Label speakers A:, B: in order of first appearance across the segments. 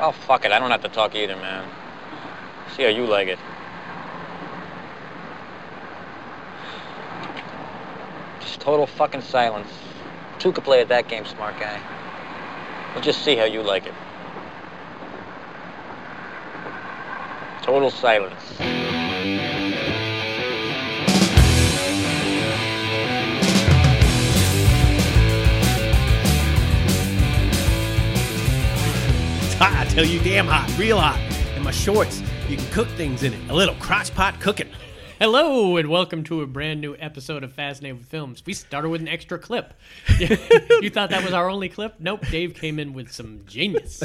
A: Oh, fuck it. I don't have to talk either, man. See how you like it. Just total fucking silence. Two could play at that game, smart guy. We'll just see how you like it. Total silence.
B: It's hot, I tell you, damn hot, real hot. In my shorts, you can cook things in it. A little crotch pot cooking.
C: Hello and welcome to a brand new episode of Fascinated with Films. We started with an extra clip. you thought that was our only clip? Nope. Dave came in with some genius.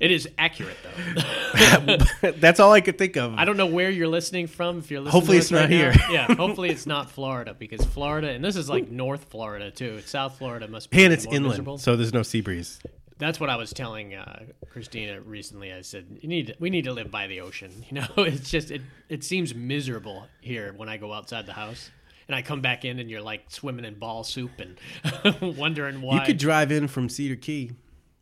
C: It is accurate though.
B: That's all I could think of.
C: I don't know where you're listening from. If you're listening,
B: Hopefully
C: to
B: it's
C: us
B: not
C: right now.
B: here.
C: yeah, hopefully it's not Florida because Florida, and this is like North Florida too. South Florida must be
B: and it's
C: more
B: inland,
C: miserable.
B: so there's no sea breeze.
C: That's what I was telling uh, Christina recently. I said, "You need we need to live by the ocean." You know, it's just it it seems miserable here when I go outside the house and I come back in and you're like swimming in ball soup and wondering why.
B: You could drive in from Cedar Key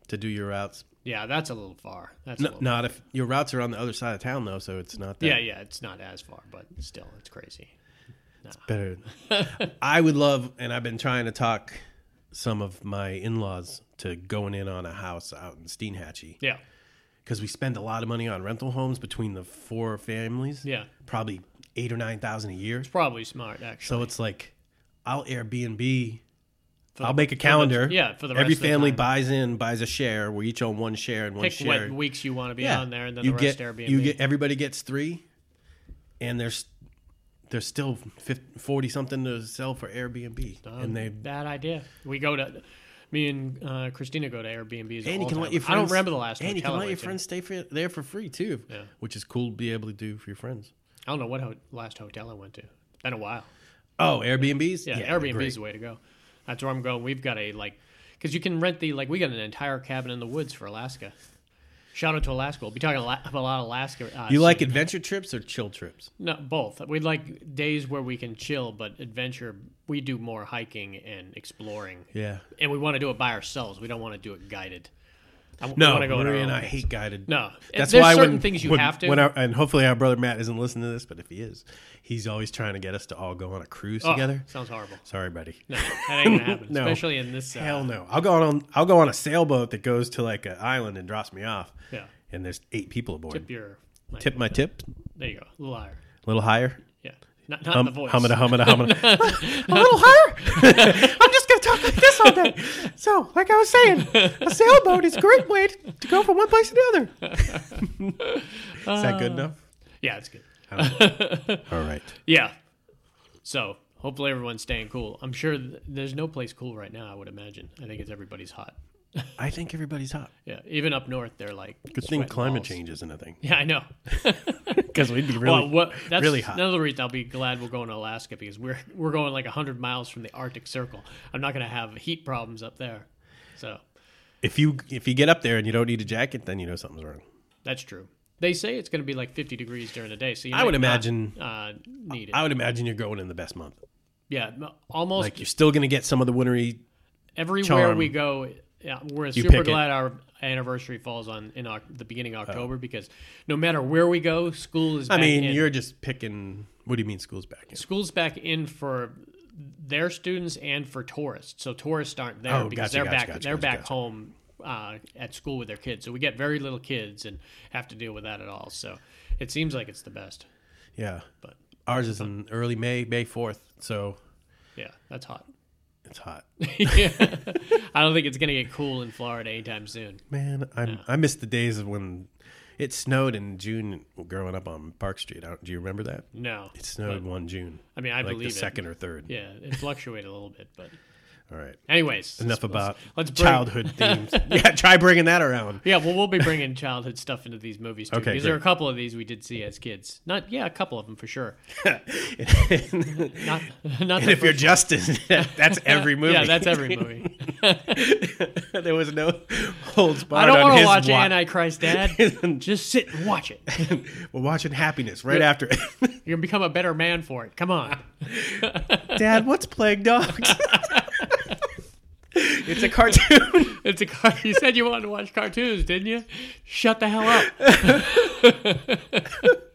B: to do your routes.
C: yeah, that's a little far. That's a
B: No,
C: little
B: not if your routes are on the other side of town though, so it's not that
C: yeah, yeah. It's not as far, but still, it's crazy.
B: better. I would love, and I've been trying to talk some of my in-laws to going in on a house out in Steenhatchee
C: Yeah,
B: because we spend a lot of money on rental homes between the four families.
C: yeah.
B: probably eight or nine thousand a year.
C: Probably smart actually.
B: So it's like I'll Airbnb. I'll
C: the-
B: make a
C: for the-
B: calendar.
C: yeah, for the
B: every
C: rest of the
B: family
C: time.
B: buys in, buys a share. We each own one share and one
C: Pick
B: share.
C: what weeks you want to be on there, and then
B: you
C: the
B: get
C: rest Airbnb.
B: you get everybody gets three, and there's there's still 50, forty something to sell for Airbnb, and they
C: bad idea. We go to me and uh, Christina go to Airbnbs.
B: and you
C: all
B: can
C: the
B: let your
C: time. I
B: friends,
C: don't remember the last.
B: and you
C: hotel
B: can
C: I
B: let your
C: went to.
B: friends stay for, there for free too,
C: Yeah.
B: which is cool to be able to do for your friends.
C: I don't know what ho- last hotel I went to. Been a while.
B: Oh, Airbnbs,
C: Yeah,
B: they're
C: Airbnb
B: great.
C: is the way to go. That's where I'm going. We've got a like, because you can rent the like. We got an entire cabin in the woods for Alaska. Shout out to Alaska. We'll be talking a lot about a lot of Alaska. Uh,
B: You like
C: soon.
B: adventure trips or chill trips?
C: No, both. We like days where we can chill, but adventure. We do more hiking and exploring,
B: Yeah.
C: and we want to do it by ourselves. We don't want to do it guided. I,
B: No,
C: want to go on our
B: Maria and
C: own.
B: I hate guided.
C: No,
B: that's
C: there's
B: why
C: certain
B: when
C: things you
B: when-
C: have to.
B: When our, and hopefully our brother Matt isn't listening to this, but if he is, he's always trying to get us to all go on a cruise
C: Oh,
B: together.
C: sounds horrible.
B: Sorry, buddy.
C: No, that ain't gonna happen.
B: No.
C: Especially in this. Uh,
B: Hell no. I'll go on. I'll go on a sailboat that goes to like an island and drops me off.
C: Yeah.
B: And there's eight people aboard.
C: Tip
B: Tip,
C: your. Like,
B: my tip.
C: There you go. A little higher.
B: A little higher. Um,
C: Yeah. Not, not
B: Hum,
C: the voice.
B: humming, humming, humming. a little higher. I'm just gonna talk like this all day. So, like I was saying, a sailboat is a great way to, to go from one place to the other. is that
C: Uh,
B: good enough?
C: Yeah, it's good.
B: All right.
C: Yeah. So hopefully everyone's staying cool. I'm sure th- there's no place cool right now. I would imagine. I think it's everybody's hot.
B: I think everybody's hot.
C: Yeah. Even up north, they're like.
B: Good thing
C: sweating
B: climate
C: balls.
B: change isn't a thing
C: Yeah, I know.
B: because we'd be really
C: well, what, that's
B: really hot.
C: another reason I'll be glad we're going to Alaska because we're we're going like 100 miles from the Arctic Circle. I'm not going to have heat problems up there. So
B: If you if you get up there and you don't need a jacket, then you know something's wrong.
C: that's true. They say it's going to be like 50 degrees during the day. So you
B: I would
C: might not,
B: imagine-
C: uh, need it.
B: I would imagine you're going in the best month.
C: yeah, almost
B: Like you're still going to get some of the wintry.
C: everywhere
B: charm.
C: we go yeah, we're
B: pick
C: super
B: it. Uh.
C: glad our anniversary falls on in Oc- the beginning of october because no matter where we go school is
B: I
C: back
B: mean,
C: in.
B: you're just picking. What do you mean school's back? In?
C: school's back in for their students and for tourists so tourists aren't there
B: Oh,
C: because
B: gotcha,
C: they're
B: gotcha,
C: back
B: gotcha,
C: they're
B: gotcha,
C: back
B: gotcha.
C: home uh, at school with their kids so we get very little kids and have to deal with that at all so it seems like it's the best
B: Yeah,
C: but
B: ours is in early May, May fourth, so
C: yeah that's hot
B: it's hot.
C: i don't think it's going to get cool in florida anytime soon
B: Man, I am I miss the days of when it snowed in June growing up on Park Street. I don't- do you remember that?
C: no
B: It snowed one June.
C: i mean i
B: like
C: believe
B: the
C: it
B: second or third.
C: yeah it fluctuated a little bit but
B: All right.
C: Anyways,
B: Enough
C: let's-
B: about
C: let's bring-
B: childhood themes. Yeah, try bringing that around.
C: Yeah, well, we'll be bringing childhood stuff into these movies too.
B: Okay,
C: because there are a
B: great.
C: couple of these we did see as kids. Not, yeah, a couple of them for sure. Not, not
B: And
C: the
B: if you're
C: first-
B: Justin, that's every movie.
C: yeah, that's every movie.
B: there was no holds
C: I
B: barred.
C: don't
B: want to
C: watch Antichrist, Dad. Just sit and watch it.
B: We're watching Happiness right after.
C: You're gonna become a better man for it. Come on.
B: Dad, what's plague dogs? It's a cartoon.
C: It's a car. You said you wanted to watch cartoons, didn't you? Shut the hell up.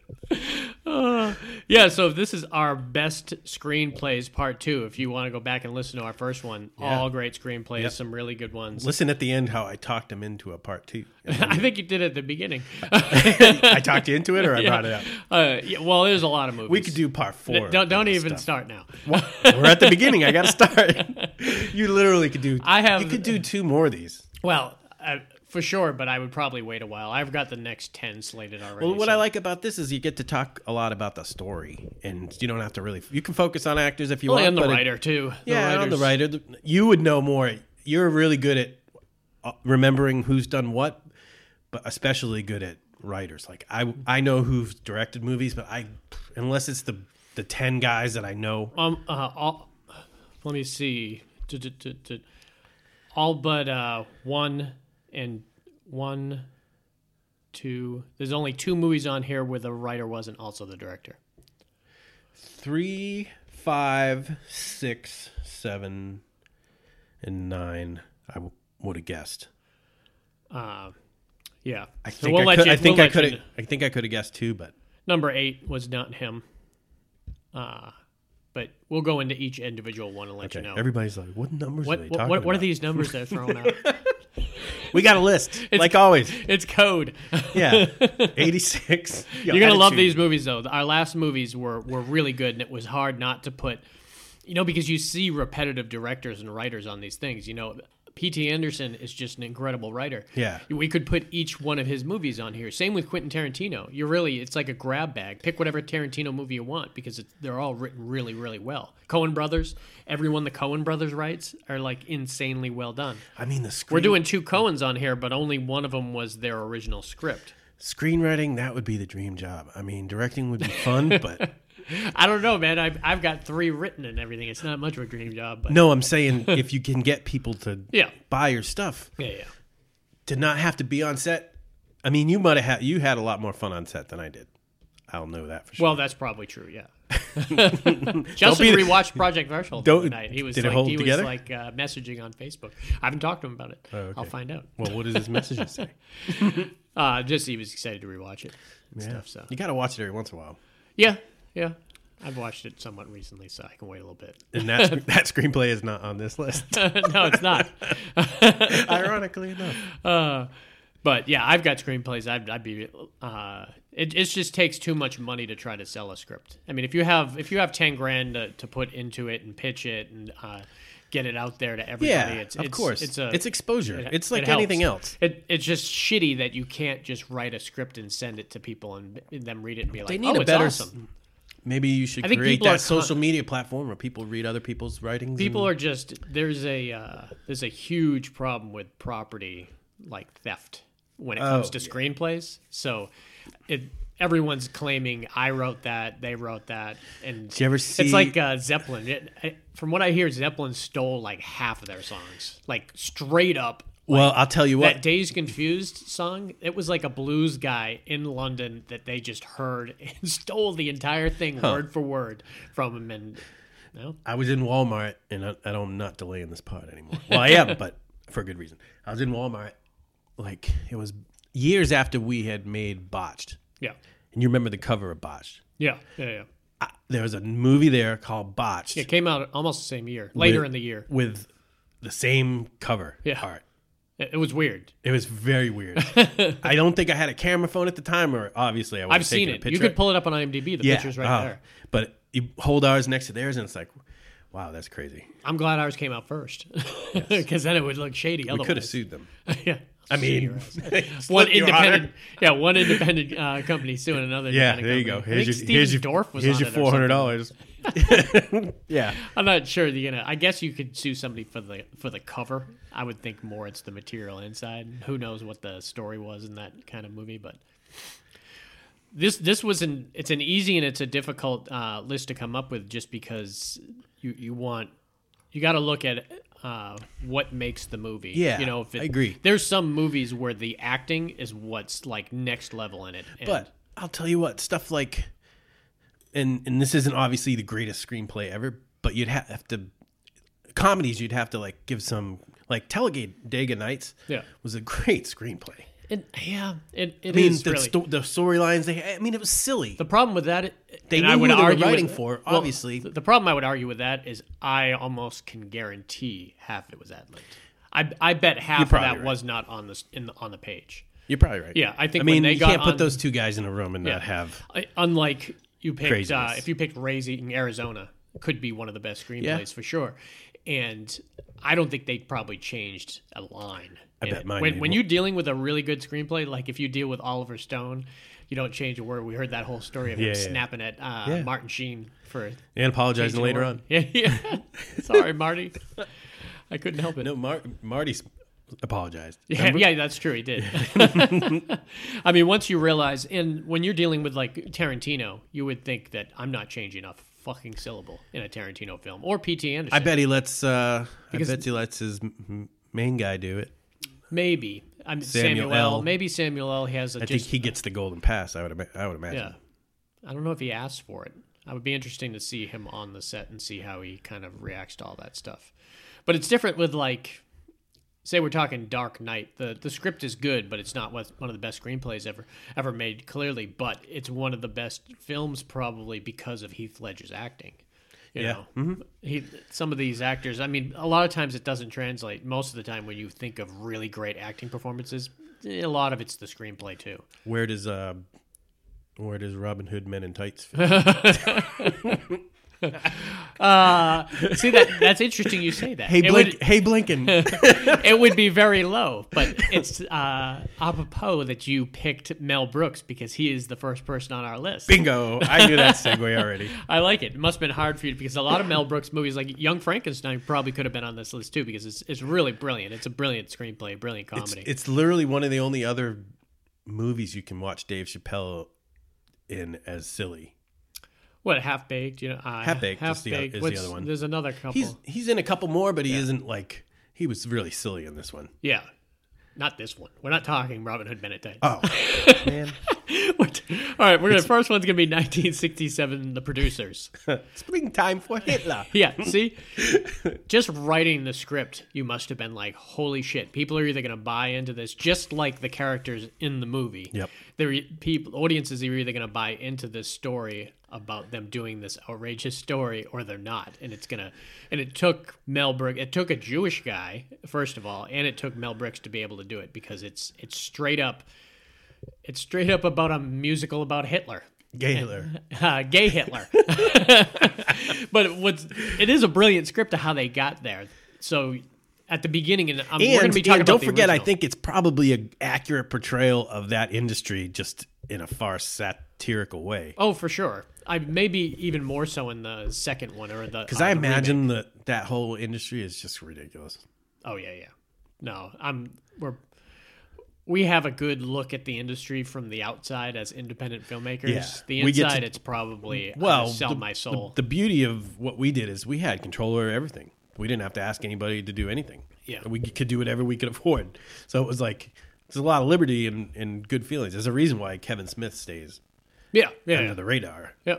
C: Uh, yeah, so this is our best screenplays part two. If you want to go back and listen to our first one, all great screenplays, some really good ones.
B: Listen at the end how I talked him into a part two.
C: I think you did it at the beginning.
B: I talked you into it, or I brought it up.
C: Uh, yeah, well, there's a lot of movies.
B: We could do part four.
C: Don't, don't
B: of this
C: even
B: stuff.
C: start now.
B: We're at the beginning. I got to start. you literally could do.
C: I have-
B: You could do two more of these.
C: Well, uh, for sure, but I would probably wait a while. I've got the next 10 slated already.
B: Well, what
C: so-
B: I like about this is you get to talk a lot about the story, and you don't have to really. You can focus on actors if you
C: Well,
B: want.
C: and the
B: but it-
C: writer, too.
B: yeah,
C: writers.
B: and on the writer, the- you would know more. You're really good at uh, remembering who's done what, but especially good at writers. Like I, I know who's directed movies, but I, unless it's the the ten guys that I know,
C: Um, uh, all, let me see. Du- du- du- du- All but uh, one and one, two. There's only two movies on here where the writer wasn't also the director.
B: three, five, six, seven, and nine. I w- would have guessed.
C: Uh, yeah,
B: I
C: So
B: think
C: we'll
B: I
C: let
B: could.
C: you-
B: I think
C: we'll
B: I
C: let you
B: could.
C: kn-
B: I think I could have guessed two, but
C: Number eight was not him. Uh, but we'll go into each individual one and let
B: okay.
C: you know.
B: Everybody's like, "What numbers
C: what
B: are they
C: what,
B: talking
C: what, what are
B: about?
C: these numbers they're throwing out?
B: We got a list, like always.
C: It's code.
B: Yeah, eighty-six.
C: You're gonna love these movies though. Our last movies were were really good, and it was hard not to put, you know, because you see repetitive directors and writers on these things. You know, P.T. Anderson is just an incredible writer.
B: Yeah.
C: we could put each one of his movies on here. Same with Quentin Tarantino. You're really it's like a grab bag. Pick whatever Tarantino movie you want because it's, they're all written really really well. Cohen Brothers, everyone the Cohen Brothers writes are like insanely well done.
B: I mean, the screen,
C: We're doing two Cohens on here, but only one of them was their original script.
B: screenwriting. That would be the dream job. I mean, directing would be fun, but
C: I don't know, man. I've, I've got three written and everything. It's not much of a dream job, but
B: no. I'm saying if you can get people to
C: yeah,
B: buy your stuff,
C: yeah, yeah.
B: to not have to be on set. I mean, you might have had you had a lot more fun on set than I did. I'll know that for sure.
C: Well, that's probably true. Yeah. Justin
B: be the-
C: rewatched Project Threshold
B: Don't-
C: tonight. He was
B: did it
C: like,
B: hold
C: he
B: together? Oh,
C: was like uh, messaging on Facebook. I haven't talked to him about it.
B: okay.
C: I'll find out.
B: Well, what does his message say?
C: Uh, just he was excited to rewatch it. And
B: Yeah.
C: Stuff. So
B: You got to watch it every once in a while.
C: yeah, yeah. I've watched it somewhat recently, so I can wait a little bit.
B: And that that screenplay is not on this list,
C: no, it's not.
B: ironically enough.
C: Uh, but yeah, I've got screenplays. I'd, I'd be. Uh, it it just takes too much money to try to sell a script. I mean, if you have if you have ten grand to, to put into it and pitch it and uh, get it out there to everybody,
B: Yeah,
C: it's,
B: of
C: it's,
B: course.
C: it's a
B: exposure.
C: it-
B: it's like
C: it helps.
B: anything else.
C: It, it's just shitty that you can't just write a spt and send it to people and them read it and be like,
B: They need
C: "Oh,
B: a
C: it's
B: better
C: awesome."
B: s- Maybe you should
C: I think
B: create
C: people are
B: that
C: con-
B: social media platform where people read other people's writings.
C: people are just there's a uh, there's a huge problem with property like theft when it
B: Oh,
C: comes to screenplays so it everyone's claiming i wrote that they wrote that and
B: you ever see-
C: it's like uh, zeppelin It- I, from what i hear zeppelin stole like half of their songs like straight up
B: well, I'll tell you what.
C: that Days Confused song, it was like a blues guy in London that they just heard and stole the entire thing word for word from him. And no,
B: I was in Walmart, and I, I don't, I'm not delaying this part anymore. Well, I am, but for a good reason. I was in Walmart, like it was years after we had made Botched,
C: yeah,
B: and you remember the cover of Botched.
C: yeah, yeah, yeah.
B: I, there was a movie there called Botched
C: It came out almost the same year, later in the year.
B: with the same cover
C: Yeah.
B: art.
C: It, it was weird.
B: It was very weird. I don't think I had a camera phone at the time, or obviously I was
C: I've seen
B: A
C: it.
B: picture.
C: You could pull it up on IMDb. The picture's right
B: uh,
C: there.
B: But you hold ours next to theirs, and it's like, wow, that's crazy.
C: I'm glad ours came out first, because then it would look shady.
B: We could have
C: Otherwise,
B: sued them.
C: yeah.
B: I mean,
C: One
B: Your Honor.
C: independent, yeah, one independent uh, company suing another.
B: Yeah, there you
C: independent
B: go.
C: company. I
B: Here's
C: think
B: your here's your
C: Steven Dorff was
B: here's
C: on
B: your
C: it or
B: four hundred
C: something.
B: dollars. yeah,
C: I'm not sure. You know, I guess you could sue somebody for the for the cover. I would think more it's the material inside. Who knows what the story was in that kind of movie, but this this was an it's an easy and it's a difficult uh, list to come up with just because you you want you got to look at uh, what makes the movie.
B: Yeah,
C: you know, if it,
B: I agree.
C: There's some movies where the acting is what's like next level in it, and-
B: but I'll tell you what, stuff like, and and this isn't obviously the greatest screenplay ever, but you'd have to. comedies, you'd have to like give some like Talladega Nights.
C: Yeah.
B: was a great screenplay.
C: It, yeah, it, it
B: I mean,
C: is
B: the,
C: really.
B: sto- the storylines they. I mean, it was silly.
C: the problem with that,
B: They
C: and
B: knew
C: I would
B: who they were
C: argue
B: writing
C: with-
B: for,
C: well,
B: obviously.
C: the, the problem I would argue with that is I almost can guarantee half it was ad libbed. I, I bet half of
B: probably
C: that
B: right.
C: was not on this in the, on the page.
B: You're probably right.
C: Yeah, I think
B: I
C: when
B: mean,
C: they
B: you
C: got
B: can't put
C: on-
B: those two guys in a room and not have.
C: I- unlike you picked uh,
B: Craziness.
C: if you picked Raising Arizona could be one of the best screenplays
B: Yeah.
C: for sure. And I don't think they probably changed a line.
B: I
C: in
B: bet
C: it.
B: mine
C: When,
B: made
C: when
B: more-
C: you're dealing with a really good screenplay, like if you deal with Oliver Stone, you don't change a word. We heard that whole story of
B: Yeah,
C: him
B: yeah.
C: snapping at uh,
B: Yeah.
C: Martin Sheen for
B: And apologizing
C: changing a
B: later
C: word.
B: on.
C: Yeah, yeah. Sorry, Marty. I couldn't help it.
B: No, Mar- Marty's apologized.
C: Yeah, yeah, that's true. He did. I mean, once you realize, and when you're dealing with like Tarantino, you would think that I'm not changing a fucking syllable in a Tarantino film or P.T. Anderson.
B: I bet he lets. Uh,
C: Because-
B: I bet he lets his m- m- main guy do it.
C: maybe I'm
B: Samuel
C: Samuel,
B: L.
C: L. Maybe Samuel L. has a
B: I
C: just
B: think he gets the golden pass. I would. Ima- I would imagine.
C: yeah. I don't know if he asked for it. I would be interesting to see him on the set and see how he kind of reacts to all that stuff. But it's different with like, say we're talking Dark Knight. the The script is good, but it's not what- one of the best screenplays ever ever made. Clearly, but it's one of the best films probably because of Heath Ledger's acting. You
B: Yeah. Mm-hmm.
C: know, he some of these actors. I mean, a lot of times it doesn't translate. Most of the time, when you think of really great acting performances, a lot of it's the screenplay too.
B: Where does uh, where does Robin Hood Men in Tights? fit?
C: Uh, see that that's interesting. You say that.
B: Hey,
C: it,
B: Blink-
C: would,
B: hey, Blinken.
C: it would be very low, but it's uh, apropos that you picked Mel Brooks because he is the first person on our list.
B: Bingo! I knew that segue already.
C: I like it. It must have been hard for you because a lot of Mel Brooks movies, like Young Frankenstein, probably could have been on this list too because it's it's really brilliant. It's a brilliant screenplay, brilliant
B: It's,
C: comedy.
B: it's literally one of the only other movies you can watch Dave Chappelle in as silly.
C: what half baked? You know, uh,
B: Half Baked is the o- is the
C: What's-
B: other one.
C: There's another couple.
B: He's he's in a couple more, but he isn't like he was really silly in this one.
C: yeah. Not this one. We're not talking Robin Hood Men at Night.
B: Oh man,
C: What- All right, we're gonna, first one's gonna be 1967. The producers.
B: springtime for Hitler.
C: Yeah, see? just writing the script, you must have been like, holy shit, people are either going to buy into this, just like the characters in the movie.
B: Yep.
C: They're, e- people, audiences are either going to buy into this story about them doing this outrageous story or they're not. And it's going to, and it took Mel Brooks, it took a Jewish guy, first of all, and it took Mel Brooks to be able to do it because it's, it's straight up, it's straight up about a musical about Hitler
B: Gay Hitler.
C: uh, gay Hitler. but what's it is a brilliant script of how they got there. So at the beginning, and um, we're going
B: And,
C: to be talking
B: and don't
C: about the
B: forget, I
C: original.
B: think it's probably an accurate portrayal of that industry, just in a far satirical way.
C: Oh, for sure. I maybe even more so in the second one or the
B: Because
C: uh,
B: I
C: the remake.
B: imagine that that whole industry is just ridiculous.
C: Oh yeah, yeah. No, I'm we're we have a good look at the industry from the outside as independent filmmakers.
B: Yeah,
C: the
B: we get
C: inside,
B: to-
C: it's probably
B: Well,
C: well, sell
B: the,
C: my
B: the-
C: soul.
B: The, beauty of what we did is we had control over everything. We didn't have to ask anybody to do anything.
C: Yeah.
B: we could do whatever we could afford. So it was like there's a lot of liberty and, and good feelings. There's a reason why Kevin Smith stays
C: yeah, yeah,
B: under the radar.
C: yeah.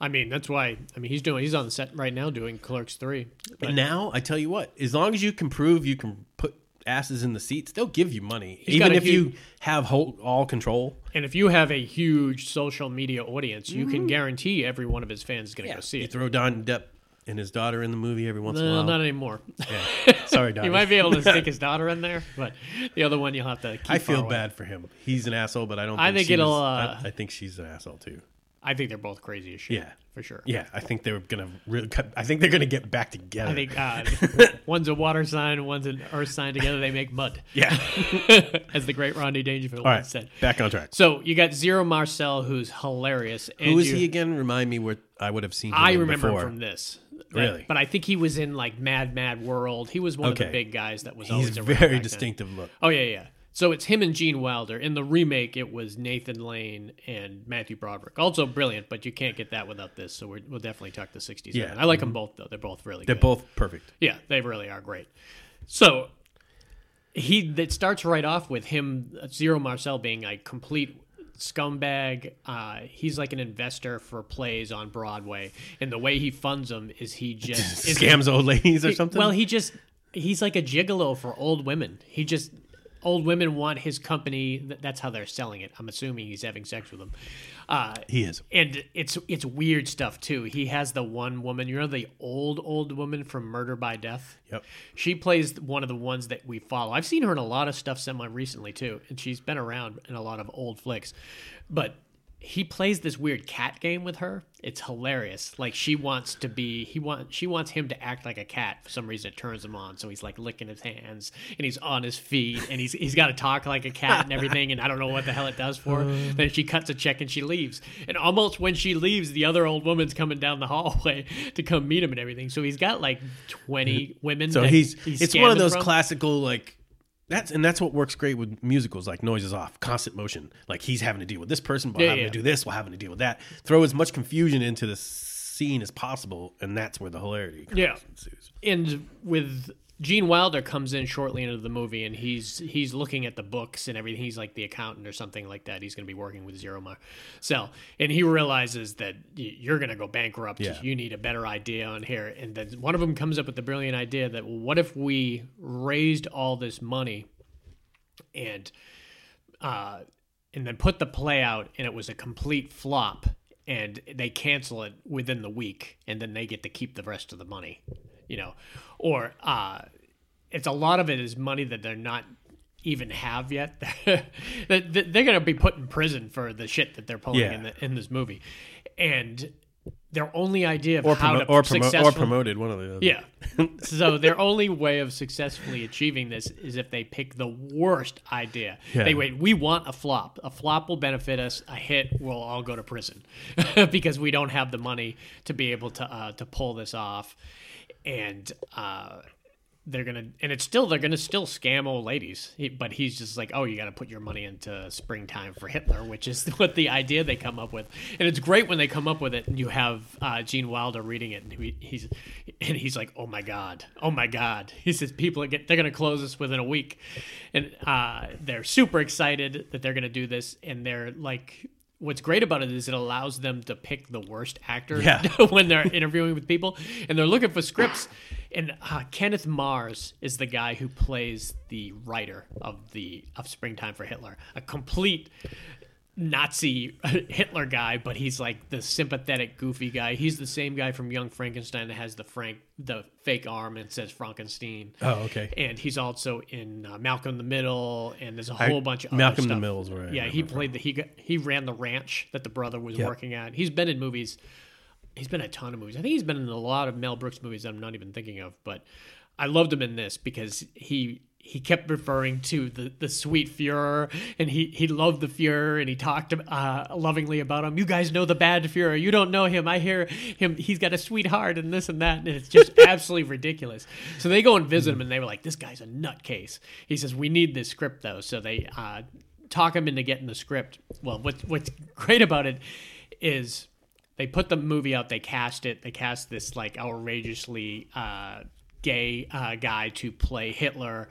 C: I mean, that's why. I mean, he's doing. He's on the set right now doing Clerks Three.
B: And now I tell you what, as long as you can prove you can put asses in the seats, they'll give you money, even
C: got a
B: if you
C: huge-
B: have whole, all control.
C: And if you have a huge social media audience, you can guarantee every one of his fans is going to go see
B: You
C: it.
B: throw Don Depp and his daughter in the movie every once in a
C: No,
B: while.
C: not anymore.
B: Yeah. Sorry, Don.
C: you might be able to stick his daughter in there, but the other one you'll have to. Keep
B: I
C: far
B: feel
C: away.
B: bad for him. He's an asshole, but I don't.
C: I
B: think
C: think
B: she
C: it'll,
B: was-
C: uh,
B: I, I think she's an asshole too.
C: I think they're both crazy as shit.
B: Yeah.
C: for sure.
B: Yeah, I think they're gonna. Really, cut- I think they're gonna get back together.
C: I think uh, one's a water sign, one's an earth sign. Together they make mud,
B: yeah.
C: as the great Rodney Dangerfield
B: All
C: once
B: right.
C: said.
B: Back on track.
C: So you got Zero Marcel, who's hilarious. And
B: Who is
C: you-
B: he again? Remind me where I would have seen. Him
C: I
B: in
C: remember
B: before.
C: him from this.
B: Really?
C: But I think he was in like Mad Mad World. He was one of
B: Okay.
C: the big guys that was
B: He's
C: always around
B: very
C: back then.
B: distinctive look.
C: Oh yeah, yeah. So it's him and Gene Wilder. In the remake, it was Nathan Lane and Matthew Broderick. Also brilliant, but you can't get that without this. So we're, we'll definitely talk the '60s.
B: Yeah. mm-hmm.
C: I like them both though. They're both really.
B: They're
C: good.
B: both perfect.
C: Yeah, they really are great. So uh, he that starts right off with him Zero Marcel being a complete scumbag. Uh, he's like an investor for plays on Broadway, and the way he funds them is he just is-
B: Scams old ladies or
C: he-
B: something.
C: Well, he just he's like a gigolo for old women. He just old women want his company. th- That's how they're selling it. I'm assuming he's having sex with them. Uh,
B: he is.
C: and it's it's weird stuff too. He has the one woman, you know, the old old woman from Murder by Death.
B: Yep.
C: She plays one of the ones that we follow. I've seen her in a lot of stuff semi recently too, and she's been around in a lot of old flicks. But he plays this weird cat game with her. It's hilarious. Like she wants to be, he want, she wants him to act like a cat. For some reason, it turns him on. So he's like licking his hands, and he's on his feet, and he's he's got to talk like a cat and everything. And I don't know what the hell it does for. her. Then she cuts a check and she leaves. And almost when she leaves, the other old woman's coming down the hallway to come meet him and everything. So he's got like twenty women.
B: So
C: that
B: he's,
C: he's
B: it's one of
C: scamming
B: those
C: from.
B: classical like that's and that's what works great with musicals like noises off, constant motion. Like he's having to deal with this person, but
C: Yeah,
B: having
C: yeah.
B: to do this, while having to deal with that. Throw as much confusion into the scene as possible, and that's where the hilarity comes
C: Yeah.
B: ensues.
C: and with Gene Wilder comes in shortly into the movie, and he's he's looking at the books and everything. He's like the accountant or something like that. He's going to be working with Zero Marcel, and he realizes that y- you're going to go bankrupt.
B: Yeah.
C: You need a better idea on here. And then one of them comes up with the brilliant idea that well, what if we raised all this money and uh, and then put the play out, and it was a complete flop, and they cancel it within the week, and then they get to keep the rest of the money, you know, or uh, it's a lot of it is money that they're not even have yet. They- they're gonna be put in prison for the shit that they're pulling
B: Yeah.
C: in, the, in this movie, and their only idea of
B: Or,
C: how
B: promo-
C: to
B: or, promo- or
C: successfully
B: promoted one of the other.
C: yeah. so their only way of successfully achieving this is if they pick the worst idea.
B: Yeah.
C: They wait, we want a flop. A flop will benefit us. A hit will all go to prison because we don't have the money to be able to uh, to pull this off. And uh, they're gonna and it's still they're gonna still scam old ladies. He- But he's just like, oh, you got to put your money into springtime for Hitler, which is what the idea they come up with. And it's great when they come up with it, and you have uh, Gene Wilder reading it, and he, he's and he's like, oh my god, oh my god. He says people are get, they're gonna close us within a week, and uh, they're super excited that they're gonna do this, and they're like. What's great about it is it allows them to pick the worst actor
B: Yeah.
C: when they're interviewing with people and they're looking for scripts. And uh, Kenneth Mars is the guy who plays the writer of the of Springtime for Hitler, a complete Nazi Hitler guy, but he's like the sympathetic, goofy guy. He's the same guy from Young Frankenstein that has the Frank the fake arm and says Frankenstein.
B: Oh, okay.
C: And he's also in uh, Malcolm in the Middle, and there's a
B: I-
C: whole bunch of other
B: Malcolm in the
C: stuff.
B: Middle is where I
C: yeah, he
B: remember
C: played the he got, he ran the ranch that the brother was working at. He's been in movies. He's been in a ton of movies. I think he's been in a lot of Mel Brooks movies that I'm not even thinking of. But I loved him in this because he he kept referring to the the sweet Fuhrer, and he he loved the Fuhrer, and he talked uh, lovingly about him. You guys know the bad Fuhrer. You don't know him. I hear him. He's got a sweetheart and this and that, and it's just absolutely ridiculous. So they go and visit him, and they were like, "This guy's a nutcase." He says, "We need this script though," so they. Uh, talk him into getting the script. Well, what's what's great about it is they put the movie out, they cast it, they cast this like outrageously uh, gay uh, guy to play Hitler,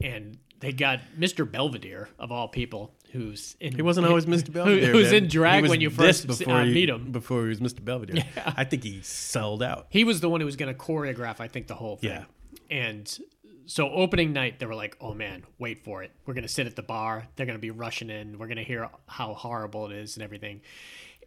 C: and they got Mr. Belvedere of all people, who's in,
B: He wasn't always Mr. Belvedere.
C: who was
B: man.
C: in drag
B: He was
C: when you
B: this
C: first uh,
B: he-
C: meet him.
B: Before he was Mr. Belvedere. I think he sold out.
C: He was the one who was going to choreograph, I think, the whole thing.
B: Yeah.
C: And so opening night, they were like, "Oh man, wait for it. We're going to sit at the bar. They're going to be rushing in. We're going to hear how horrible it is and everything."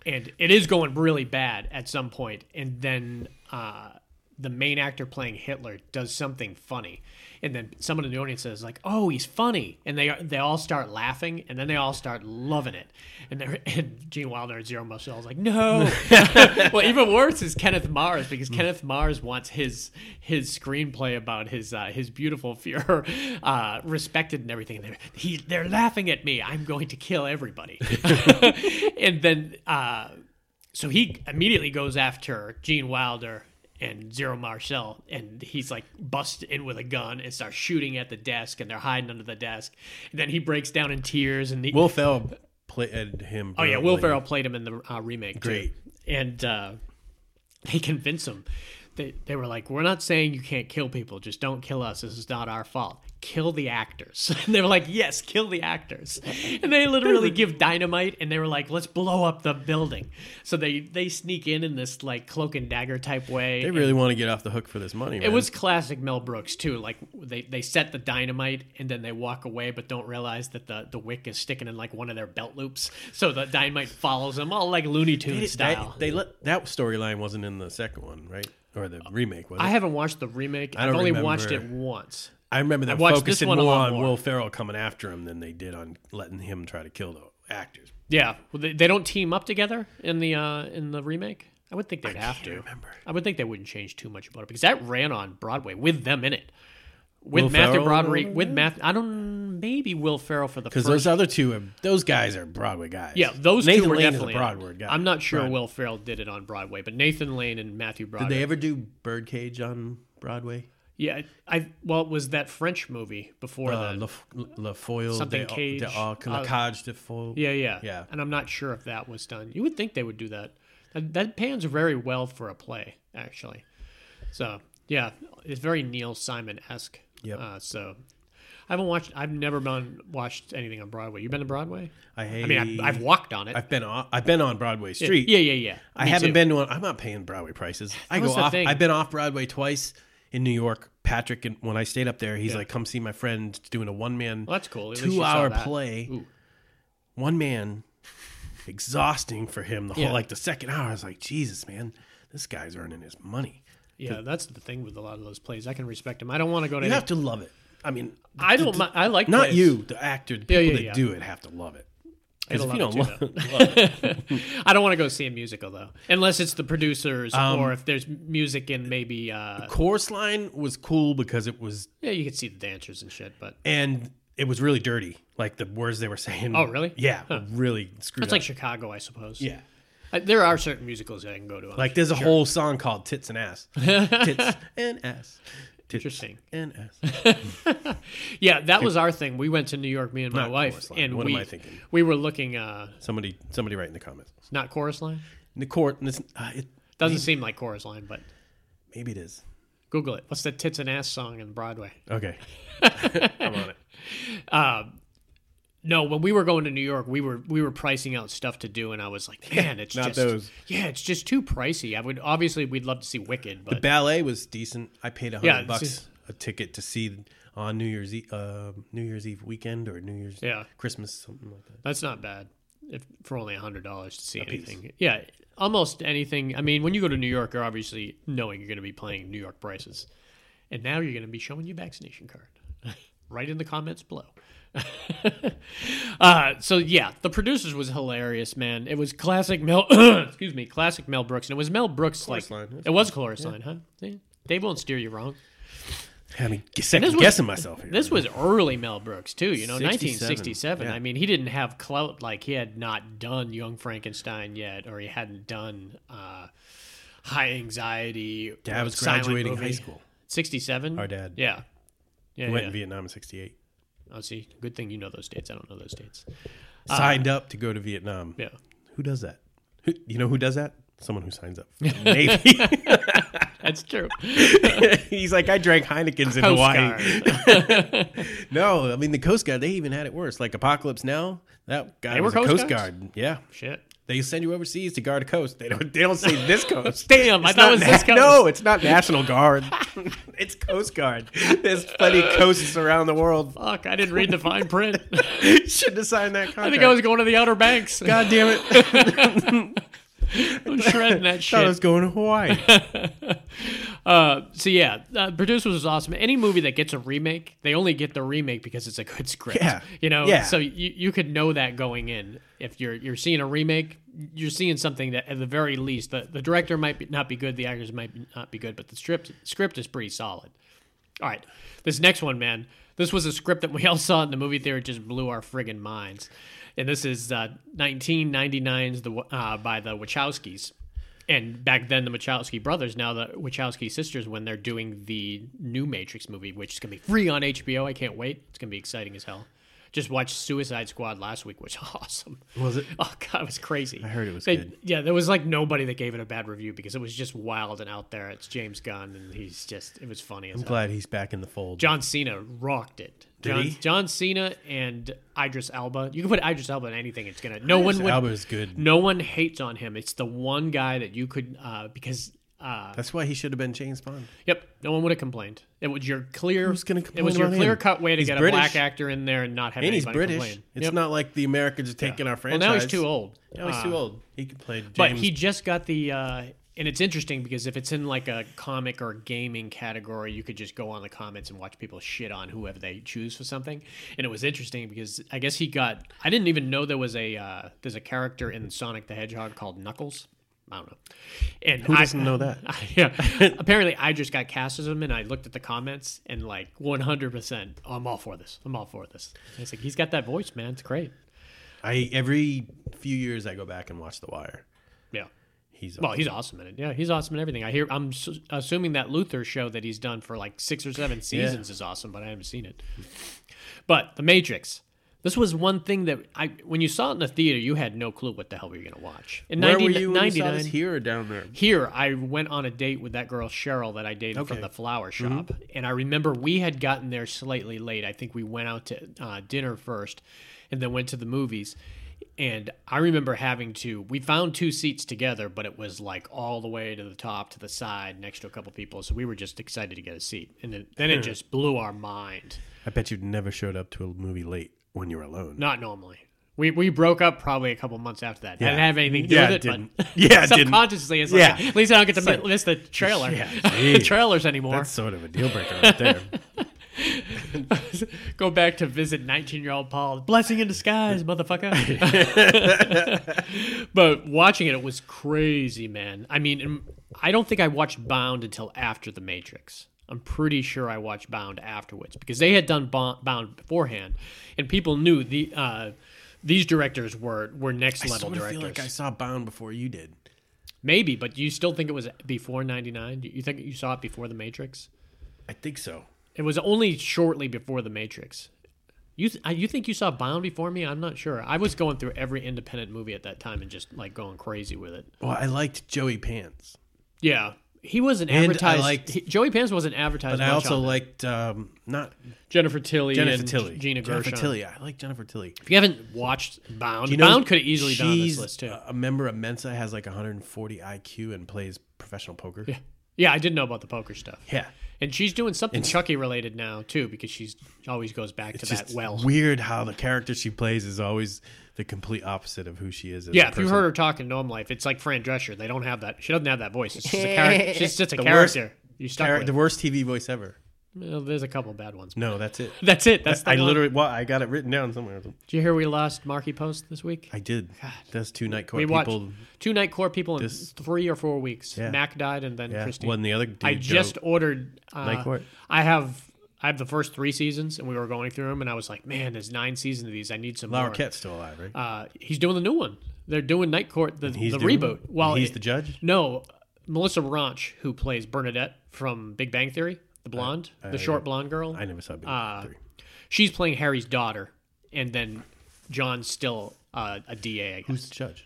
C: And it is going really bad at some point. And then uh, the main actor playing Hitler does something funny, and then someone in the audience says like, "Oh, he's funny," and they they all start laughing, and then they all start loving it. And they're, and Gene Wilder and Zero Mosel is like, "No." well, even worse is Kenneth Mars because Kenneth Mars wants his his screenplay about his uh, his beautiful Fuhrer uh, respected and everything. They're, he, they're laughing at me. I'm going to kill everybody. and then. Uh, so he immediately goes after Gene Wilder and Zero Marcel, and he's like busts in with a gun and starts shooting at the desk, and they're hiding under the desk. And then he breaks down in tears, and the,
B: Will Ferrell played him.
C: oh yeah, Will
B: brilliantly.
C: Ferrell played him in the uh, remake. too.
B: Great.
C: and uh, they convince him. They they were like, we're not saying you can't kill people, just don't kill us. This is not our fault. kill the actors. And they were like, yes, kill the actors. And they literally give dynamite and they were like, let's blow up the building. So they, they sneak in in this like cloak and dagger type way.
B: They really want to get off the hook for this money.
C: It
B: man.
C: was classic Mel Brooks too. Like they, they set the dynamite and then they walk away, but don't realize that the, the wick is sticking in like one of their belt loops. So the dynamite follows them all like
B: They-
C: Looney Tunes style.
B: They, they let that storyline wasn't in the second one, right? Or the remake was.
C: I
B: I,
C: haven't watched the remake.
B: I
C: I've
B: don't
C: only
B: remember.
C: watched it once.
B: I remember them
C: watched this
B: focusing
C: one a
B: more
C: lot
B: on
C: more.
B: Will Ferrell coming after him than they did on letting him try to kill the actors.
C: Yeah, well, they, they don't team up together in the uh, in the remake. I would think they'd have to.
B: remember.
C: I would think they wouldn't change too much about it because that ran on Broadway with them in it, with
B: Will
C: Matthew
B: Ferrell
C: Broderick,
B: and
C: with Math. I don't maybe Will Ferrell for the
B: Because
C: first.
B: those other two, are, those guys are Broadway guys.
C: yeah, those
B: Nathan
C: two were
B: Lane
C: definitely
B: is a
C: on it.
B: Broadway guy.
C: I'm not sure
B: Broadway.
C: Will Ferrell did it on Broadway, but Nathan Lane and Matthew
B: Did
C: Broderick.
B: they ever do Birdcage on Broadway?
C: yeah, I well, it was that French movie before
B: Uh,
C: that.
B: La, La Foil, de,
C: Something Cage.
B: de Arc, La
C: Uh,
B: Cage de Foil.
C: Yeah, yeah,
B: Yeah.
C: And I'm not sure if that was done. You would think they would do that. That, that pans very well for a play, actually. So yeah, it's very Neil Simon esque.
B: Yep.
C: Uh, so I haven't watched. I've never been watched anything on Broadway. You've been to Broadway?
B: I hate.
C: I mean, I've, I've walked on it.
B: I've been on. I've been on Broadway Street.
C: Yeah, yeah, yeah.
B: I
C: Me
B: haven't
C: too.
B: been to one. I'm not paying Broadway prices. I go
C: was the
B: off.
C: thing.
B: I've been off Broadway twice in New York. Patrick, and when I stayed up there, he's like, "Come see my friend doing a one man,
C: Well, that's cool. At least you
B: two
C: saw
B: hour
C: that.
B: play,
C: Ooh.
B: one man." Exhausting for him the whole
C: Yeah.
B: like the second hour. I was like, Jesus, man, this guy's earning his money.
C: Yeah, that's the thing with a lot of those plays. I can respect them. I don't want to go to.
B: You
C: Any,
B: have to love it. I mean,
C: I don't. mi- I like
B: not
C: plays.
B: you, the actor, the people
C: yeah,
B: that
C: yeah.
B: do it have to love it. Because
C: I
B: if you
C: love
B: don't
C: it
B: love,
C: too,
B: love it, Um,
C: I don't want to go see a musical though, unless it's the producers or if there's music and maybe. Uh,
B: Chorus Line was cool because it was
C: yeah, you could see the dancers and shit, but
B: and it was really dirty. Like the words they were saying.
C: Oh, really?
B: Yeah, really screwed
C: It's
B: up.
C: like Chicago, I suppose.
B: yeah,
C: Uh, there are certain musicals that I can go to. I'm
B: like there's a whole song called "Tits and Ass," tits and ass, tits
C: Interesting.
B: and ass.
C: sure. Yeah, that was our thing. We went to New York, me and my
B: Not
C: wife,
B: Chorus Line.
C: and
B: What am
C: we
B: I thinking?
C: we were looking. uh
B: Somebody, somebody, write in the comments.
C: It's not chorus line.
B: The court. and it's- Uh, it,
C: Doesn't seem like chorus line, but
B: maybe it is.
C: Google it. What's the tits and ass song in Broadway?
B: Okay, I'm on it.
C: No, when we were going to New York, we were we were pricing out stuff to do, and I was like, man, it's
B: Not
C: just
B: those.
C: yeah, it's just too pricey. I would obviously we'd love to see Wicked, but
B: Ballet was decent. I paid a hundred
C: Yeah,
B: bucks
C: it's-
B: a ticket to see on New Year's Eve, uh, New Year's Eve weekend or New Year's
C: Yeah.
B: Christmas something like that.
C: That's not bad. If for only hundred dollars to see anything, yeah, almost anything. I mean, when you go to New York, you're obviously knowing you're going to be playing New York prices, and now you're going to be showing your vaccination card. right in the comments below. uh, so yeah, the producers was hilarious, man. It was classic Mel. excuse me, classic Mel Brooks, and it was Mel Brooks like
B: Line, that's
C: it was Chorus Line, huh? See? Dave won't steer you wrong.
B: I mean,
C: this
B: second
C: was-
B: guessing myself here.
C: This was early Mel Brooks too, you know,
B: 67,
C: 1967.
B: yeah.
C: I mean, he didn't have clout like he had not done Young Frankenstein yet, or he hadn't done uh, High Anxiety. uh,
B: Dad was
C: silent
B: graduating
C: movie.
B: high school.
C: 67.
B: Our dad.
C: Yeah.
B: He went
C: Yeah.
B: in
C: yeah.
B: Vietnam in '68.
C: Oh, see, good thing you know those dates. I don't know those dates.
B: signed up to go to Vietnam.
C: Yeah.
B: Who does that? Uh, Who, you know who does that? Someone who signs up. Maybe.
C: That's true.
B: He's like, I drank Heineken's in
C: Coast
B: Hawaii. No, I mean the Coast Guard. They even had it worse. Like Apocalypse Now, that guy
C: They
B: was
C: were
B: a
C: Coast
B: Coast,
C: Guards?
B: Guard. Yeah,
C: Shit.
B: they send you overseas to guard a coast. They don't. They don't say this coast.
C: Damn, I
B: It's
C: thought
B: not
C: it was this
B: na-
C: coast.
B: No, it's not National Guard. it's Coast Guard. There's plenty of coasts around the world.
C: Fuck, I didn't read the fine print.
B: Shouldn't have signed that contract.
C: I think I was going to the Outer Banks.
B: God damn it! I
C: I'm shredding that shit.
B: thought I was going to Hawaii.
C: Uh, so yeah, uh, producer was awesome. Any movie that gets a remake, they only get the remake because it's a good script.
B: Yeah.
C: you know.
B: Yeah.
C: So you, you could know that going in. If you're you're seeing a remake, you're seeing something that at the very least the, the director might be, not be good, the actors might be, not be good, but the script script is pretty solid. All right, this next one, man. This was a script that we all saw in the movie theater. It just blew our friggin' minds. And this is uh, 1999's the uh, by the Wachowskis. And back then, the Wachowski brothers, now the Wachowski sisters, when they're doing the new Matrix movie, which is going to be free on HBO. I can't wait. It's going to be exciting as hell. Just watched Suicide Squad last week, which was awesome.
B: Was it?
C: Oh god, it was crazy.
B: I heard it was
C: They-
B: good.
C: Yeah, there was like nobody that gave it a bad review because it was just wild and out there. It's James Gunn, and he's just it was funny. As
B: I'm
C: hell.
B: glad he's back in the fold.
C: John Cena rocked it.
B: Did
C: John,
B: he?
C: John Cena and Idris Elba. You can put Idris Elba in anything. It's gonna. No one would.
B: Alba is good.
C: No one hates on him. It's the one guy that you could uh, because. Uh,
B: That's why he should have been James Bond.
C: yep, no one would have complained. It was your clear.
B: Who's gonna
C: it
B: complain
C: was your
B: about him?
C: clear cut way to
B: He's
C: get
B: British.
C: a black actor in there and not have
B: And he's
C: anybody
B: British.
C: complain.
B: It's
C: Yep.
B: not like the Americans are taking our
C: Well,
B: franchise.
C: now he's too old.
B: Now he's
C: Uh,
B: too old. He could play James.
C: But he just got the, uh, and it's interesting because if it's in like a comic or gaming category, you could just go on the comments and watch people shit on whoever they choose for something. And it was interesting because I guess he got. I didn't even know there was a uh, there's a character in Sonic the Hedgehog called Knuckles. I don't know. And
B: Who
C: I-
B: doesn't know that?
C: yeah. Apparently, I just got cast as him, and I looked at the comments and like 100. percent I'm all for this. I'm all for this. It's like he's got that voice, man. It's great.
B: I every few years I go back and watch The Wire.
C: Yeah.
B: He's
C: Well, he's awesome in it. Yeah, he's awesome in everything. I hear. I'm su- assuming that Luther show that he's done for like six or seven seasons is awesome, but I haven't seen it. But The Matrix. This was one thing that I, when you saw it in the theater, you had no clue what the hell we were going to watch. In
B: Where
C: 90
B: were you when you saw
C: 99
B: this? Here or down there?
C: here I went on a date with that girl Cheryl that I dated from
B: Okay.
C: the flower shop, and I remember we had gotten there slightly late. I think we went out to uh, dinner first, and then went to the movies. And I remember having to. We found two seats together, but it was like all the way to the top, to the side, next to a couple people. So we were just excited to get a seat, and then, then it just blew our mind.
B: I bet you never showed up to a movie late when you were alone.
C: Not normally. We, we broke up probably a couple months after that. I didn't
B: Yeah.
C: have anything to do
B: Yeah,
C: with
B: it
C: it,
B: didn't.
C: but
B: Yeah, it didn't.
C: subconsciously it's like,
B: Yeah.
C: at least I don't get to mi- miss the trailer,
B: Yeah,
C: the
B: geez.
C: trailers anymore.
B: That's sort of a deal breaker right there.
C: Go back to visit 19 year old Paul. Blessing in disguise, motherfucker. but watching it, it was crazy, man. I mean, and I don't think I watched Bound until after The Matrix. I'm pretty sure I watched Bound afterwards because they had done Bo- Bound beforehand, and people knew the uh, these directors were were next
B: I
C: level
B: sort of
C: directors.
B: feel like I saw Bound before you did.
C: Maybe, but you still think it was before 99? You think you saw it before The Matrix?
B: I think so.
C: It was only shortly before The Matrix. You th- I- you think you saw Bound before me? I'm not sure. I was going through every independent movie at that time and just like going crazy with it.
B: Well, I liked Joey Pants,
C: Yeah, he wasn't
B: And I
C: advertised.
B: liked-
C: he- Joey Pants wasn't advertised.
B: but I
C: much
B: also
C: on that.
B: liked um, not
C: Jennifer Tilly,
B: Jennifer
C: and
B: Tilly.
C: Gina
B: Jennifer
C: Gershon.
B: Tilly. I like Jennifer Tilly.
C: If you haven't watched Bound,
B: Do you know
C: Bound could have easily been on this
B: she's uh,
C: list too.
B: A member of Mensa has like 140 IQ and plays professional poker. Yeah.
C: yeah, I did know about the poker stuff. And she's doing something Chucky related now too, because she's she always goes back to
B: It's
C: that
B: just
C: well.
B: weird how the character she plays is always the complete opposite of who she is. As
C: Yeah,
B: a
C: if you
B: person.
C: heard her talk in normal life, it's like Fran Drescher. They don't have that. She doesn't have that voice. It's just a character. She's just a
B: The worst
C: character. You stuck
B: Char-
C: with.
B: the worst TV voice ever.
C: Well, there's a couple bad ones.
B: No, that's it.
C: That's it. That's the
B: I
C: one.
B: literally, well, I got it written down somewhere.
C: Did you hear we lost Marky Post this week?
B: I did. That's two night court
C: we watched
B: people.
C: two night core people in
B: This-
C: three or four weeks.
B: Yeah.
C: Mac died, and then
B: Yeah,
C: Christine.
B: when the other dude,
C: I just
B: Joe-
C: ordered. Uh,
B: Night Court.
C: I have. I have the first three seasons, and we were going through them, and I was like, "Man, there's nine seasons of these. I need some
B: Laura
C: more."
B: Kett's still alive, right?
C: Uh, he's doing the new one. They're doing Night Court, the,
B: he's
C: the
B: doing-
C: reboot. Well,
B: he's
C: it-
B: the judge?
C: No, Melissa Branch, who plays Bernadette from Big Bang Theory, the blonde, the short blonde girl.
B: I never saw Big
C: uh,
B: Three.
C: She's playing Harry's daughter, and then John's still uh, a DA. I guess.
B: Who's the judge?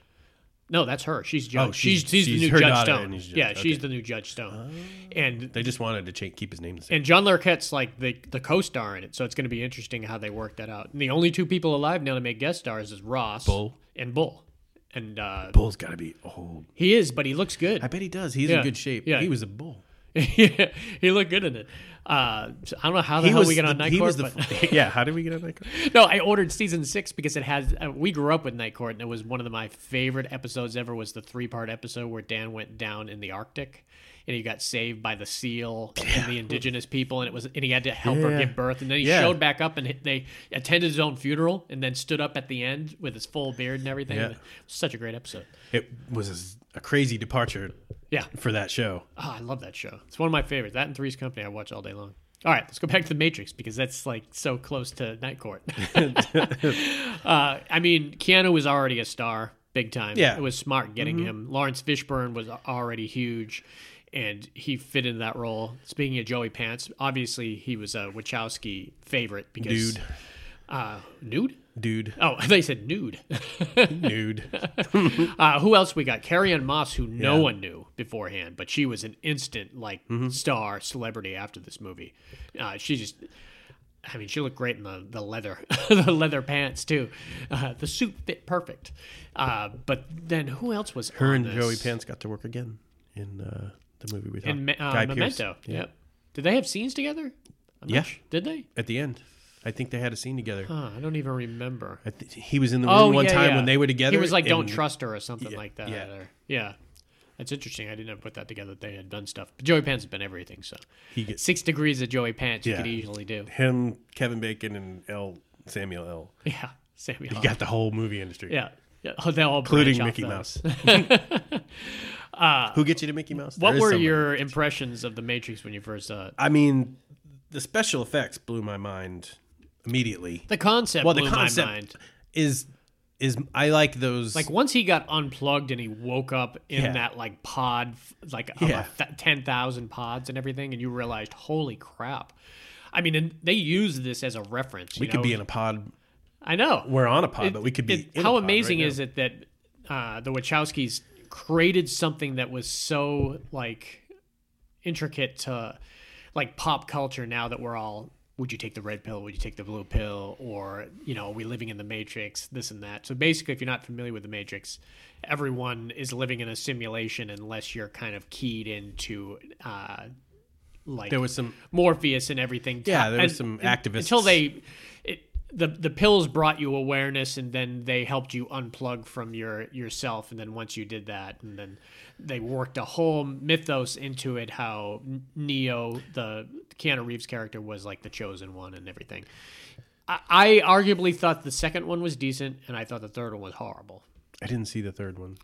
C: no, that's her. She's judge.
B: Oh,
C: she's,
B: she's-
C: she's,
B: she's
C: the new
B: her
C: Judge
B: daughter
C: Stone.
B: and he's judge.
C: Yeah, she's
B: Okay. Oh.
C: the new Judge Stone, and
B: They just wanted to cha- keep his name the same.
C: and John Larroquette's like the the co-star in it, so it's going to be interesting how they work that out. And the only two people alive now to make guest stars is Ross
B: Bull.
C: and Bull, and uh,
B: Bull's got to be old.
C: He is, but he looks good.
B: I bet he does. He's
C: Yeah.
B: in good shape.
C: Yeah.
B: He was a bull.
C: he looked good in it. Uh, so I don't know how the
B: he
C: hell
B: was
C: we got on
B: the-
C: Night
B: he
C: Court.
B: was the-
C: but-
B: yeah, how did we get on Night Court?
C: no, I ordered season six because it has. Uh, we grew up with Night Court, and it was one of the, my favorite episodes ever. Was the three part episode where Dan went down in the Arctic, and he got saved by the seal and the indigenous people, and it was and he had to help her
B: Yeah.
C: give birth, and then he
B: Yeah.
C: showed back up, and he- they attended his own funeral, and then stood up at the end with his full beard and everything.
B: Yeah.
C: Such a great episode.
B: It was a crazy departure
C: Yeah.
B: for that show.
C: Oh, I love that show. It's one of my favorites. That and Three's Company I watch all day long. All right, let's go back to The Matrix because that's like so close to Night Court. uh, I mean, Keanu was already a star, big time.
B: Yeah.
C: It was smart getting him. Lawrence Fishburne was already huge, and he fit into that role. Speaking of Joey Pants, obviously he was a Wachowski favorite because
B: Dude.
C: Uh, nude?
B: Dude.
C: Oh, I thought you said nude.
B: Nude.
C: uh, who else we got? Carrie Ann Moss, who no one knew beforehand, but she was an instant like
B: Mm-hmm.
C: star celebrity after this movie. Uh, she just, I mean, she looked great in the, the leather, the leather pants too. Uh, the suit fit perfect. Uh, but then who else was
B: Her
C: on
B: and
C: this?
B: Joey Pants got to work again in uh, the movie we talked
C: and Me- uh,
B: Guy Pearce.
C: Memento.
B: Yeah.
C: Yep. Did they have scenes together? I'm not
B: Yeah.
C: su- Did they?
B: At the end, I think they had a scene together.
C: Huh, I don't even remember.
B: I th- he was in the room
C: Oh,
B: one
C: yeah,
B: time
C: yeah.
B: when they were together.
C: He was like, "Don't
B: and-
C: trust her" or something
B: Yeah,
C: like that.
B: yeah.
C: or- yeah, that's interesting. I didn't put that together. that They had done stuff. But Joey Pants has been everything. So
B: He gets
C: six degrees of Joey Pants, you
B: Yeah.
C: could easily do.
B: him, Kevin Bacon, and L. Samuel L.
C: Yeah, Samuel.
B: He got the whole movie industry,
C: yeah, yeah. Oh, they all
B: including
C: branch off
B: Mickey
C: those. Uh,
B: Mouse. Who gets you to Mickey Mouse?
C: What
B: There is
C: were
B: somebody.
C: your impressions of the Matrix when you first uh, saw it?
B: I mean, the special effects blew my mind immediately.
C: The concept
B: Well, the
C: blew
B: concept-
C: my mind.
B: Is is I like those
C: Like once he got unplugged and he woke up in
B: Yeah.
C: that like pod, like
B: Yeah.
C: of a th- ten thousand pods and everything, and you realized, holy crap! I mean, and they use this as a reference.
B: we
C: you
B: could
C: know?
B: be in a pod.
C: I know.
B: We're on a pod,
C: It-
B: but we could be.
C: it-
B: in a
C: how
B: pod
C: amazing
B: right now.
C: is it that uh, the Wachowskis created something that was so like intricate to like pop culture now that we're all would you take the red pill would you take the blue pill or you know are we living in the matrix this and that so basically if you're not familiar with the matrix everyone is living in a simulation unless you're kind of keyed into uh like
B: There was some
C: Morpheus and everything.
B: Yeah, there was
C: And-
B: some
C: and-
B: activists.
C: until they it, the the pills brought you awareness, and then they helped you unplug from your yourself. And then once you did that, and then they worked a whole mythos into it. How Neo, the Keanu Reeves character, was like the chosen one and everything. I, I arguably thought the second one was decent, and I thought the third one was horrible.
B: I didn't see the third one.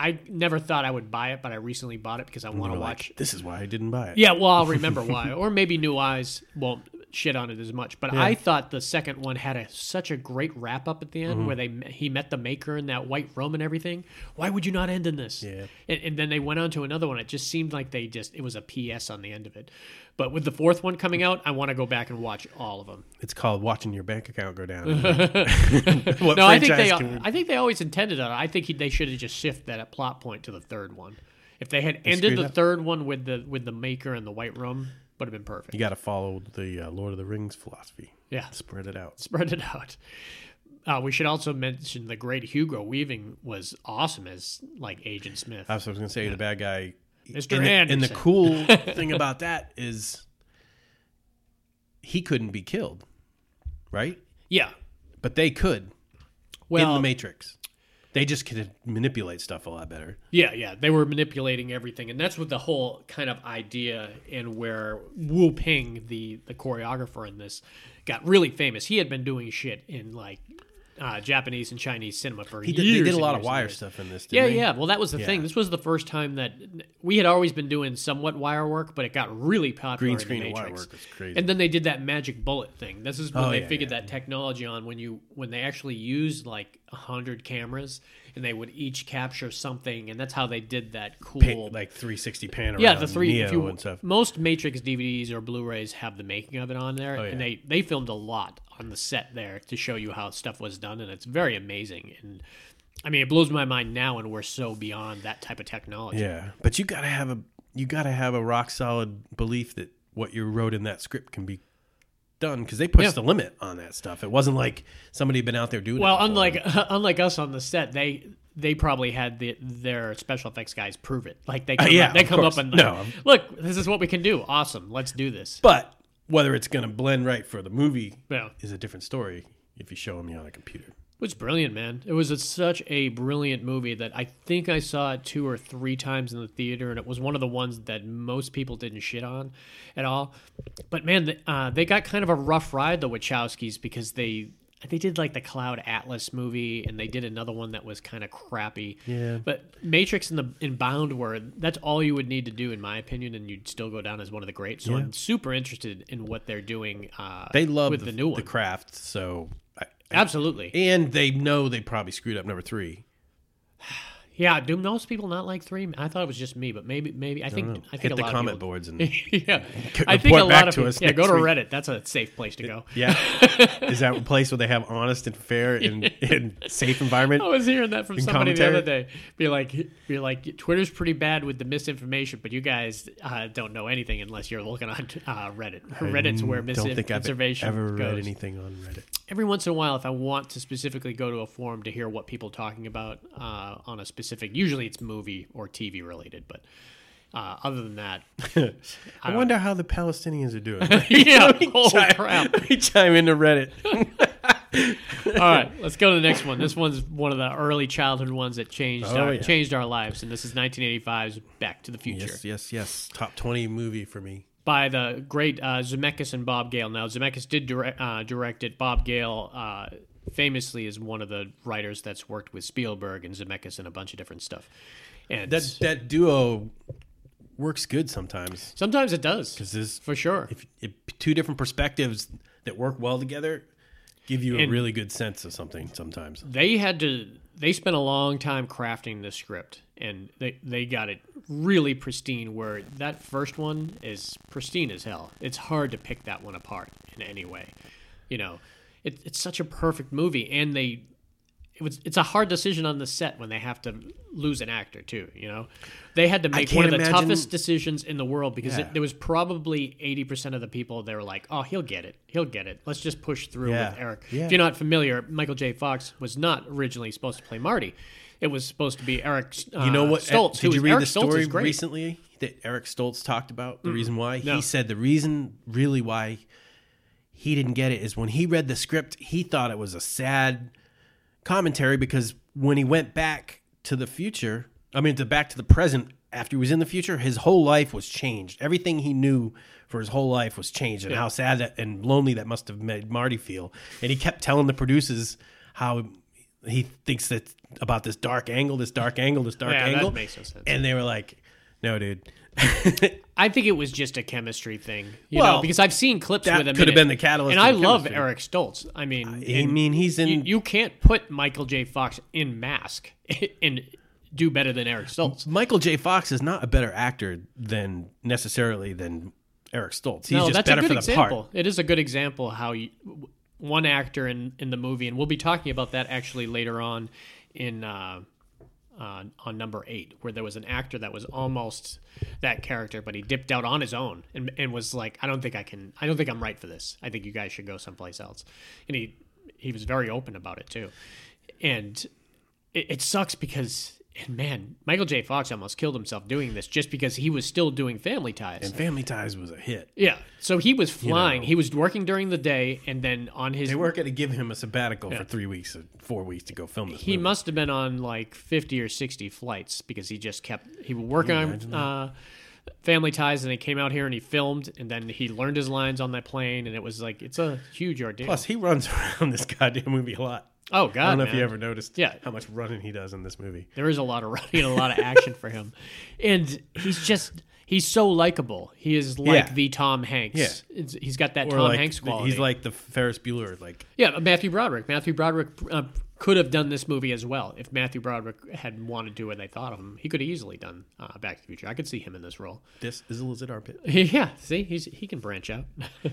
C: I never thought I would buy it, but I recently bought it because I want
B: We're
C: to
B: like,
C: watch
B: this is why I didn't buy it.
C: yeah, well, I'll remember why, or maybe New Eyes won't shit on it as much. But I thought the second one had a, such a great wrap up at the
B: Mm-hmm.
C: end where they he met the Maker in that white room and everything. Why would you not end in this?
B: Yeah.
C: And, and then they went on to another one. It just seemed like they just it was a PS on the end of it. But with the fourth one coming out, I want to go back and watch all of them.
B: It's called watching your bank account go down. what
C: No, I think they
B: can we-
C: I think they always intended on it. I think he, they should have just shifted that plot point to the third one. If they had ended
B: screwed
C: the
B: up.
C: third one with the with the Maker and the white room, would have been perfect.
B: you got to follow the uh, Lord of the Rings philosophy.
C: Yeah.
B: Spread it out.
C: spread it out. Uh, we should also mention the great Hugo Weaving was awesome as like Agent Smith.
B: I was going to say the bad guy.
C: Mr.
B: And the, and the
C: Anderson.
B: cool thing about that is he couldn't be killed, right?
C: yeah.
B: But they could in
C: Well,
B: the Matrix. They just could manipulate stuff a lot better.
C: yeah, yeah, they were manipulating everything, and that's what the whole kind of idea and where Wu Ping, the the choreographer in this, got really famous. He had been doing shit in like uh, Japanese and Chinese cinema for
B: He did,
C: years.
B: they did a
C: and
B: lot of
C: years and
B: wire
C: years.
B: stuff in this. Didn't
C: Yeah,
B: they?
C: yeah. Well, that was the thing.
B: Yeah.
C: This was the first time that we had always been doing somewhat wire work, but it got really popular.
B: Green
C: in the
B: screen and wire
C: Matrix.
B: work is crazy.
C: And then they did that magic bullet thing. This is when
B: Oh,
C: they
B: yeah,
C: figured
B: yeah.
C: that technology on when you when they actually used like hundred cameras and they would each capture something, and that's how they did that cool
B: Pan- like 360 pan around.
C: yeah, the three.
B: Neo
C: if you,
B: and stuff.
C: Most Matrix DVDs or Blu-rays have the making of it on there,
B: Oh, yeah.
C: and they they filmed a lot on the set there to show you how stuff was done, and it's very amazing. And I mean, it blows my mind now, and we're so beyond that type of technology.
B: Yeah, but you gotta have a you gotta have a rock solid belief that what you wrote in that script can be done because they pushed
C: Yeah.
B: the limit on that stuff. It wasn't like somebody had been out there doing.
C: Well,
B: it before.
C: unlike unlike us on the set, they they probably had the, their special effects guys prove it. Like they come
B: Uh, yeah,
C: up, they
B: of
C: come
B: course.
C: up and
B: No,
C: like,
B: I'm-
C: look, this is what we can do. Awesome, let's do this.
B: but whether it's gonna blend right for the movie
C: Yeah.
B: is a different story if you show them you on a computer.
C: It was brilliant, man. It was a, such a brilliant movie that I think I saw it two or three times in the theater, and it was one of the ones that most people didn't shit on at all. But man, th uh, they got kind of a rough ride the Wachowskis because they they did like the Cloud Atlas movie, and they did another one that was kind of crappy.
B: Yeah.
C: But Matrix and the and Bound were that's all you would need to do, in my opinion, and you'd still go down as one of the greats. So I'm super interested in what they're doing. Uh,
B: They love
C: with the, new one,
B: craft, so I,
C: absolutely.
B: and they know they probably screwed up number three.
C: Yeah, do most people not like three? I thought it was just me, but maybe, maybe I think I think
B: Hit
C: a
B: the
C: lot
B: comment
C: of people,
B: boards and
C: yeah,
B: C-
C: I think a
B: report back
C: lot of
B: to
C: people,
B: us
C: yeah. Go
B: next
C: to
B: week.
C: Reddit. That's a safe place to go.
B: yeah. Is that a place where they have honest and fair and, and safe environment?
C: I was hearing that from
B: In
C: somebody the other
B: commentary?
C: day. Be like, be like, Twitter's pretty bad with the misinformation, but you guys uh, don't know anything unless you're looking on uh, Reddit. Reddit's where
B: I Mm, don't think I've
C: misinformation
B: ever
C: goes.
B: read anything on Reddit.
C: Every once in a while, if I want to specifically go to a forum to hear what people are talking about uh, on a specific, usually it's movie or TV related, but uh, other than that,
B: I, wonder how the Palestinians are doing.
C: yeah, oh
B: Chime-
C: crap.
B: Let me chime into Reddit.
C: All right, let's go to the next one. This one's one of the early childhood ones that changed
B: Oh,
C: our,
B: yeah.
C: changed our lives, and this is 1985's Back to the Future.
B: Yes, yes, yes. Top twenty movie for me.
C: by the great uh, Zemeckis and Bob Gale. Now, Zemeckis did direct, uh, direct it. Bob Gale uh, famously is one of the writers that's worked with Spielberg and Zemeckis and a bunch of different stuff. And
B: That that duo works good sometimes.
C: sometimes it does,
B: 'Cause this-
C: for sure.
B: If, if two different perspectives that work well together give you a
C: And-
B: really good sense of something sometimes.
C: they had to. They spent a long time crafting this script, and they they got it really pristine. Where that first one is pristine as hell. It's hard to pick that one apart in any way. You know, it, it's such a perfect movie, and they it was it's a hard decision on the set when they have to lose an actor too you know they had to make one of
B: can't
C: the
B: imagine-
C: toughest decisions in the world because
B: Yeah.
C: it, there was probably 80% of the people they were like oh he'll get it he'll get it let's just push through
B: Yeah.
C: with eric
B: Yeah.
C: if you're not familiar michael j fox was not originally supposed to play marty it was supposed to be eric uh,
B: You know what?
C: stoltz who
B: Did you
C: was-
B: read
C: eric
B: the
C: Stoltz is
B: story
C: great. Mm-hmm.
B: recently that Eric Stoltz talked about? The reason why
C: No.
B: he said the reason really why he didn't get it is when he read the script, he thought it was a sad commentary because when he went back to the future, I mean, to back to the present after he was in the future, his whole life was changed. Everything he knew for his whole life was changed, and how sad that and lonely that must have made Marty feel. And he kept telling the producers how he thinks that about this dark angle, this dark angle, this dark
C: Yeah, that
B: angle.
C: makes no sense.
B: And they were like, "No, dude."
C: I think it was just a chemistry thing, you
B: Well,
C: know, because I've seen clips
B: that
C: with him.
B: could
C: in
B: have been
C: it.
B: the catalyst
C: and
B: for
C: I
B: the
C: love
B: chemistry.
C: Eric Stoltz. I mean,
B: I mean, he's in.
C: you, you can't put Michael J. Fox in Mask and do better than Eric Stoltz.
B: Michael J. Fox is not a better actor than necessarily than Eric Stoltz. He's
C: no,
B: just
C: that's
B: better
C: a good
B: for the
C: example.
B: part.
C: It is a good example how you, w- one actor in, in the movie, and we'll be talking about that actually later on in uh, uh, on number eight, where there was an actor that was almost that character, but he dipped out on his own and, and was like, I don't think I can, I don't think I'm right for this. I think you guys should go someplace else. And he he was very open about it too, and it, it sucks because. And man, Michael J. Fox almost killed himself doing this just because he was still doing Family Ties.
B: And Family Ties was a hit.
C: Yeah. So he was flying.
B: know.
C: He was working during the day, and then on his
B: They weren't going to give him a sabbatical for three weeks or four weeks to go film this.
C: he
B: movie.
C: must have been on like fifty or sixty flights because he just kept he would work on uh, family ties, and he came out here and he filmed, and then he learned his lines on that plane, and it was like it's a huge ordeal.
B: Plus, he runs around this goddamn movie a lot.
C: oh God,
B: I don't know if
C: man.
B: you ever noticed
C: Yeah.
B: how much running he does in this movie.
C: There is a lot of running and a lot of action for him, and he's just. He's so likable. He is like
B: Yeah.
C: the Tom Hanks.
B: Yeah.
C: It's- He's got that
B: Or
C: Tom
B: like,
C: Hanks
B: th-
C: quality.
B: He's like the Ferris Bueller. Like
C: Yeah, Matthew Broderick. Matthew Broderick uh, could have done this movie as well if Matthew Broderick had wanted to and they thought of him. He could have easily done uh, Back to the Future. I could see him in this role.
B: this is a lizard armpit.
C: yeah, see, he's he can branch out.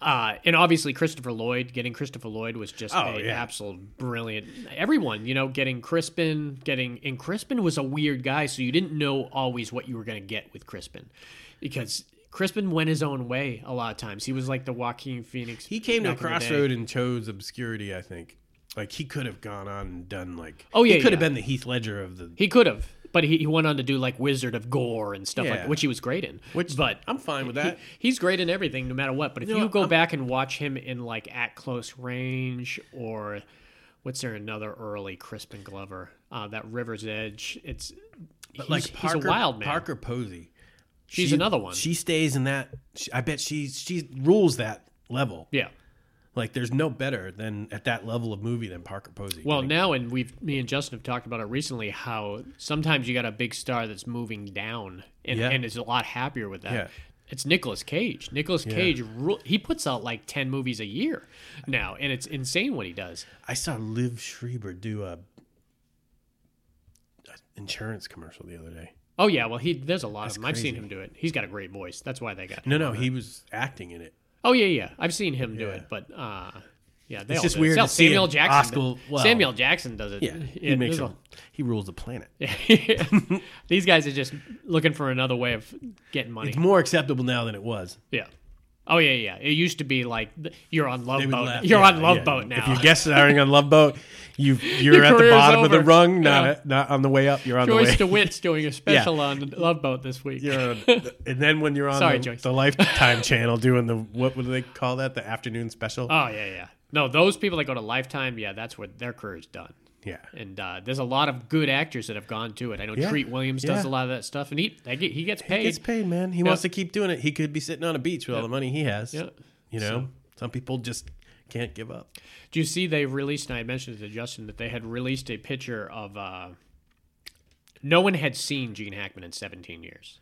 C: uh, and obviously, Christopher Lloyd. Getting Christopher Lloyd was just
B: Oh,
C: a
B: yeah.
C: absolute brilliant. Everyone, you know, getting Crispin, getting and Crispin was a weird guy, so you didn't know always what you were going to get with Crispin, because. Crispin went his own way a lot of times. He was like the Joaquin Phoenix.
B: He came to a
C: back in the day.
B: crossroad and chose obscurity. I think. Like he could have gone on and done like
C: Oh, yeah,
B: he could
C: yeah.
B: have been the Heath Ledger of the
C: He could have, but he, he went on to do like Wizard of Gore and stuff like
B: Yeah.
C: that, which he was great in.
B: which
C: but
B: I'm fine with
C: he,
B: that.
C: he's great in everything, no matter what. But if you,
B: know,
C: go
B: I'm-
C: back and watch him in like At Close Range or what's there another early Crispin Glover, uh, that River's Edge, it's he's,
B: But like Parker,
C: he's a wild man.
B: Parker Posey.
C: She's
B: She-
C: another one.
B: She stays in that. She, I bet she she rules that level.
C: yeah.
B: Like there's no better than at that level of movie than Parker Posey.
C: Well,
B: Like,
C: now and we've me and Justin have talked about it recently. How sometimes you got a big star that's moving down and,
B: Yeah.
C: and is a lot happier with that.
B: Yeah.
C: It's Nicolas Cage. Nicolas Cage ru- he puts out like ten movies a year now, and it's insane what he does.
B: I saw Liv Schreiber do a, a insurance commercial the other day.
C: Oh yeah, well he there's a lot
B: That's
C: of them. I've seen
B: crazy.
C: him do it. He's got a great voice. That's why they got.
B: No,
C: him
B: no,
C: on
B: he
C: it.
B: was acting in it.
C: Oh yeah, yeah. I've seen him do
B: Yeah.
C: it, but uh, yeah, they
B: It's
C: all
B: just
C: do it.
B: weird
C: Hell,
B: to see
C: Samuel
B: an
C: Jackson.
B: Oscar-
C: does-
B: well-
C: Samuel Jackson does it.
B: Yeah, he makes
C: there's
B: a, he rules the planet.
C: a- These guys are just looking for another way of getting money.
B: It's more acceptable now than it was.
C: Yeah. Oh yeah, yeah. It used to be like th- you're on Love
B: They would
C: Boat.
B: laugh.
C: You're
B: Yeah,
C: on Love
B: yeah.
C: Boat now.
B: If you guess starring on Love Boat, you you're
C: Your
B: at the
C: career's
B: bottom of the
C: over.
B: rung, not
C: Yeah.
B: not on the way up. You're on
C: Joyce
B: the way.
C: DeWitt's doing a special on Love Boat this week.
B: You're on, and then when you're on
C: Sorry,
B: the,
C: Joyce.
B: the Lifetime channel doing the what would they call that? The afternoon special.
C: Oh yeah, yeah. No, those people that go to Lifetime, yeah, that's where their career's done.
B: yeah,
C: And uh, there's a lot of good actors that have gone to it. I know
B: Yeah,
C: Treat Williams does
B: yeah.
C: a lot of that stuff, and he they get, he gets paid.
B: he gets paid, man. He wants to keep doing it. He could be sitting on a beach with all the money he has.
C: Yeah.
B: You know, some people just can't give up.
C: Do you see they released? And I mentioned it to Justin that they had released a picture of. Uh, no one had seen Gene Hackman in 17 years.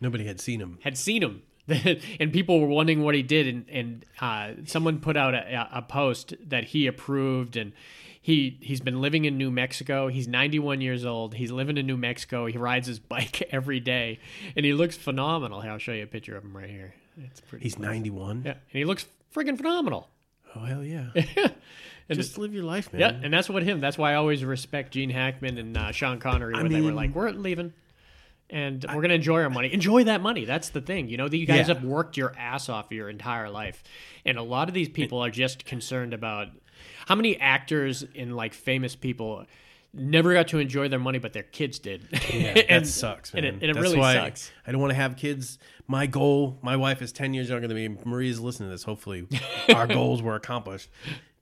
B: Nobody had seen him.
C: had seen him. and people were wondering what he did, and and uh, someone put out a, a post that he approved, and he he's been living in New Mexico. He's 91 years old. He's living in New Mexico. He rides his bike every day, and he looks phenomenal. Here, I'll show you a picture of him right here. It's pretty.
B: He's 91.
C: yeah, and he looks friggin' phenomenal.
B: Oh hell yeah!
C: And
B: just live your life, man.
C: yeah, and that's what him. That's why I always respect Gene Hackman and uh, Sean Connery when they were
B: mean-
C: like, "We're leaving, and we're gonna enjoy our money. Enjoy that money. That's the thing. You know, that you guys
B: Yeah.
C: have worked your ass off your entire life, and a lot of these people are just concerned about how many actors and like famous people never got to enjoy their money, but their kids did.
B: Yeah, that sucks, man.
C: And it, and it
B: That's
C: really
B: why
C: sucks.
B: I don't want to have kids. My goal, my wife is 10 years younger than me. Maria's listening to this. Hopefully, our goals were accomplished.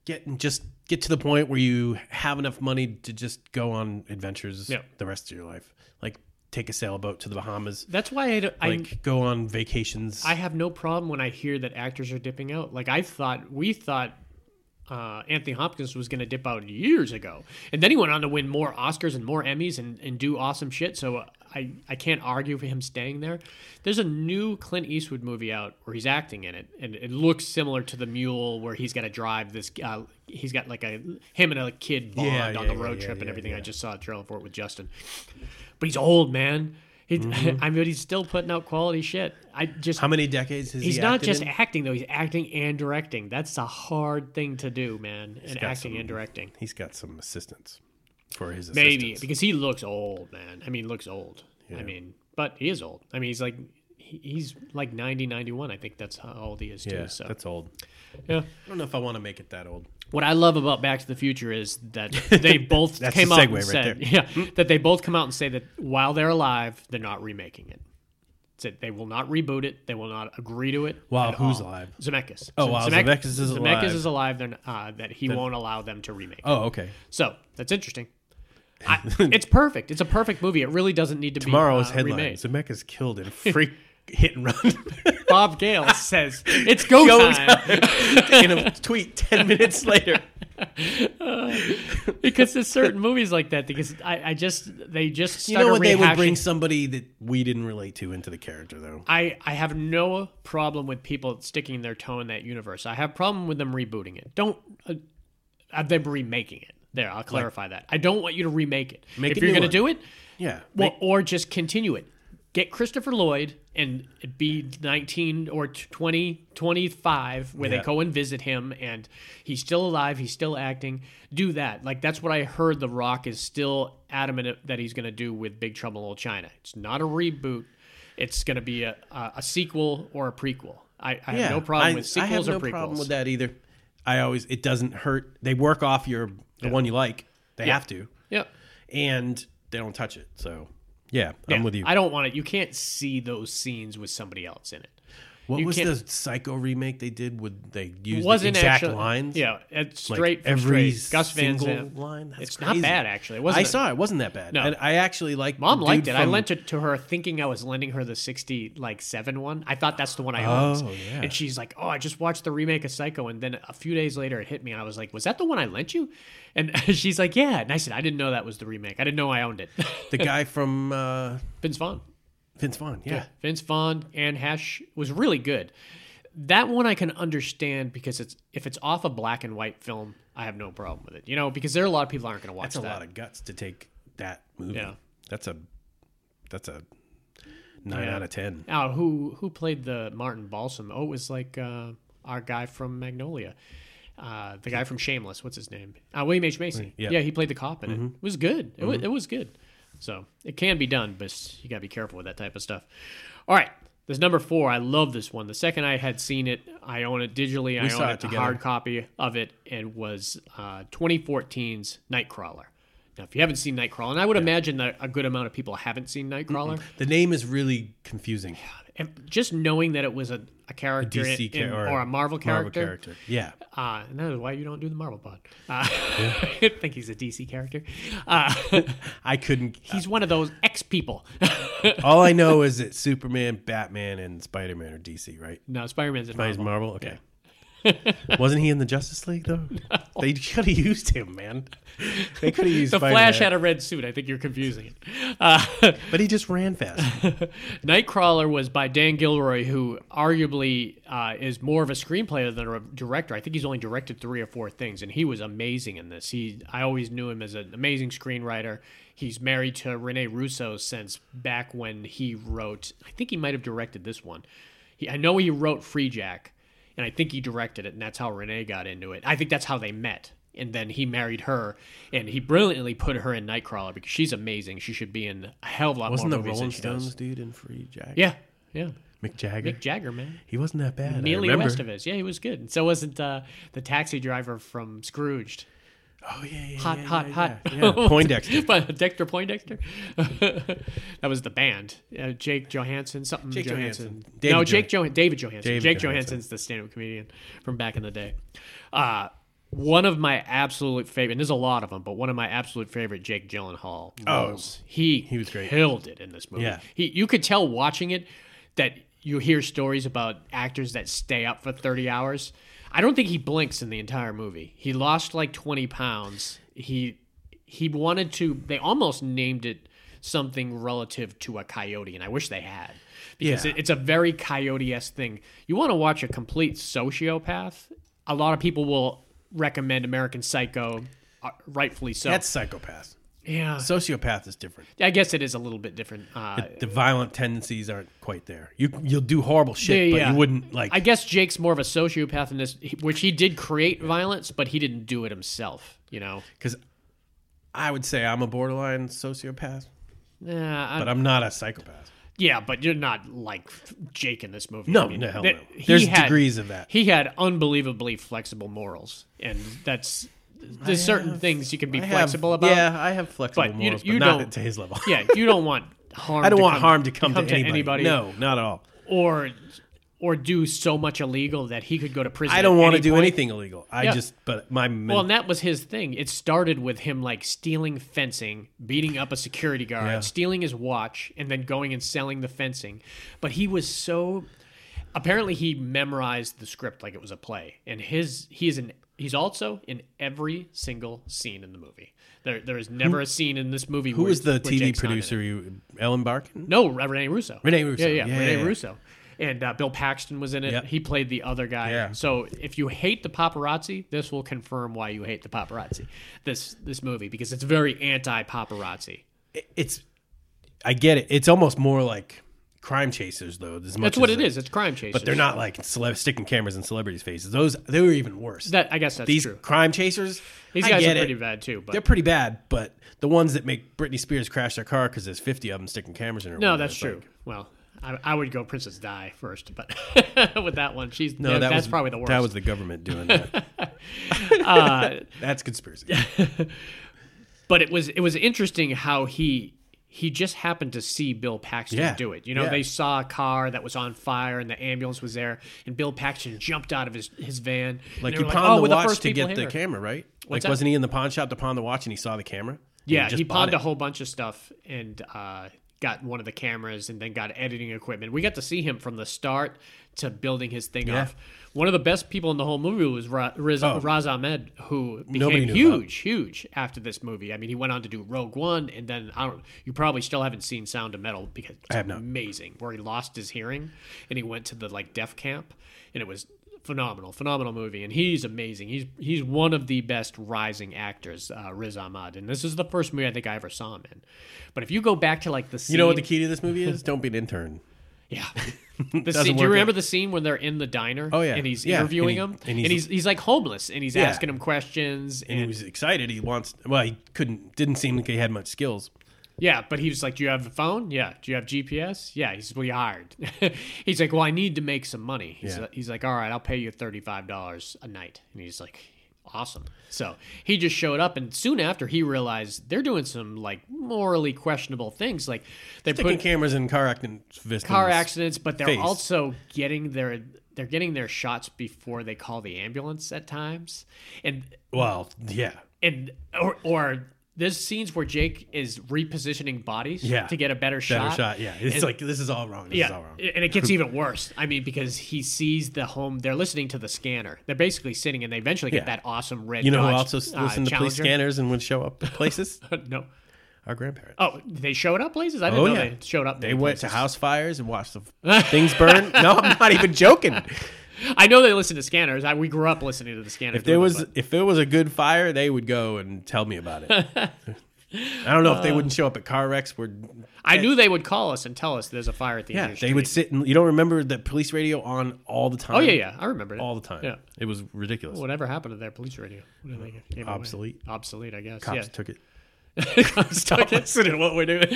B: Get and just get to the point where you have enough money to just go on adventures
C: Yeah.
B: the rest of your life. Like take a sailboat to the Bahamas,
C: That's why I, don't- I
B: like go on vacations.
C: I have no problem when I hear that actors are dipping out. Like I thought, we thought uh, Anthony Hopkins was going to dip out years ago, and then he went on to win more Oscars and more Emmys and, and do awesome shit. So uh, I I can't argue for him staying there. There's a new Clint Eastwood movie out where he's acting in it, and it looks similar to The Mule, where he's got to drive this. Uh, he's got like a him and a kid bond
B: Yeah,
C: on
B: yeah,
C: the
B: yeah,
C: road
B: yeah,
C: trip and
B: yeah,
C: everything. I
B: yeah.
C: just saw a trailer for it with Justin but he's old, man. He, I mean, he's still putting out quality shit. I just
B: Mm-hmm. How many decades has
C: he's
B: he
C: not
B: acted
C: just
B: in?
C: acting though; he's acting and directing. That's a hard thing to do, man. And
B: got
C: acting
B: some
C: and directing,
B: He's got some assistants for his assistants.
C: maybe because he looks old, man. I mean, looks old. I mean, but he is old. I mean, he's like he, he's like 90, 91. I think that's how old he is too.
B: yeah,
C: so
B: that's old.
C: yeah.
B: I don't know if I want to make it that old.
C: What I love about Back to the Future is that they both
B: That's
C: came
B: the
C: out
B: segue
C: and
B: right
C: said,
B: there. Mm-hmm.
C: yeah, that they both come out and say that while they're alive, they're not remaking it. Said they will not reboot it. They will not agree to it.
B: Wow,
C: at
B: who's
C: all.
B: alive?
C: Zemeckis.
B: Oh, while
C: Zemeck-
B: Zemeckis is alive.
C: Zemeckis is alive. Then uh, that he won't allow them to remake. it.
B: Oh, okay.
C: So that's interesting. I, it's perfect. It's a perfect movie. It really doesn't need to
B: Tomorrow's
C: be uh,
B: headline:
C: remade.
B: Zemeckis killed in a freak hit and run.
C: Bob Gale says it's go,
B: Go
C: time.
B: in a tweet 10 minutes later.
C: because there's certain movies like that because I, I just they just
B: You know
C: started
B: what? They would
C: rehashing-
B: bring somebody that we didn't relate to into the character, though.
C: I, I have no problem with people sticking their toe in that universe. I have problem with them rebooting it. Don't uh, uh, them remaking it. There, I'll clarify that. I don't want you to remake it.
B: Make
C: if
B: a
C: you're
B: new
C: gonna
B: one.
C: do it,
B: Yeah.
C: well, or just continue it. Get Christopher Lloyd and be 19 or 20, 25, where
B: Yeah.
C: they go and visit him and he's still alive, he's still acting. Do that. Like, that's what I heard The Rock is still adamant that he's going to do with Big Trouble in Little China. It's not a reboot, it's going to be a, a, a sequel or a prequel. I, I
B: yeah.
C: have no problem
B: I-
C: with sequels
B: I have
C: or
B: no
C: prequels.
B: problem with that either. I always, it doesn't hurt. They work off your, the one you like. They have to.
C: Yeah.
B: And they don't touch it. So, yeah, I'm with you.
C: I don't want it. You can't see those scenes with somebody else in it.
B: what
C: you
B: was
C: can't-
B: the psycho remake they did? Would they use the
C: wasn't
B: exact
C: actually,
B: lines?
C: Yeah, it's
B: Like,
C: straight from
B: every
C: straight. Gus Van
B: single
C: Sant.
B: line. That's
C: it's
B: crazy.
C: not bad actually. It
B: I
C: wasn't.
B: saw it. it wasn't that bad.
C: No.
B: And I actually like
C: Mom liked it. I lent it to her, thinking I was lending her the sixty like seven one. I thought that's the one I owned.
B: Oh, yeah.
C: And she's like, "Oh, I just watched the remake of Psycho." And then a few days later, it hit me, and I was like, "Was that the one I lent you?" And she's like, "Yeah." And I said, "I didn't know that was the remake. I didn't know I owned it."
B: the guy from uh,
C: Vince Vaughn.
B: Vince Vaughn. Yeah.
C: Vince Vaughn and Hesh was really good. That one I can understand because it's if it's off a black and white film, I have no problem with it. You know, because there are a lot of people aren't going to watch
B: That's a
C: that.
B: lot of guts to take that movie.
C: Yeah.
B: That's a that's a nine
C: Yeah.
B: out of ten.
C: Now, who who played the Martin Balsam? Oh, it was like uh, our guy from Magnolia, uh, the guy from Shameless. What's his name? Uh, William H Macy.
B: Yeah. Mm-hmm.
C: Yeah. he played the cop in it. It was good. It, was, it was good. So it can be done, but you gotta be careful with that type of stuff. All right, this number four. I love this one. The second I had seen it, I own it digitally. I
B: saw
C: own
B: it
C: it, a
B: together.
C: hard copy of it. It was uh, 2014's Nightcrawler. Now, if you haven't seen Nightcrawler, and I would imagine that a good amount of people haven't seen Nightcrawler.
B: The name is really confusing.
C: And just knowing that it was a, a character
B: DC
C: in-
B: char-
C: or, a Marvel character,
B: Yeah.
C: Uh, and that is why you don't do the Marvel pod. Uh, I think he's a DC character. Uh,
B: I couldn't
C: he's one of those X people.
B: all I know is that Superman, Batman, and Spider Man are DC, right?
C: no, Spider Man's in
B: Spider's
C: Marvel.
B: Marvel? Okay. Wasn't he in the Justice League though? They could have used him, man. They could have used
C: The
B: Spider-Man.
C: Flash had a red suit. I think you're confusing it. Uh,
B: but he just ran fast.
C: Nightcrawler was by Dan Gilroy, who arguably uh, is more of a screenplayer than a director. I think he's only directed three or four things, and he was amazing in this. He, I always knew him as an amazing screenwriter. He's married to Rene Russo since back when he wrote. I think he might have directed this one. He, I know he wrote Free Jack, and I think he directed it, and that's how Renee got into it. I think that's how they met. And then he married her, and he brilliantly put her in Nightcrawler because she's amazing. She should be in a hell of a lot
B: Wasn't
C: more
B: the
C: movies than
B: Rolling
C: she does.
B: Stones dude in Free Jack?
C: Yeah, yeah.
B: Mick Jagger.
C: Mick Jagger, man.
B: he wasn't that bad.
C: Neely
B: I remember.
C: Westovez. Yeah, he was good. And so wasn't uh, the taxi driver from Scrooged.
B: Oh yeah, yeah
C: Hot,
B: yeah,
C: hot,
B: yeah,
C: hot.
B: Yeah. Yeah. Poindexter.
C: But Dexter Poindexter? that was the band. Uh, Jake Johansson, something
B: Jake
C: Johansson.
B: Johansson. David
C: No, Jake Johan David Johansson.
B: David
C: Jake
B: Johansson.
C: Johansson's the stand up comedian from back in the day. Uh, one of my absolute favorite, and there's a lot of them, but one of my absolute favorite Jake Gyllenhaal
B: Oh,
C: roles. he he
B: was great.
C: killed it in this movie.
B: Yeah.
C: He, you could tell watching it that you hear stories about actors that stay up for 30 hours. I don't think he blinks in the entire movie. He lost like 20 pounds. He he wanted to they almost named it something relative to a coyote and I wish they had because
B: Yeah.
C: it, it's a very coyote-esque thing. You want to watch a complete sociopath? A lot of people will recommend American Psycho uh, rightfully so.
B: That's psychopath.
C: yeah. So
B: Sociopath is different.
C: I guess it is a little bit different. Uh,
B: The violent tendencies aren't quite there. You you'll do horrible shit,
C: Yeah,
B: but
C: yeah.
B: you wouldn't like.
C: I guess Jake's more of a sociopath in this, which he did create violence, but he didn't do it himself. You know,
B: because I would say I'm a borderline sociopath,
C: nah, I'm-
B: but I'm not a psychopath.
C: yeah, but you're not like Jake in this movie.
B: No,
C: I mean,
B: no, hell
C: that-
B: no.
C: he
B: There's
C: had-
B: degrees of that.
C: He had unbelievably flexible morals, and that's there's certain things you can be
B: I have-
C: flexible about.
B: Yeah, I have flexible
C: but you-
B: morals,
C: you
B: but not
C: don't-
B: to his level.
C: yeah, you don't want harm.
B: I don't
C: to
B: want
C: come-
B: harm to come, to, anybody. No, not at all.
C: or or do so much illegal that he could go to prison.
B: I don't
C: want to
B: do
C: point.
B: anything illegal. I
C: Yeah.
B: just, but my men-
C: Well, and that was his thing. It started with him like stealing fencing, beating up a security guard,
B: Yeah.
C: stealing his watch, and then going and selling the fencing. But he was so apparently he memorized the script like it was a play. And his he is an he's also in every single scene in the movie. There there is never a scene in this movie
B: who was the TV producer? You, Ellen Barkin.
C: No, Rene Russo.
B: Rene Russo.
C: Yeah, yeah,
B: Yeah,
C: Rene
B: yeah.
C: Russo. And uh, Bill Paxton was in it.
B: Yep.
C: He played the other guy.
B: Yeah.
C: So if you hate the paparazzi, this will confirm why you hate the paparazzi. This this movie because it's very anti paparazzi.
B: It's, I get it. It's almost more like crime chasers though. As much
C: That's what
B: as
C: it is. It's crime chasers.
B: But they're not like celeb- sticking cameras in celebrities' faces. Those they were even worse.
C: That I guess that's
B: These
C: true.
B: crime chasers,
C: These
B: I
C: guys
B: get
C: are
B: it.
C: pretty bad too. But
B: They're pretty bad, but the ones that make Britney Spears crash their car because there's 50 of them sticking cameras in her.
C: no,
B: window,
C: that's
B: it's like,
C: true. well, I, I would go Princess Di first, but with that one, she's
B: no, that
C: that's
B: was,
C: probably the worst. Uh,
B: That was the government doing that. that's conspiracy.
C: but it was it was interesting how he he just happened to see Bill Paxton
B: Yeah,
C: do it. You know,
B: yeah.
C: they saw a car that was on fire and the ambulance was there, and Bill Paxton jumped out of his, his van. and
B: Like
C: they
B: he
C: were
B: pawned
C: "Oh,
B: the
C: we're
B: watch
C: first
B: to
C: people
B: get the
C: here."
B: camera, right? like,
C: that?
B: wasn't he in the pawn shop to pawn the watch and he saw the camera? And
C: Yeah,
B: just
C: he
B: bought
C: pawned
B: it?
C: a whole bunch of stuff and uh, got one of the cameras and then got editing equipment. We got to see him from the start to building his thing
B: Yeah. Oh.
C: off. One of the best people in the whole movie was Ra- Riz- Raz Ahmed, who
B: Nobody
C: became
B: knew
C: huge, huge after this movie. I mean, he went on to do Rogue One, and then I don't. You probably still haven't seen Sound of Metal because it's
B: have not.
C: amazing, where he lost his hearing and he went to the like deaf camp, and it was phenomenal, phenomenal movie, and he's amazing. He's he's one of the best rising actors, uh, Riz Ahmed, and this is the first movie I think I ever saw him in. But if you go back to like the scene,
B: You know what the key to this movie is? Don't be an intern.
C: yeah. The
B: Doesn't
C: scene,
B: work
C: do you
B: out.
C: remember the scene when they're in the diner?
B: Oh, yeah.
C: and he's
B: Yeah, and
C: interviewing
B: he-
C: him,
B: and
C: and
B: he's-
C: he's, he's like homeless, and he's
B: Yeah.
C: asking him questions,
B: And he was excited. He wants. Well, he couldn't. Didn't seem like he had much skills.
C: Yeah, but he was like, "Do you have a phone? Yeah. Do you have GPS? Yeah." He's well, you hired. he's like, "Well, I need to make some money." He's,
B: Yeah.
C: he's like, "All right, I'll pay you thirty five dollars a night." And he's like, "Awesome." So he just showed up, and soon after he realized they're doing some like morally questionable things. Like they
B: Taking
C: put
B: cameras in car accidents.
C: car accidents, but they're
B: Face.
C: also getting their they're getting their shots before they call the ambulance at times, and
B: Well, yeah.
C: and or or there's scenes where Jake is repositioning bodies
B: Yeah.
C: to get a better shot.
B: Better shot. Yeah. It's
C: And-
B: like this is all wrong. This is all
C: yeah,
B: wrong.
C: and it gets even worse. I mean, because he sees the home. They're listening to the scanner. They're basically sitting, and they eventually get
B: Yeah.
C: that awesome red.
B: You know who
C: Dodge,
B: also
C: uh,
B: listened to police
C: Challenger.
B: scanners and would show up at places?
C: no.
B: Our grandparents.
C: Oh, they showed up places. I didn't
B: Oh,
C: know
B: yeah.
C: they showed up.
B: They
C: many
B: went to
C: places.
B: house fires and watched the things burn. No, I'm not even joking.
C: I know they listened to scanners. I, we grew up listening to the scanners.
B: If there
C: we were,
B: was
C: but-
B: if it was a good fire, they would go and tell me about it. I don't know
C: Uh,
B: if they wouldn't show up at car wrecks where
C: I knew they would call us and tell us there's a fire at the end.
B: yeah,
C: of your
B: they would
C: street.
B: sit and you don't remember the police radio on all the time.
C: Oh yeah, yeah, I remember it
B: all the time.
C: Yeah.
B: It was ridiculous.
C: Whatever happened to their police radio? What did they get? Gave it away.
B: Obsolete.
C: Obsolete, I guess.
B: Cops
C: yeah.
B: took it.
C: I'm stuck in what we're doing.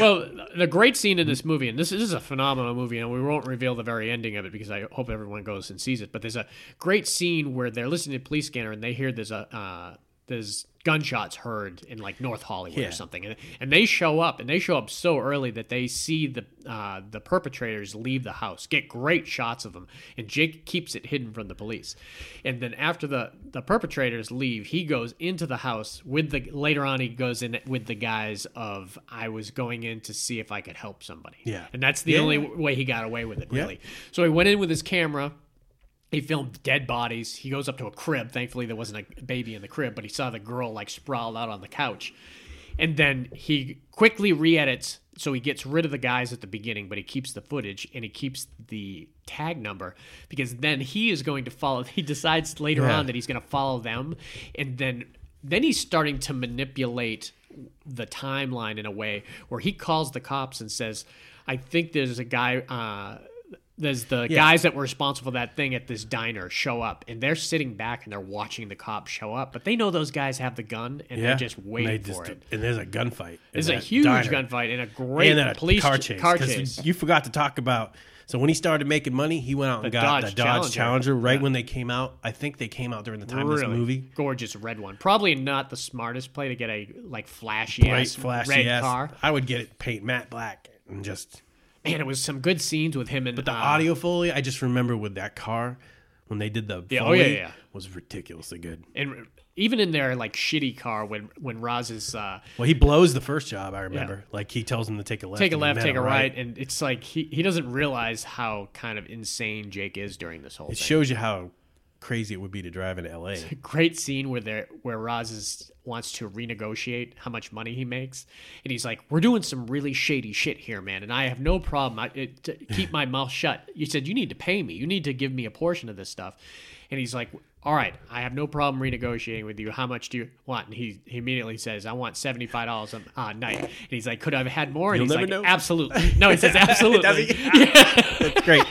C: Well, the great scene in this movie, and this, this is a phenomenal movie, and we won't reveal the very ending of it because I hope everyone goes and sees it. But there's a great scene where they're listening to police scanner and they hear there's a uh, there's gunshots heard in like North Hollywood
B: Yeah.
C: or something, and, and they show up and they show up so early that they see the uh, the perpetrators leave the house, get great shots of them, and Jake keeps it hidden from the police. And then after the the perpetrators leave, he goes into the house with the later on he goes in with the guise of I was going in to see if I could help somebody.
B: Yeah.
C: and that's the
B: Yeah.
C: only way he got away with it
B: Yeah.
C: really. So he went in with his camera. He filmed dead bodies. He goes up to a crib. Thankfully, there wasn't a baby in the crib, but he saw the girl like sprawled out on the couch. And then he quickly re edits. So he gets rid of the guys at the beginning, but he keeps the footage and he keeps the tag number because then he is going to follow. He decides later
B: Yeah.
C: on that he's going to follow them. And then. Then he's starting to manipulate the timeline in a way where he calls the cops and says, "I think there's a guy uh, there's the guys that were responsible for that thing at this diner show up and they're sitting back and they're watching the cops show up but they know those guys have the gun and
B: Yeah.
C: they're just
B: And
C: waiting
B: they
C: for
B: just-
C: it
B: And there's a gunfight.
C: It's
B: in
C: a
B: that
C: huge
B: diner.
C: gunfight and a great
B: and then a
C: police
B: car chase. 'cause You forgot to talk about. So when he started making money, he went out and
C: The
B: got
C: Dodge
B: the Dodge Challenger,
C: Challenger.
B: right when they came out. I think they came out during the time of this
C: Really
B: movie.
C: gorgeous red one probably not the smartest play to get a like flashy
B: Bright,
C: ass
B: flashy
C: red
B: ass.
C: car
B: I would get it paint matte black and just
C: man it was some good scenes with him and uh,
B: the audio foley. I just remember with that car when they did the
C: Yeah, oh,
B: foley
C: yeah, yeah.
B: was ridiculously good.
C: and even in their like shitty car when when Roz is uh
B: Well, he blows the first job. I remember, like he tells him to take a left,
C: take a
B: and he
C: left,
B: meant
C: take a right, and it's like he, he doesn't realize how kind of insane Jake is during this whole
B: It
C: thing.
B: shows you how crazy it would be to drive in L.A.
C: Great scene where there where Roz is, wants to renegotiate how much money he makes, and he's like, "We're doing some really shady shit here, man, and I have no problem. I, it, to keep my mouth shut." You said you need to pay me. You need to give me a portion of this stuff, and he's like. All right, I have no problem renegotiating with you. How much do you want? And he, he immediately says, "I want seventy five dollars a a night." And he's like, "Could I have had more?" And
B: You'll
C: he's
B: never
C: like,
B: know.
C: "Absolutely." No, he says, "Absolutely."
B: Does he?
C: Yeah
B: Great.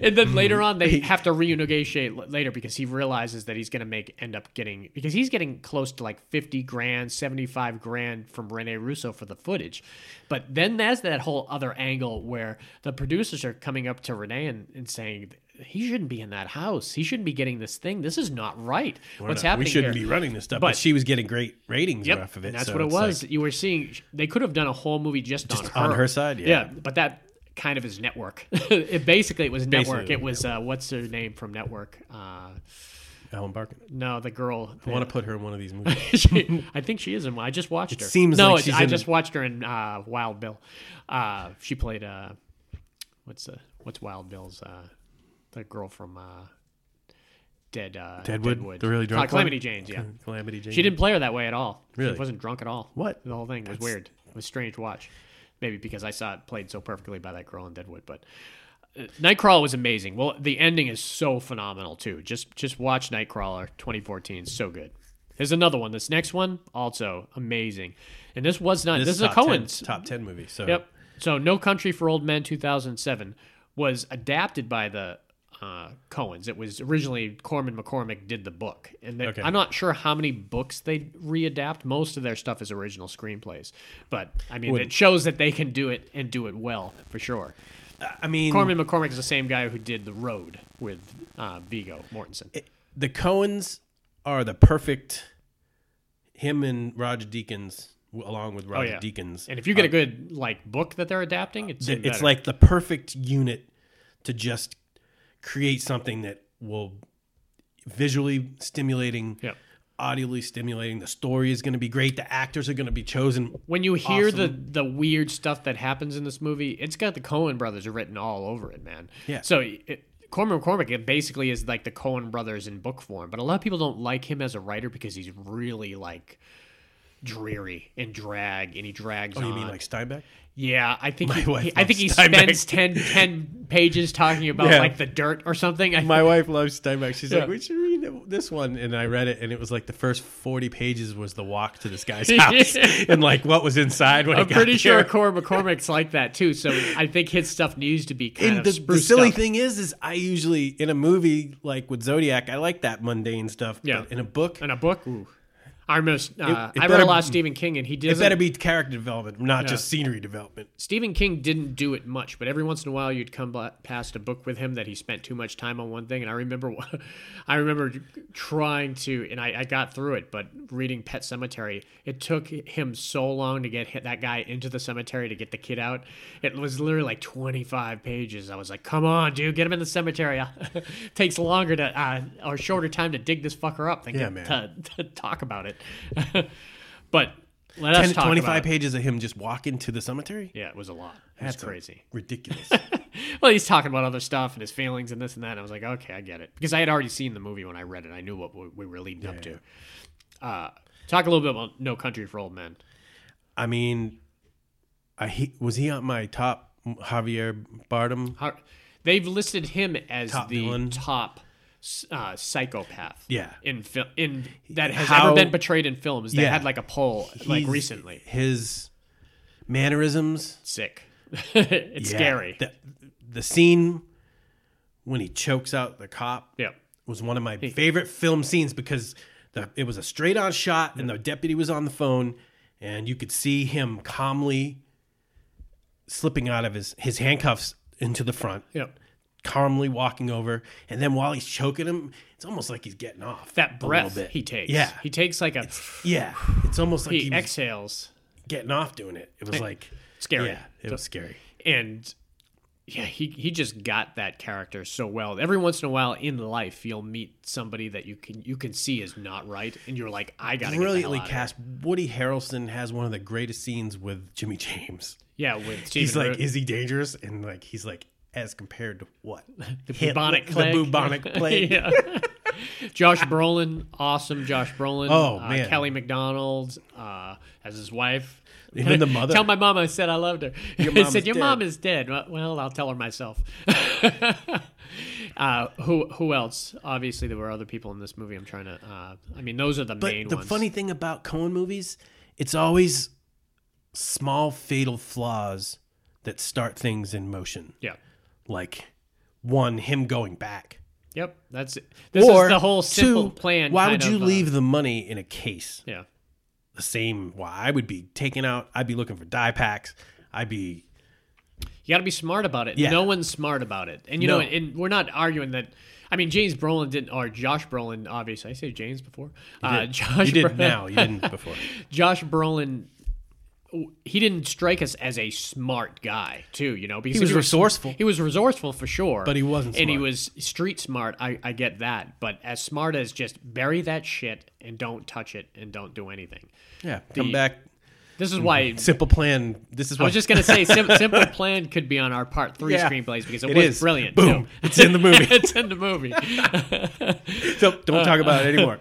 C: and then later on
B: Mm-hmm.
C: they have to renegotiate l- later because he realizes that he's going to make end up getting because he's getting close to like 50 grand 75 grand from rene russo for the footage but then there's that whole other angle where the producers are coming up to rene and, and saying he shouldn't be in that house he shouldn't be getting this thing this is not right what's
B: We're not-
C: happening
B: We shouldn't
C: here?
B: be running this stuff. But,
C: But-
B: she was getting great ratings
C: Yep,
B: off of it.
C: and that's
B: so
C: what it
B: it's like-
C: was. you were seeing they could have done a whole movie just, on her
B: on her side, yeah.
C: but that kind of is network. it basically it was network.
B: Basically,
C: It was uh, what's her name from Network? Uh,
B: Alan Barkin.
C: no, the girl.
B: I want to put her in one of these movies.
C: she, I think she is in. one. I just watched her.
B: seems
C: no,
B: like
C: it-
B: she's
C: I
B: in-
C: just watched her in uh, Wild Bill. Uh, she played uh, what's uh, what's Wild Bill's uh, the girl from uh, Dead uh,
B: Deadwood? The really drunk
C: uh, Calamity
B: one?
C: Janes. Yeah,
B: Calamity Jane.
C: she didn't play her that way at all.
B: Really?
C: She wasn't drunk at all.
B: What?
C: The whole thing was weird. It was strange to watch. Maybe because I saw it played so perfectly by that girl in Deadwood, but uh, Nightcrawler was amazing. Well, the ending is so phenomenal too. Just just watch Nightcrawler 2014, so good. There's another one. This next one also amazing, and this was not. This, is a
B: top 10
C: Cohen's
B: top ten movie. So
C: Yep. So No Country for Old Men 2007 was adapted by the uh, Coens. It was originally Corman McCormick did the book, and they,
B: Okay.
C: I'm not sure how many books they readapt. Most of their stuff is original screenplays, but I mean,
B: Wouldn't-
C: it shows that they can do it and do it well for sure.
B: I mean,
C: Corman McCormick is the same guy who did The Road with uh, Vigo Mortensen.
B: the Cohens are the perfect. Him and Roger Deakins, w- along with Roger
C: Oh, yeah.
B: Deakins,
C: and if you get a good like book that they're adapting, it's
B: th-
C: even
B: it's
C: better.
B: like uh, the perfect unit to just create something that will visually stimulating
C: Yep.
B: audibly stimulating the story is going to be great the actors are going to be chosen
C: when you hear the the weird stuff that happens in this movie, it's got the Cohen brothers written all over it, man.
B: Yeah.
C: So it, Cormac McCormick it basically is like the Cohen brothers in book form, but a lot of people don't like him as a writer because he's really like dreary and drag, and he drags
B: oh
C: on.
B: you mean like steinbeck
C: Yeah, I think he,
B: wife
C: he- I think
B: loves
C: he
B: Steinbeck.
C: spends 10, 10 pages talking about
B: Yeah.
C: like the dirt or something. I,
B: my wife loves steinbeck she's
C: Yeah.
B: like we should read this one and i read it and it was like the first 40 pages was the walk to this guy's house and like what was inside when he
C: I'm
B: got
C: pretty sure
B: there.
C: Cor McCormick's like that too. So I think his stuff needs to be kind
B: and
C: of
B: the, the
C: spruced
B: silly
C: up.
B: thing is is i usually in a movie like with zodiac i like that mundane stuff
C: Yeah.
B: but in a book
C: in a book. Ooh. I remember, uh,
B: it
C: I read
B: better
C: a lot of
B: be-
C: Stephen King, and he
B: It better
C: did.
B: be character development, not just scenery development.
C: Stephen King didn't do it much, but every once in a while you'd come by, past a book with him that he spent too much time on one thing. And I remember, I remember trying to, and I, I got through it, but reading Pet Cemetery, it took him so long to get hit, that guy into the cemetery to get the kid out. It was literally like 25 pages. I was like, come on, dude, get him in the cemetery. Takes longer to, uh, or shorter time to dig this fucker up than
B: Yeah,
C: get,
B: man.
C: To, to talk about it. but let
B: 10
C: us talk
B: 25
C: about it.
B: pages of him just walking to the cemetery?
C: Yeah, it was a lot. It was crazy.
B: Ridiculous.
C: well, he's talking about other stuff and his feelings and this and that. And I was like, okay, I get it. Because I had already seen the movie when I read it. I knew what we we were leading up to. Uh, talk a little bit about No Country for Old Men.
B: I mean, I he, was he on my top Javier Bardem?
C: How, they've listed him as
B: Top
C: the
B: villain.
C: top uh, psychopath.
B: Yeah.
C: In fil- in that has
B: How-
C: ever been portrayed in films. They
B: Yeah.
C: had like a poll like
B: He's-
C: recently.
B: His mannerisms.
C: Sick. it's
B: Yeah.
C: scary.
B: The, the scene when he chokes out the cop
C: yep.
B: was one of my favorite film scenes because the, it was a straight on shot and the deputy was on the phone and you could see him calmly slipping out of his, his handcuffs into the front,
C: Yep.
B: calmly walking over. And then while he's choking him, it's almost like he's getting off.
C: That
B: a little
C: breath
B: bit.
C: he takes.
B: Yeah.
C: He takes like a
B: yeah. It's almost like
C: he
B: he was
C: exhales.
B: getting off doing it. It was like,
C: Scary.
B: yeah, it was scary.
C: and yeah, he he just got that character so well. Every once in a while in life, you'll meet somebody that you can you can see is not right, and you're like, I gotta
B: Brilliantly
C: get the hell out of
B: cast. Woody Harrelson has one of the greatest scenes with Jimmy James.
C: here. Yeah, with Steven
B: he's like,
C: Root.
B: is he dangerous? And like, he's like, as compared to what?
C: the bubonic
B: Hitler-
C: plague.
B: The bubonic plague.
C: yeah. Josh Brolin, awesome Josh Brolin.
B: Oh,
C: Uh,
B: man.
C: Kelly McDonald uh, as his wife.
B: Even the mother.
C: Tell my mom I said I loved her. Your
B: mom
C: said
B: is
C: your
B: dead."
C: mom is dead. Well- Well, I'll tell her myself. uh, who who else? Obviously, there were other people in this movie. I'm trying to. Uh, I mean, those are the
B: But
C: main
B: the
C: ones.
B: funny thing about Cohen movies, it's always small fatal flaws that start things in motion.
C: Yeah.
B: Like one, him going back.
C: Yep. That's it. This
B: or
C: is the whole
B: two,
C: simple plan.
B: Why
C: kind
B: would you
C: of, uh,
B: leave the money in a case?
C: yeah.
B: The same. Why I would be taking out. I'd be looking for die packs. I'd be
C: You got to be smart about it.
B: Yeah.
C: No one's smart about it. And you know,
B: No.
C: and we're not arguing that. I mean, James Brolin didn't, or Josh Brolin, obviously. I say James before. Uh, Josh
B: You did
C: Brolin-
B: now. You didn't before.
C: Josh Brolin. He didn't strike us as a smart guy, too. You know, because
B: He was
C: if
B: resourceful.
C: He was resourceful for sure,
B: But he wasn't
C: and he
B: smart.
C: was street smart. I, I get that, but as smart as just bury that shit and don't touch it and don't do anything.
B: Yeah. Come back.
C: This is why
B: Simple plan. This is what
C: I was just gonna say, Sim- Simple Plan could be on our part three
B: Yeah.
C: screenplays because it,
B: It
C: was
B: is.
C: brilliant.
B: Boom.
C: too.
B: It's in the movie.
C: it's in the movie.
B: So don't talk about it anymore.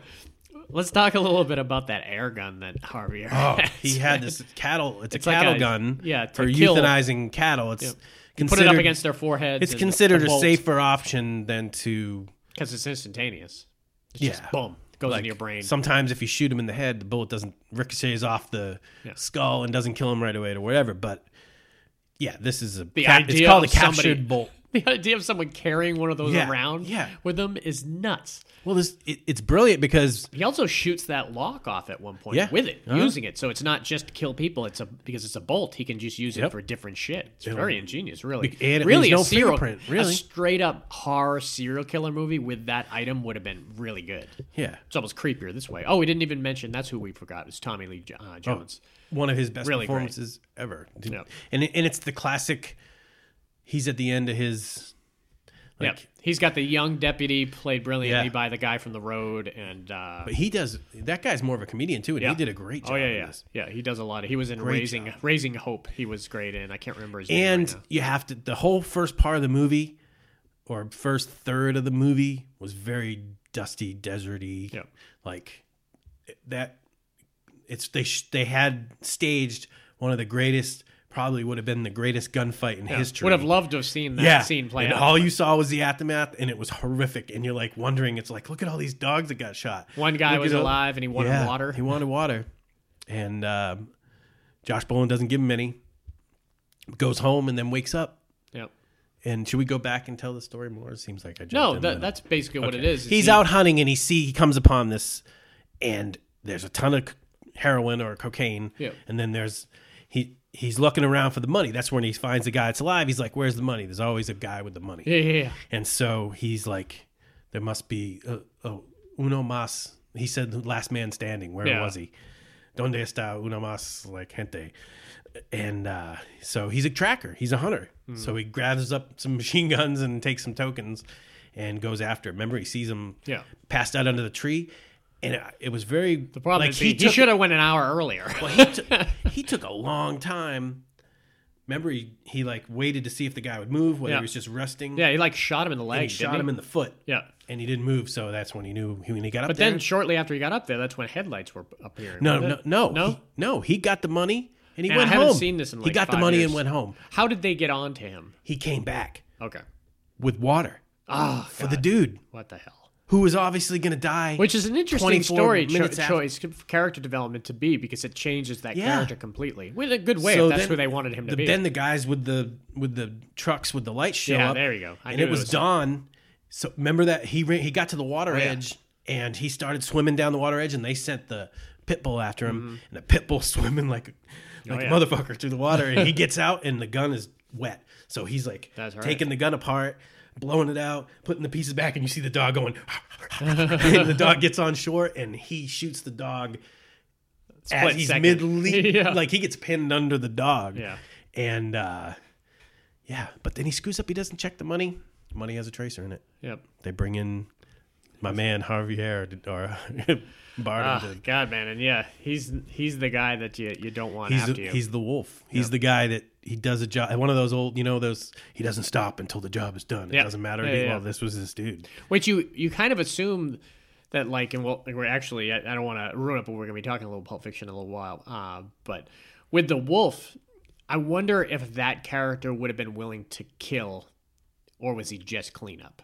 C: Let's talk a little bit about that air gun that Harvey.
B: Oh,
C: has.
B: he had this cattle. It's,
C: It's
B: a
C: like
B: cattle
C: a-
B: gun.
C: yeah, to
B: for
C: kill.
B: euthanizing cattle. It's
C: put it up against their foreheads.
B: It's considered a safer option than to
C: because it's instantaneous. It's
B: Yeah.
C: just boom, goes into your brain.
B: Sometimes if you shoot him in the head, the bullet doesn't ricochets off the
C: Yeah.
B: skull and doesn't kill him right away or whatever. But yeah, this is a
C: the
B: ca-
C: idea
B: it's called a
C: of somebody-
B: captured bolt.
C: The idea of someone carrying one of those
B: Yeah,
C: around
B: yeah.
C: with them is nuts.
B: Well, this it, it's brilliant because
C: He also shoots that lock off at one point
B: Yeah.
C: with it,
B: Uh-huh.
C: using it. So it's not just to kill people. It's a because it's a bolt. He can just use
B: Yep.
C: it for different shit. It's very ingenious, really.
B: Be- and it
C: really,
B: leaves
C: a
B: no
C: serial,
B: fingerprint,
C: a
B: really.
C: straight up horror serial killer movie with that item would have been really good.
B: yeah,
C: It's almost creepier this way. Oh, we didn't even mention that's who we forgot. It's Tommy Lee Jo-
B: Oh,
C: uh, Jones.
B: one of his best
C: Really great.
B: performances ever. Dude,
C: Yep.
B: And it- and it's the classic. He's at the end of his.
C: yep. He's got the young deputy played brilliantly
B: Yeah.
C: by the guy from the road, and uh,
B: But he does. That guy's more of a comedian too, and
C: yeah.
B: he did a great job.
C: Oh yeah,
B: in
C: yeah,
B: this.
C: yeah. He does a lot. Of, he was in
B: Great
C: raising
B: job.
C: raising hope. He was great in. I can't remember his name. right
B: And
C: now.
B: you have to the whole first part of the movie, or first third of the movie, was very dusty, deserty.
C: Yeah.
B: Like that. It's they sh- they had staged one of the greatest, probably would have been the greatest gunfight in
C: Yeah.
B: history.
C: Would have loved to have seen that scene play
B: and
C: out.
B: all you saw was the aftermath, and it was horrific. And you're like wondering, it's like, look at all these dogs that got shot.
C: One guy
B: Look
C: was
B: at all-
C: alive and he wanted
B: Yeah,
C: water.
B: He wanted water, and um, Josh Brolin doesn't give him any. Goes home and then wakes up.
C: Yep.
B: And should we go back and tell the story more? It seems like I jumped
C: No,
B: in
C: that,
B: the
C: that's basically what it
B: middle.
C: is. is
B: He's
C: he-
B: out hunting, and he see he comes upon this, and there's a ton of c- heroin or cocaine.
C: Yeah.
B: And then there's he. He's looking around for the money. That's when he finds the guy that's alive. He's like, "Where's the money?" There's always a guy with the money.
C: Yeah, yeah, yeah.
B: And so he's like, there must be uh, oh, uno mas. He said, last man standing. Where
C: Yeah.
B: was he? Donde está uno mas like gente? And uh, so he's a tracker. He's a hunter.
C: Hmm.
B: So he grabs up some machine guns and takes some tokens and goes after. him. Remember, he sees him
C: Yeah.
B: passed out under the tree. And it, it was very
C: The problem
B: like,
C: is he, he
B: took-
C: should have went an hour earlier.
B: well, he took he took a long time. Remember, he, he like waited to see if the guy would move, whether
C: Yeah.
B: he was just resting.
C: yeah, he like shot him in the leg.
B: and he
C: didn't
B: shot him in the foot.
C: Yeah.
B: and he didn't move, so that's when he knew when he got up
C: But
B: there.
C: then shortly after he got up there, that's when headlights were appearing.
B: no, no,
C: wasn't it?
B: no,
C: no.
B: he, no, he got the money and he
C: Man,
B: went
C: I haven't
B: home.
C: seen this in,
B: he
C: like,
B: got the
C: five
B: money
C: years.
B: and went home.
C: How did they get on to him?
B: He came back
C: Okay.
B: with water
C: Ah,
B: for the dude
C: what the hell?
B: who was obviously going to die.
C: Which is an interesting
B: 24
C: story cho-
B: minutes after-
C: choice, c- character development to be, because it changes that
B: Yeah.
C: character completely. With a good way,
B: So
C: if that's
B: then-
C: who they wanted him to
B: the,
C: be.
B: then the guys with the with the trucks with the lights show
C: Yeah,
B: up.
C: there you go. I
B: and
C: knew
B: it
C: it
B: was,
C: was- Oh,
B: dawn. So remember that he ran, he got to the water
C: yeah.
B: edge and he started swimming down the water edge, and they sent the pit bull after him, and the pit bull swimming like like
C: Mm-hmm. Oh, yeah.
B: a motherfucker through the water, and he gets out, and the gun is wet. So he's like
C: That's right.
B: taking the gun apart. Blowing it out, putting the pieces back, and you see the dog going. and the dog gets on shore, and he shoots the dog as
C: Split
B: he's
C: second.
B: mid leap,
C: Yeah.
B: like he gets pinned under the dog.
C: Yeah.
B: And uh, yeah, but then he screws up. He doesn't check the money. Money has a tracer in it.
C: yep.
B: They bring in my man Harvey Hare to- or Barnum.
C: Ah,
B: to-
C: God, man, and yeah, he's he's the guy that you you don't want
B: he's
C: after
B: the,
C: you.
B: he's the wolf. He's the guy that he does a job. One of those old, you know, those he doesn't stop until the job is done. It
C: Yeah.
B: doesn't matter.
C: Yeah,
B: He-
C: yeah,
B: Well,
C: yeah.
B: this was this dude.
C: Which you you kind of assume that like, and well, we're actually I, I don't want to ruin it, but we're gonna be talking a little Pulp Fiction in a little while. Uh, but with the wolf, I wonder if that character would have been willing to kill, or was he just cleanup?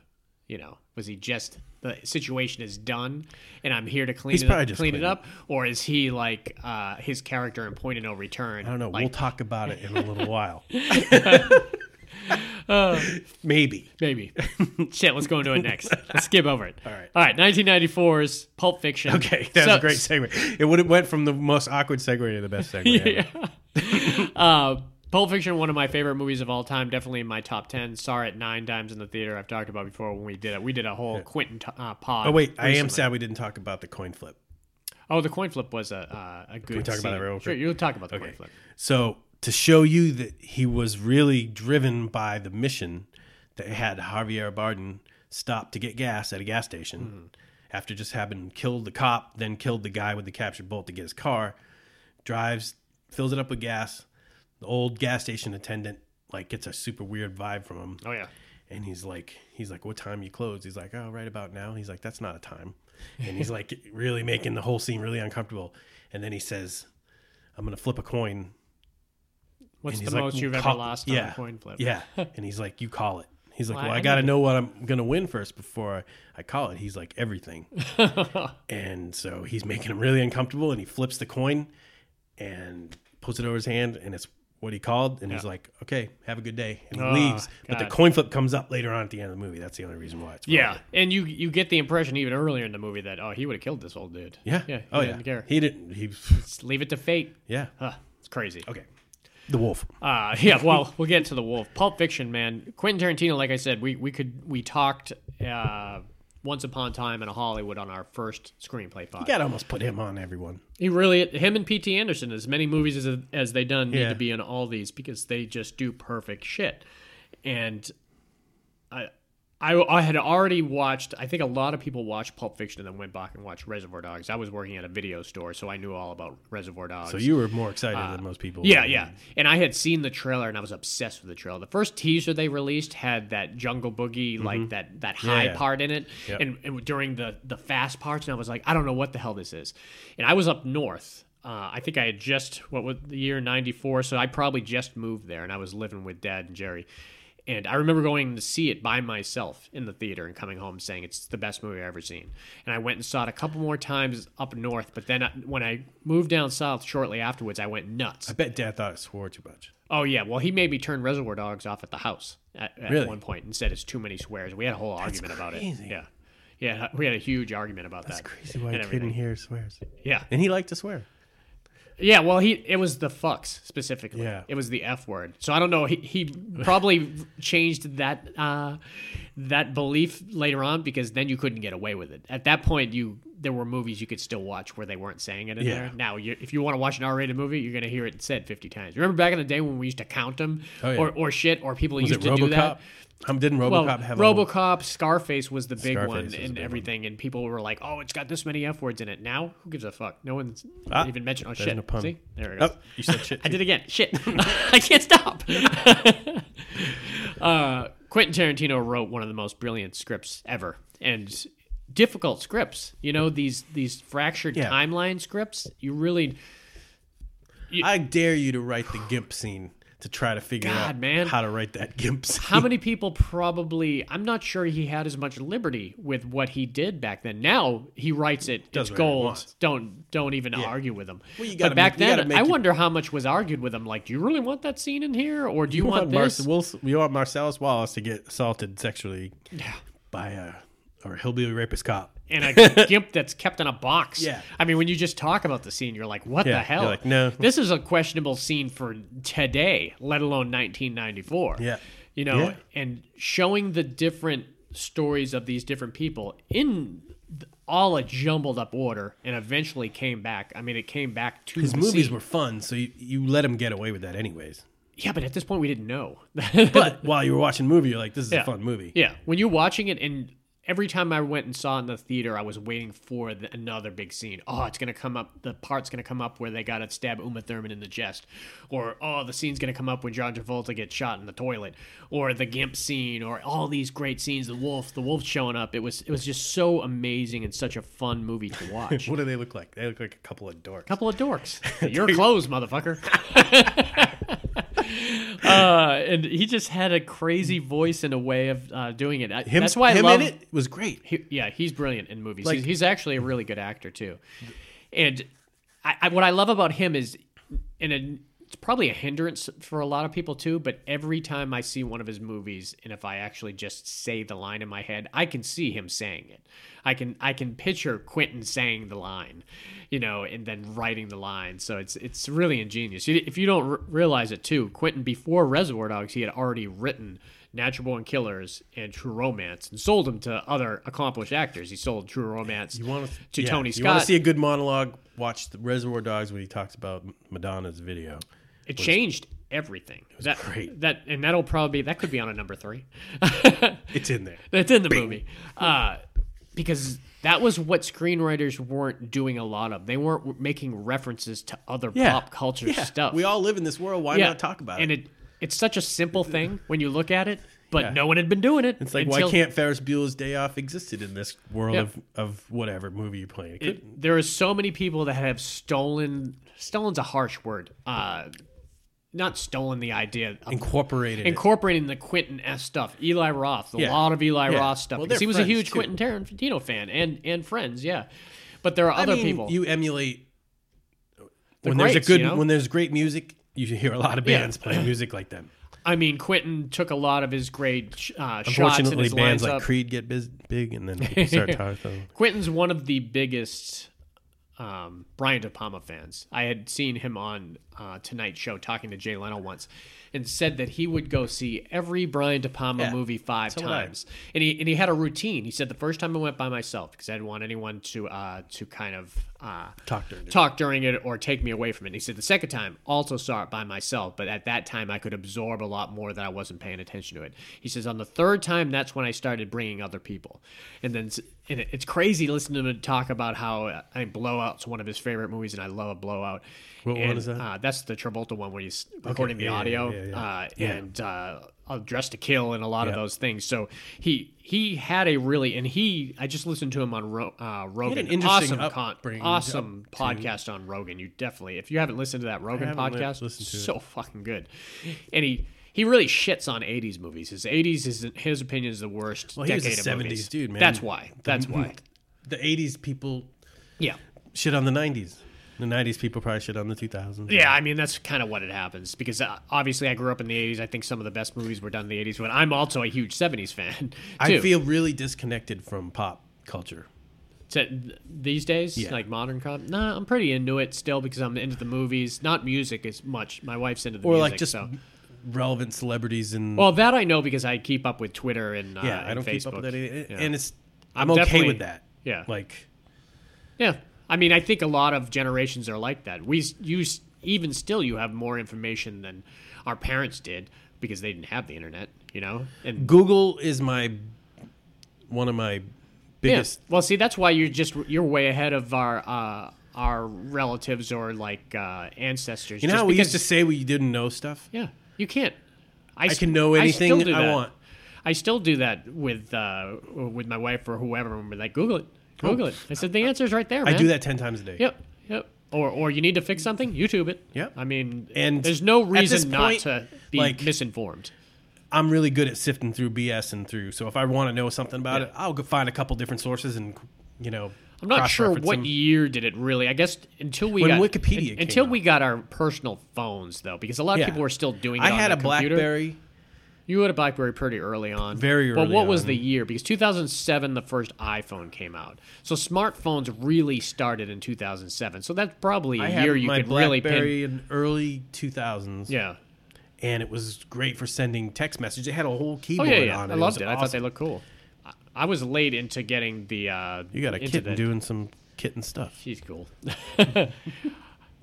C: You know, was he just the situation is done, and I'm here to clean
B: He's
C: it
B: probably
C: up,
B: just
C: clean it
B: cleanup.
C: up, or is he like uh, his character in Point of No Return?
B: I don't know.
C: Like,
B: we'll talk about it in a little while.
C: Uh.
B: Maybe.
C: Maybe. Shit, let's go into it next. Let's skip over it. All
B: right.
C: All right, 1994's Pulp Fiction.
B: Okay, that was
C: So-
B: a great segue. It would have went from the most awkward segue to the best segue. ever.
C: Uh, Pulp Fiction, one of my favorite movies of all time, definitely in my top 10. Saw it nine times in the theater. I've talked about before when we did it. We did a whole Quentin t- uh, pod.
B: Oh wait, I am
C: recently.
B: sad we didn't talk about the coin flip.
C: Oh, the coin flip was a, uh, a good
B: we talk about
C: scene.
B: that real
C: Sure,
B: quick?
C: you'll talk about the coin flip.
B: So to show you that he was really driven by the mission that had Javier Bardem stop to get gas at a gas station
C: Hmm.
B: after just having killed the cop, then killed the guy with the captured bolt to get his car, drives, fills it up with gas. The old gas station attendant like gets a super weird vibe from him.
C: Oh, yeah.
B: And he's like, he's like, what time you close? He's like, oh, right about now. He's like, that's not a time. And he's like, really making the whole scene really uncomfortable. And then he says, I'm gonna flip a coin
C: What's
B: And
C: the
B: he's like,
C: most
B: "Well,
C: you've ever
B: call-
C: lost on
B: yeah,
C: a coin flip?
B: Yeah. And he's like, you call it. He's like,
C: Well,
B: well,
C: I
B: I got to
C: need-
B: know what I'm going to win first before I, I call it. He's like, everything. and so he's making him really uncomfortable and he flips the coin and puts it over his hand and it's what he called. And he's
C: Yeah.
B: like, okay, have a good day. And he
C: Oh,
B: leaves. But the
C: God.
B: coin flip comes up later on at the end of the movie. That's the only reason why. It's
C: Yeah,
B: relevant.
C: and you you get the impression even earlier in the movie that oh he would have killed this old dude.
B: Yeah.
C: yeah. He
B: oh,
C: didn't
B: yeah.
C: care.
B: He didn't. He,
C: Just leave it to fate.
B: yeah.
C: Huh, it's crazy.
B: Okay. The wolf.
C: Uh, yeah, well, we'll get to the wolf. Pulp Fiction, man. Quentin Tarantino, like I said, we, we could we talked uh, once upon a time in a Hollywood on our first screenplay pod.
B: You got to almost put him on everyone.
C: He really him and P.T. Anderson, as many movies as as they done, need
B: Yeah.
C: to be in all these because they just do perfect shit. And I, I I had already watched. I think a lot of people watched Pulp Fiction and then went back and watched Reservoir Dogs. I was working at a video store, so I knew all about Reservoir Dogs.
B: So you were more excited than most people.
C: Uh, Yeah, yeah. And I had seen the trailer and I was obsessed with the trailer. The first teaser they released had that jungle boogie, like that that high
B: Mm-hmm. Yeah.
C: part in it.
B: Yep.
C: And, and during the the fast parts, and I was like, I don't know what the hell this is. And I was up north. Uh, I think I had just what was the year '94, so I probably just moved there, and I was living with Dad and Jerry. And I remember going to see it by myself in the theater and coming home saying it's the best movie I've ever seen. And I went and saw it a couple more times up north, but then I, when I moved down south shortly afterwards, I went nuts.
B: I bet Dad thought I swore too much.
C: Oh yeah, well he made me turn Reservoir Dogs off at the house at, at
B: Really?
C: one point and said it's too many swears. We had a whole argument about
B: crazy.
C: it. Yeah, yeah, we had a huge argument about that.
B: why a kid
C: and
B: in
C: everything.
B: here swears.
C: Yeah,
B: And he liked to swear.
C: yeah. Well, he it was the fucks specifically.
B: Yeah.
C: it was the f word. So I don't know. He, he probably changed that uh, that belief later on because then you couldn't get away with it. At that point, you there were movies you could still watch where they weren't saying it in
B: Yeah.
C: there. Now, you if you want to watch an R-rated movie, you're gonna hear it said 50 times. Remember back in the day when we used to count them
B: Oh, yeah.
C: or or shit or people
B: Was it
C: used to do
B: RoboCop?
C: that.
B: Um, didn't RoboCop
C: Well,
B: have a whole-
C: RoboCop, Scarface was the big
B: Scarface
C: one
B: was the big
C: and
B: one.
C: everything, and people were like, "Oh, it's got this many f words in it." Now, who gives a fuck? No one's
B: Ah,
C: even mentioned. Oh
B: there's
C: shit!
B: no pun.
C: See, there it goes.
B: Oh, you said shit.
C: I did again. Shit. I can't stop. uh, Quentin Tarantino wrote one of the most brilliant scripts ever and difficult scripts. You know, these these fractured
B: Yeah.
C: timeline scripts, you really
B: I dare you to write the gimp scene to try to figure
C: God,
B: out
C: man.
B: how to write that gimp scene.
C: how many people probably I'm not sure he had as much liberty with what he did back then. Now he writes it,
B: Does whatever
C: it's
B: he
C: gold.
B: wants.
C: Don't don't even argue with him.
B: Well, you
C: but
B: gotta
C: back
B: make- you gotta
C: then
B: make
C: I
B: it-
C: wonder how much was argued with him. Like, do you really want that scene in here, or do you, want, this?
B: Marce- Wilson, you want Marcellus Wallace to get assaulted sexually by a or a hillbilly rapist cop?
C: and a gimp that's kept in a box.
B: Yeah.
C: I mean, when you just talk about the scene, you're like, what
B: Yeah,
C: the hell?
B: you're like, no.
C: This is a questionable scene for today, let alone 1994.
B: Yeah.
C: You know,
B: Yeah.
C: and showing the different stories of these different people in th- all a jumbled up order and eventually came back. I mean, it came back to
B: His
C: the
B: movies
C: scene.
B: were fun, so you, you let him get away with that anyways.
C: Yeah, but at this point, we didn't know.
B: But while you were watching the movie, you're like, this is
C: Yeah.
B: a fun movie.
C: Yeah, when you're watching it, and every time I went and saw it in the theater, I was waiting for the, another big scene. Oh, it's gonna come up. The part's gonna come up where they gotta stab Uma Thurman in the chest, or oh, the scene's gonna come up when John Travolta gets shot in the toilet, or the Gimp scene, or all these great scenes. The wolf, the wolf showing up. It was it was just so amazing and such a fun movie to watch.
B: What do they look like? They look like a couple of dorks.
C: Couple of dorks. Your clothes, motherfucker. uh, and he just had a crazy voice and a way of uh, doing it. I,
B: Him,
C: that's why I
B: him
C: love
B: in it was great.
C: he- yeah, he's brilliant in movies.
B: Like-
C: he's, he's actually a really good actor too. And I, I, what I love about him is, and it- it's probably a hindrance for a lot of people too. But every time I see one of his movies, and if I actually just say the line in my head, I can see him saying it. I can I can picture Quentin saying the line, you know, and then writing the line. So it's it's really ingenious. You- If you don't r- realize it too, Quentin before Reservoir Dogs, he had already written Natural Born Killers and True Romance and sold them to other accomplished actors. He sold True Romance
B: You want
C: to Tony
B: You want
C: Scott.
B: to see a good monologue? Watch the Reservoir Dogs when he talks about Madonna's video.
C: it changed everything. that,
B: great.
C: That and that'll probably that could be on a number three.
B: It's in there.
C: That's in the movie. Uh, because that was what screenwriters weren't doing a lot of. They weren't making references to other
B: Yeah.
C: pop culture
B: Yeah.
C: stuff.
B: We all live in this world. Why not talk about
C: and
B: it?
C: And it it's such a simple thing when you look at it, but
B: Yeah.
C: no one had been doing it.
B: It's like
C: until-
B: why can't Ferris Bueller's Day Off existed in this world
C: Yeah.
B: of, of whatever movie you're playing? It couldn't.
C: there are so many people that have stolen stolen's a harsh word uh not stolen the idea of
B: Incorporated. it.
C: incorporating the Quentin S stuff, Eli Roth, a
B: Yeah.
C: lot of Eli
B: Yeah.
C: Roth stuff.
B: Well,
C: because
B: they're
C: he was a
B: friends,
C: huge
B: too.
C: Quentin Tarantino fan and and friends, yeah. But there are
B: I
C: other
B: mean,
C: people.
B: You emulate
C: The
B: when there's a
C: greats,
B: good
C: you know?
B: when there's great music. You hear a lot of
C: Yeah.
B: bands playing music like them.
C: I mean, Quentin took a lot of his great sh- uh, shots in
B: Unfortunately,
C: his
B: bands
C: bands
B: like Creed get biz- big, and then people start tired. of them.
C: Quentin's one of the biggest um, Brian De Palma fans. I had seen him on uh, Tonight Show talking to Jay Leno once, and said that he would go see every Brian De Palma
B: Yeah,
C: movie five
B: so would I.
C: times, and he and he had a routine. He said the first time I went by myself because I didn't want anyone to uh, to kind of uh,
B: Talk during it.
C: talk during it or take me away from it. And he said the second time also saw it by myself, but at that time I could absorb a lot more that I wasn't paying attention to it. He says on the third time that's when I started bringing other people, and then s- and it- it's crazy listening to him talk about how uh, I mean, Blowout's one of his favorite movies, and I love Blowout.
B: What one
C: And,
B: is that?
C: Uh, that's the Travolta one where he's recording the
B: yeah, yeah,
C: audio
B: yeah, yeah.
C: Uh,
B: Yeah.
C: and uh, uh, Dress to Kill and a lot of
B: Yeah.
C: those things. So he he had a really and he I just listened to him on Ro- uh, Rogan.
B: interesting
C: awesome con-
B: upbringing
C: awesome podcast on Rogan. You definitely if you haven't listened to that Rogan
B: Mm-hmm. haven't li-
C: podcast,
B: listened to
C: so fucking good. And he he really shits on 80s movies. His 80s is his opinion is the worst
B: Well, he was
C: decade
B: a
C: of
B: 70s
C: movies.
B: dude, man.
C: That's why. That's why.
B: The '80s people
C: Yeah.
B: shit on the '90s. The '90s people probably shit on the 2000s.
C: Yeah, I mean that's kind of what it happens because uh, obviously I grew up in the '80s. I think some of the best movies were done in the '80s, but I'm also a huge '70s fan. Too.
B: I feel really disconnected from pop culture.
C: to, these days,
B: Yeah.
C: like modern com. Nah, I'm pretty into it still because I'm into the movies, not music as much. My wife's into the
B: or
C: music,
B: like just
C: so.
B: relevant celebrities and
C: Well, that I know because I keep up with Twitter and uh,
B: yeah, I
C: and
B: don't
C: Facebook.
B: keep up with that. either.
C: Yeah.
B: And it's I'm, okay
C: definitely-
B: with that.
C: yeah.
B: like
C: Yeah, I mean, I think a lot of generations are like that. We s- you s- even still you have more information than our parents did because they didn't have the internet, you know. And
B: Google is my one of my
C: yeah.
B: biggest.
C: well, see, that's why you're just you're way ahead of our. Uh, our relatives or like uh, ancestors.
B: You know
C: just
B: how we
C: because-
B: used to say we didn't know stuff.
C: Yeah, you can't.
B: I
C: s-
B: can know anything
C: still do
B: I
C: that.
B: want.
C: I still do that with uh, with my wife or whoever. And we're like, Google it, Google it. I said the answer's right there.
B: Oh. I
C: Man.
B: do that ten times a day.
C: Yep, yep. Or or you need to fix something, YouTube it.
B: Yep.
C: I mean,
B: And
C: and there's no
B: at this
C: reason not
B: point,
C: to be
B: like-
C: misinformed.
B: I'm really good at sifting through BS and through. So if I want to know something about it, I'll go find a couple different sources and you know.
C: I'm not sure
B: cross-reference
C: what
B: them.
C: year did it really. I guess until we
B: When
C: got
B: Wikipedia came
C: until
B: out.
C: we got our personal phones though, because a lot of
B: Yeah.
C: people were still doing. it
B: I
C: on
B: had
C: the
B: a
C: computer.
B: BlackBerry.
C: You had a BlackBerry pretty early on.
B: Very
C: But
B: early
C: what was
B: on.
C: the year? Because 2007, the first iPhone came out. So smartphones really started in 2007. So that's probably a
B: I had
C: year you
B: my
C: could really
B: BlackBerry
C: pin.
B: in early 2000s.
C: Yeah.
B: and it was great for sending text messages. It had a whole
C: Oh
B: keyboard
C: yeah, yeah.
B: on it.
C: I loved
B: was
C: it. I thought they
B: awesome.
C: looked cool. I, I was late into getting the. Uh,
B: You got a
C: into
B: kitten
C: the-
B: doing some kitten stuff.
C: She's cool.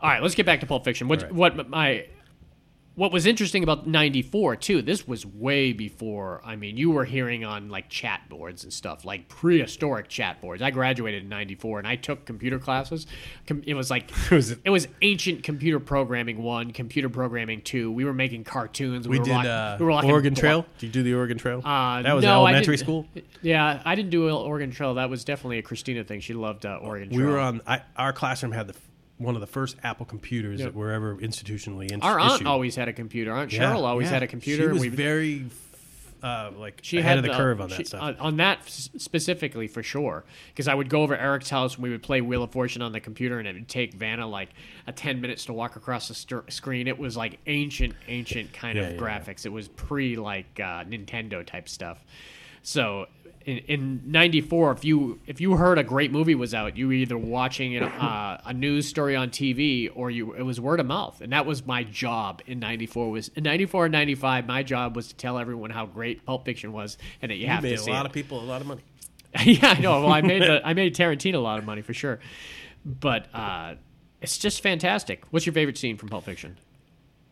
C: All right, let's get back to Pulp Fiction. What
B: All right.
C: what my what was interesting about '94 too? This was way before. I mean, you were hearing on like chat boards and stuff, like prehistoric chat boards. I graduated in '94 and I took computer classes. Com- It was like it
B: was-
C: was, ancient computer programming one, computer programming two. We were making cartoons.
B: We
C: were
B: did
C: lock-
B: uh,
C: we were locking
B: Oregon
C: blo-
B: Trail. Did you do the Oregon Trail?
C: Uh,
B: that was
C: no, I
B: elementary
C: didn't-
B: school.
C: Yeah, I didn't do Oregon Trail. That was definitely a Christina thing. She loved uh, Oregon
B: We
C: Trail.
B: were on. I, our classroom had the f- one of the first Apple computers that were ever institutionally in,
C: Our aunt
B: issued.
C: always had a computer. Aunt
B: Yeah,
C: Cheryl always
B: yeah.
C: had a computer.
B: She was
C: we-
B: very f- uh, like
C: she
B: ahead
C: had
B: of the, curve on
C: she- uh,
B: that stuff.
C: On, on that s- specifically, for sure, because I would go over Eric's house and we would play Wheel of Fortune on the computer, and it would take Vanna like a ten minutes to walk across the ster- screen. It was like ancient, ancient kind
B: Yeah,
C: of
B: yeah,
C: graphics. It was pre like uh, Nintendo type stuff. So. In, in '94, if you if you heard a great movie was out, you were either watching it, uh, a news story on TV or you it was word of mouth, and that was my job in '94. Was in '94 and '95, my job was to tell everyone how great Pulp Fiction was and that you,
B: you
C: have
B: made
C: to
B: a
C: see
B: lot
C: it.
B: of people a lot of money.
C: yeah, I know. Well, I made the, I made Tarantino a lot of money for sure, but uh, it's just fantastic. What's your favorite scene from Pulp Fiction?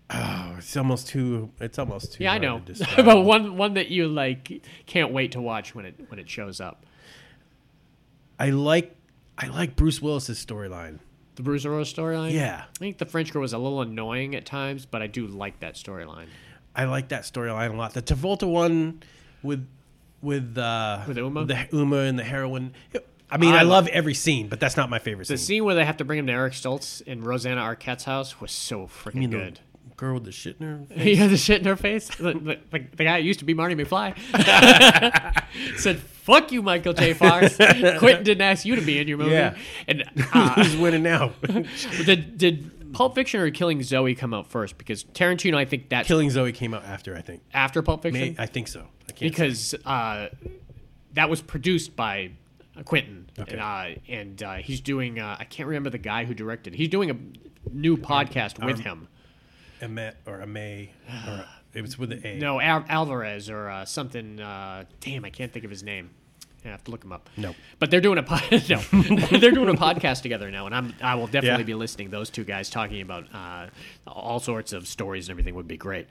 B: Oh, it's almost too. It's almost too.
C: Yeah, I
B: hard to
C: know,
B: describe.
C: but one one that you like can't wait to watch when it when it shows up.
B: I like. I like Bruce Willis's storyline.
C: The Bruce Rose storyline.
B: Yeah.
C: I think the French girl was a little annoying at times, but I do like that storyline
B: I like that storyline a lot. The Travolta one with with uh,
C: With Uma?
B: the Uma and the heroin. I mean, I,
C: I-
B: love every scene, but that's not my favorite
C: The
B: scene.
C: scene where they have to bring him to Eric Stoltz in Rosanna Arquette's house was so freaking
B: You mean the-
C: good.
B: girl with the shit in her.
C: He had the shit in her face. The, the, the, the guy who used to be Marty McFly said, "Fuck you, Michael J. Fox. Quentin didn't ask you to be in your movie."
B: Yeah.
C: And uh,
B: Who's winning now?
C: did did Pulp Fiction or Killing Zoe come out first? Because Tarantino, I think that's
B: Killing Zoe came out after, I think.
C: after Pulp Fiction.
B: May, I think so. I can't.
C: because uh, that was produced by Quentin,
B: Okay.
C: and, uh, and uh, he's doing. Uh, I can't remember the guy who directed. He's doing a new podcast
B: Um,
C: with him.
B: Amet or Ame. Or, it was with the A.
C: No, Al- Alvarez or uh, something. Uh, damn, I can't think of his name. I have to look him up.
B: No.
C: but they're doing a pod- no, they're doing a podcast together now, and I'm I will definitely
B: Yeah.
C: be listening. to Those two guys talking about uh, all sorts of stories and everything would be great.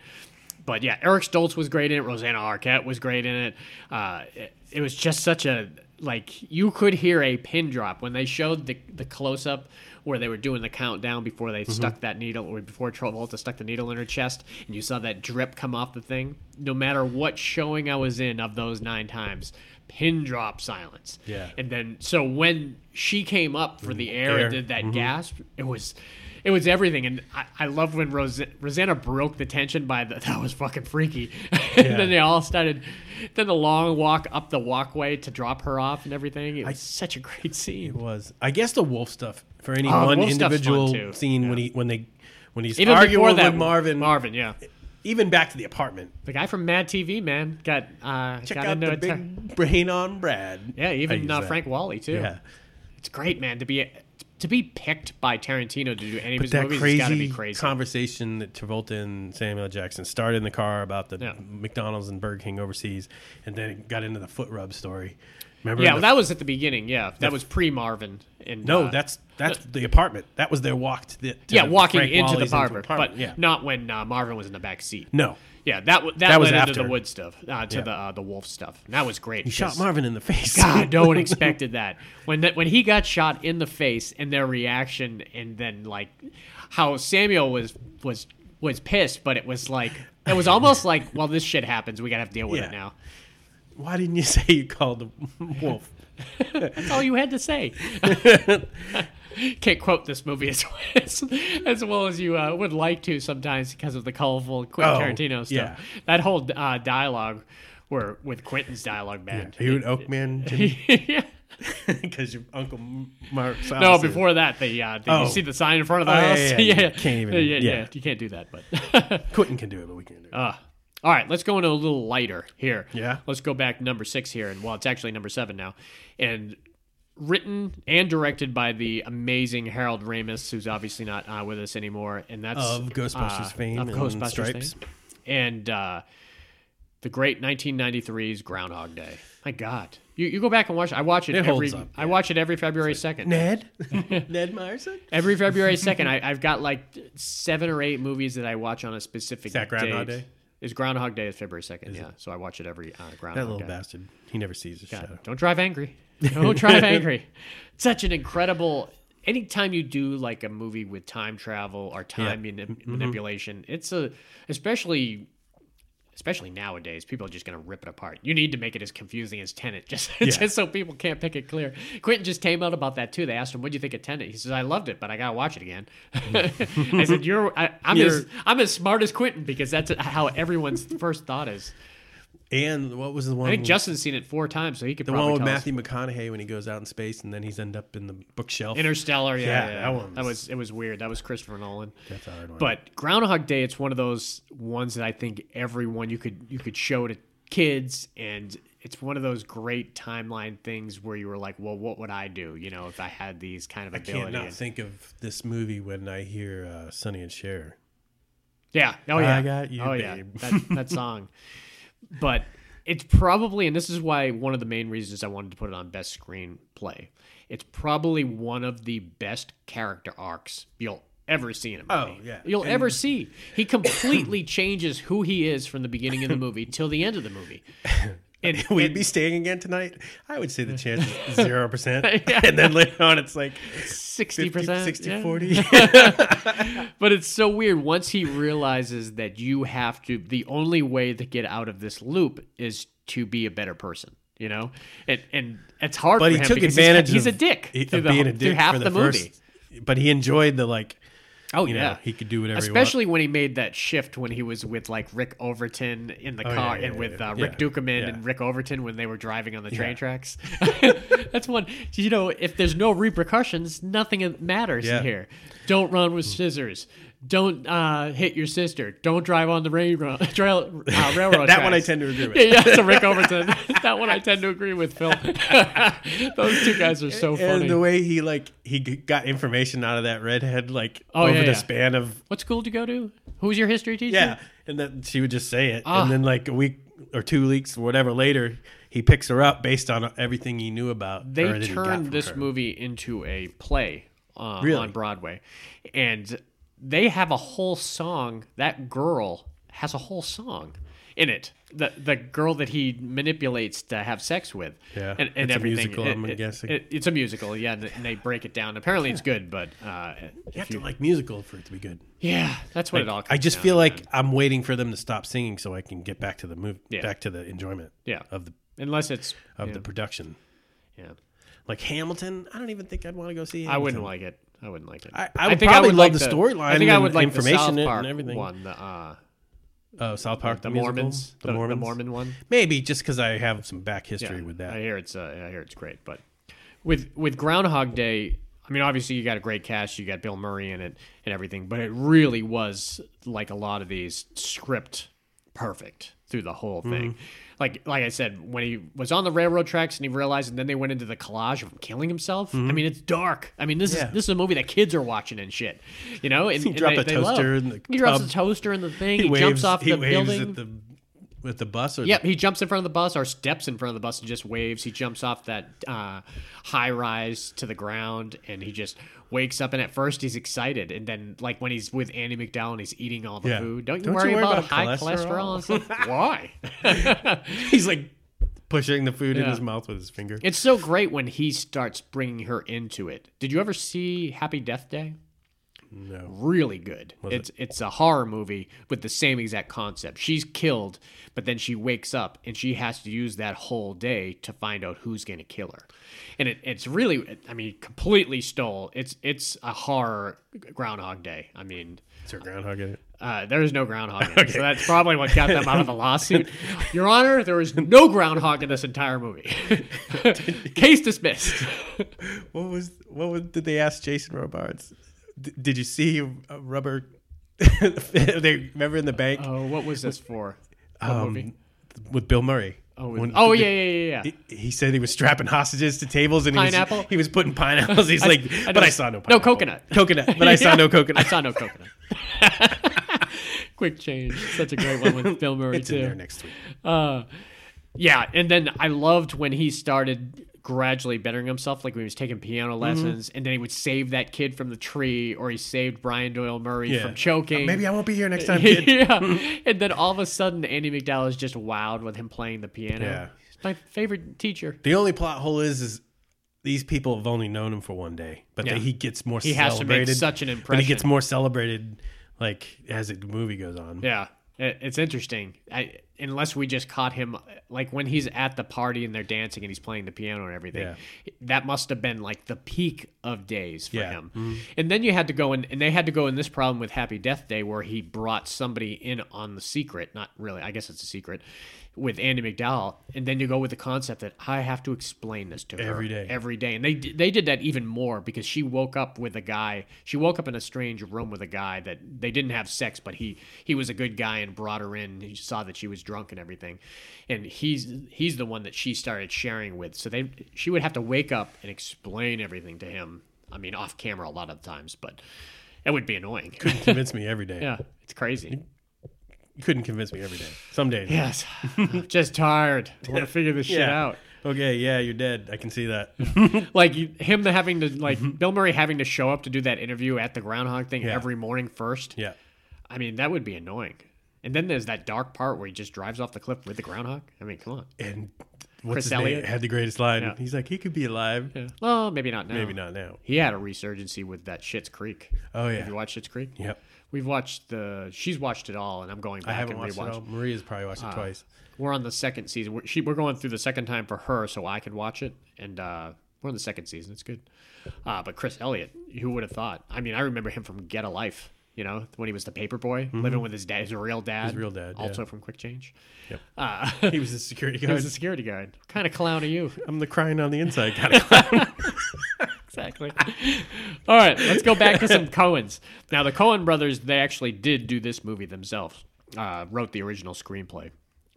C: But yeah, Eric Stoltz was great in it. Rosanna Arquette was great in it. Uh, it, it was just such a like you could hear a pin drop when they showed the the close up where they were doing the countdown before they stuck that needle or before Travolta stuck the needle in her chest and you saw that drip come off the thing. No matter what showing I was in of those nine times, pin drop silence.
B: Yeah. Mm-hmm.
C: And then so when she came up for the air,
B: Air.
C: and did that gasp, it was it was everything. And I, I love when Ros- Rosanna broke the tension by the, that was fucking freaky. and
B: Yeah.
C: then they all started then the long walk up the walkway to drop her off and everything. It was such a great
B: It
C: scene.
B: was. I guess the wolf stuff for any
C: Oh, the
B: one
C: wolf stuff's fun, too.
B: individual scene when he when they when he's
C: Even before
B: arguing
C: that
B: with Marvin,
C: Marvin, yeah.
B: even back to the apartment.
C: The guy from Mad TV, man, got uh
B: Check
C: got
B: out
C: into
B: the
C: a ter-
B: big brain on Brad.
C: Yeah,
B: I use
C: even uh,
B: that.
C: Frank Wally too.
B: Yeah,
C: It's great, man, to be to be picked by Tarantino to do any of his
B: that
C: movies has got to
B: crazy,
C: be crazy.
B: conversation that Travolta and Samuel L. Jackson started in the car about the
C: Yeah.
B: McDonald's and Burger King overseas, and then it got into the foot rub story. Remember?
C: yeah,
B: the-
C: well, that was at the beginning. Yeah, that was pre Marvin. And
B: no,
C: uh,
B: that's that's the apartment. That was their walk to the to
C: yeah, walking
B: Frank
C: into
B: Wally's
C: the barber, but
B: yeah,
C: not when uh, Marvin was in the back seat.
B: no,
C: Yeah, that w- that,
B: That was
C: led into
B: after.
C: the wood stuff, uh, to
B: Yeah.
C: the uh, the wolf stuff. And that was great.
B: he shot
C: because-
B: Marvin in the face.
C: God, no one expected that. When that when he got shot in the face and their reaction, and then like how Samuel was was was pissed, but it was like it was almost like, well, this shit happens. We gotta have to deal with
B: Yeah.
C: it now.
B: Why didn't you say you called the wolf?
C: That's all you had to say. Can't quote this movie as as, as well as you uh, would like to sometimes because of the colorful Quentin
B: Oh,
C: Tarantino stuff.
B: yeah.
C: That whole uh, dialogue, were with Quentin's dialogue, man.
B: Are you an Oakman, Jimmy?
C: yeah.
B: Because your uncle M- Mark's
C: No,
B: house is-
C: before that, they, uh, they
B: Oh.
C: you see the sign in front of the
B: Oh, yeah,
C: house.
B: yeah, yeah. You can't even-
C: Yeah,
B: yeah.
C: yeah, you can't do that. But
B: Quentin can do it, but we can't do it.
C: uh, all right, let's go into a little lighter here.
B: Yeah.
C: let's go back to number six here, and well, it's actually number seven now, and written and directed by the amazing Harold Ramis, who's obviously not uh, with us anymore, and that's uh,
B: Of Ghostbusters fame and Stripes.
C: fame. and uh, the great 1993's Groundhog Day. My God, you, you go back and watch. I watch it,
B: It
C: every.
B: holds up,
C: I watch it every February second.
B: Ned? Ned Meyerson?
C: Every February second, I, I've got like seven or eight movies that I watch on a specific. Is
B: that Groundhog Day?
C: Is Groundhog Day is February second? Yeah, so I watch it every uh, Groundhog
B: That little
C: Day.
B: bastard. He never sees his shadow.
C: Don't drive angry. Don't drive angry. Such an incredible. Anytime you do like a movie with time travel or time mani-
B: Mm-hmm.
C: manipulation, it's a especially especially nowadays people are just going to rip it apart. You need to make it as confusing as Tenet, just just so people can't pick it clear. Quentin just came out about that too. They asked him, "What do you think of Tenet?" He says, "I loved it, but I got to watch it again." I said, "You're I, I'm as
B: You're-
C: I'm as smart as Quentin because that's how everyone's first thought is."
B: And what was the one?
C: I think Justin's seen it four times, so he could
B: Um, the
C: probably
B: one with
C: tell us.
B: Matthew McConaughey when he goes out in space and then he's end up in the bookshelf.
C: Interstellar, yeah,
B: Yeah,
C: yeah,
B: that one
C: That
B: was-
C: was it was weird. That was Christopher Nolan.
B: That's a hard one.
C: But Groundhog Day, it's one of those ones that I think everyone you could you could show to kids, and it's one of those great timeline things where you were like, well, what would I do? You know, if I had these kind of
B: I
C: ability.
B: cannot
C: and-
B: think of this movie when I hear uh, Sonny and Cher.
C: Yeah. Oh yeah.
B: I got you,
C: Oh yeah.
B: babe.
C: That, that song. But it's probably, and this is why one of the main reasons I wanted to put it on best screenplay. It's probably one of the best character arcs you'll ever see in a movie.
B: Oh, yeah.
C: You'll ever see. He completely changes who he is from the beginning of the movie till the end of the movie. And
B: We'd be staying again tonight. I would say the chance is 0%. And then later on, it's like
C: 60%.
B: 50, 60,
C: yeah.
B: 40.
C: But it's so weird once he realizes that you have to the only way to get out of this loop is to be a better person, you know? And and it's hard
B: but he
C: for him
B: took
C: because
B: advantage.
C: he's, he's
B: of,
C: a dick
B: he- of
C: through the
B: being
C: whole-
B: a
C: through
B: dick
C: half
B: for
C: the,
B: the
C: movie.
B: first- But he enjoyed the like.
C: Oh
B: You
C: yeah,
B: know, he could do whatever he wants.
C: Especially when he made that shift when he was with like Rick Overton in the
B: Oh, yeah,
C: car
B: yeah,
C: and
B: yeah,
C: with
B: yeah.
C: uh, Rick
B: Yeah,
C: Dukeman
B: yeah.
C: and Rick Overton when they were driving on the train
B: Yeah.
C: tracks. That's one. You know, if there's no repercussions, nothing matters
B: Yeah. Mm.
C: in here. Don't run with scissors. Don't uh, hit your sister. Don't drive on the railroad. Trail, uh, railroad.
B: That one I
C: tracks.
B: tend to agree with.
C: Yeah, yeah, it's a Rick Overton. that one I tend to agree with, Phil. Those two guys are so funny.
B: And the way he like he g- got information out of that redhead like
C: Oh,
B: over
C: yeah,
B: the
C: yeah.
B: span of
C: what school did you go to? Who was your history teacher?
B: yeah, and then she would just say it,
C: Ah.
B: and then like a week or two weeks or whatever later, he picks her up based on everything he knew about. or
C: they
B: that he got
C: turned
B: from
C: this
B: her.
C: movie into a play uh,
B: Really?
C: on Broadway, and they have a whole song. That girl has a whole song in it. The the girl that he manipulates to have sex with.
B: Yeah.
C: and, and
B: It's a
C: everything.
B: musical,
C: It-
B: I'm
C: it-
B: guessing.
C: it- it's a musical. Yeah, and, and they break it down. Apparently, it's good, but uh,
B: You have to like musical for it to be good.
C: yeah, that's what it all. Comes
B: I just
C: down
B: feel
C: to,
B: like
C: man.
B: I'm waiting for them to stop singing so I can get back to the move,
C: Yeah.
B: back to the enjoyment
C: yeah,
B: of the
C: unless it's
B: of
C: yeah,
B: the production.
C: yeah.
B: Like Hamilton, I don't even think I'd want to go see.
C: I
B: Hamilton.
C: wouldn't like it. I wouldn't like it.
B: I- I would probably love the storyline
C: I think I
B: and
C: would like
B: information in it
C: the South
B: and
C: Park
B: everything.
C: one, the, uh,
B: Oh, South Park,
C: the,
B: musical?
C: Mormons, the,
B: the Mormons,
C: the Mormon one.
B: Maybe just because I have some back
C: Yeah,
B: history with
C: I
B: that.
C: hear it's uh, I hear it's great, but with with Groundhog Day, I mean, obviously you got a great cast, you got Bill Murray in it and everything, but it really was like a lot of these script perfect through the whole thing.
B: Mm-hmm.
C: Like like I said, when he was on the railroad tracks and he realized, and then they went into the collage of him killing himself. I mean, it's dark. I mean, this
B: Mm-hmm. Yeah.
C: is this is a movie that kids are watching and shit. You know, and
B: He
C: and
B: dropped
C: they-
B: a
C: they love.
B: toaster in the
C: He drops
B: tub.
C: a toaster in the thing. He, jumps off
B: he
C: the
B: waves
C: building.
B: at the with the bus or
C: Yep, he jumps in front of the bus or steps in front of the bus and just waves. He jumps off that uh, high rise to the ground and he just wakes up. And at first, he's excited. And then, like, when he's with Andy McDowell and he's eating all the
B: Yeah.
C: food, don't you,
B: Don't
C: worry, about, high cholesterol. It's like, Why?
B: he's like pushing the food in
C: Yeah.
B: his mouth with his finger.
C: it's so great when he starts bringing her into it. Did you ever see Happy Death Day?
B: no.
C: really good. it's it's a horror movie with the same exact concept. She's killed, but then she wakes up and she has to use that whole day to find out who's going to kill her. And it, it's really, I mean, completely stole. It's it's a horror Groundhog Day. I mean,
B: Is there a groundhog in it?
C: uh, there is no groundhog. In it, So that's probably what got them out of the lawsuit. Your Honor, there is no groundhog in this entire movie. Case dismissed.
B: What was what was, did they ask Jason Robards? D- did you see a rubber? they remember in the bank Um,
C: Oh, what was this for? Uh, What movie?
B: with Bill Murray.
C: Oh,
B: When-
C: oh yeah, yeah, yeah, yeah.
B: He, he said he was strapping hostages to tables and he
C: Pineapple?
B: was he was putting pineapples. He's like, but I
C: just-
B: saw no
C: no
B: pineapple.
C: coconut."
B: coconut. But I saw no
C: I
B: coconut.
C: saw no coconut. Quick change. Such a great one with Bill Murray
B: It's in there
C: too.
B: next week.
C: Yeah, and then I loved when he started gradually bettering himself, like when he was taking
B: Mm-hmm.
C: piano lessons, and then he would save that kid from the tree, or he saved Brian Doyle Murray
B: Yeah.
C: from choking.
B: Maybe I won't be here next time, kid.
C: yeah, and then all of a sudden, Andy McDowell is just wowed with him playing the piano.
B: Yeah.
C: He's my favorite teacher.
B: The only plot hole is is these people have only known him for one day, but
C: Yeah.
B: they- he gets more
C: He has to
B: celebrated.
C: make such an
B: but
C: impression.
B: he gets more celebrated like as the movie goes on.
C: Yeah, it, it's interesting. I, unless we just caught him, like when he's at the party and they're dancing and he's playing the piano and everything,
B: Yeah.
C: that must have been like the peak of days for
B: Yeah. Mm-hmm.
C: him. And then you had to go in, and they had to go in this problem with Happy Death Day where he brought somebody in on the secret. Not really, I guess it's a secret. With Andy McDowell, and then you go with the concept that I have to explain this to her
B: Every day.
C: every day, and they d- they did that even more because she woke up with a guy. She woke up in a strange room with a guy that they didn't have sex, but he he was a good guy and brought her in. He saw that she was drunk and everything, and he's he's the one that she started sharing with. So they she would have to wake up and explain everything to him. I mean, off camera a lot of times, but it would be annoying.
B: Convince me every day.
C: yeah, it's crazy.
B: You couldn't convince me every day. Some days.
C: Yes, I'm just tired. I want to figure this shit
B: Yeah.
C: out.
B: Okay, yeah, you're dead. I can see that.
C: like you- him having to like Bill Murray having to show up to do that interview at the Groundhog thing
B: Mm-hmm. Yeah.
C: every morning first.
B: yeah.
C: I mean that would be annoying. And then there's that dark part where he just drives off the cliff with the groundhog. I mean, come on.
B: And what's
C: Chris
B: his name?
C: Elliott?
B: had the greatest line.
C: Yeah.
B: He's like, he could be alive.
C: Well, maybe not now.
B: Maybe not now.
C: He had a resurgency with that Shit's Creek.
B: Oh
C: Have
B: yeah.
C: you watched Shit's Creek?
B: Yep.
C: We've watched the. She's watched it all, and I'm going
B: I
C: back
B: haven't
C: and
B: watched it all.
C: rewatch. Ah.
B: Maria's probably watched it twice.
C: We're on the second season. We're, she, we're going through the second time for her, so I could watch it, and uh, We're in the second season. It's good. Uh, but Chris Elliott, who would have thought? I mean, I remember him from Get a Life. You know, when he was the paper boy, living with his dad, his real dad,
B: Mm-hmm. real dad, yeah.
C: also from Quick Change.
B: Yep.
C: Uh,
B: He was the security
C: he
B: guard.
C: was a security guard. What kind of clown are you?
B: I'm the crying on the inside kind of clown.
C: exactly. All right, let's go back to some Coens. Now, the Coen brothers, they actually did do this movie themselves, uh, wrote the original screenplay.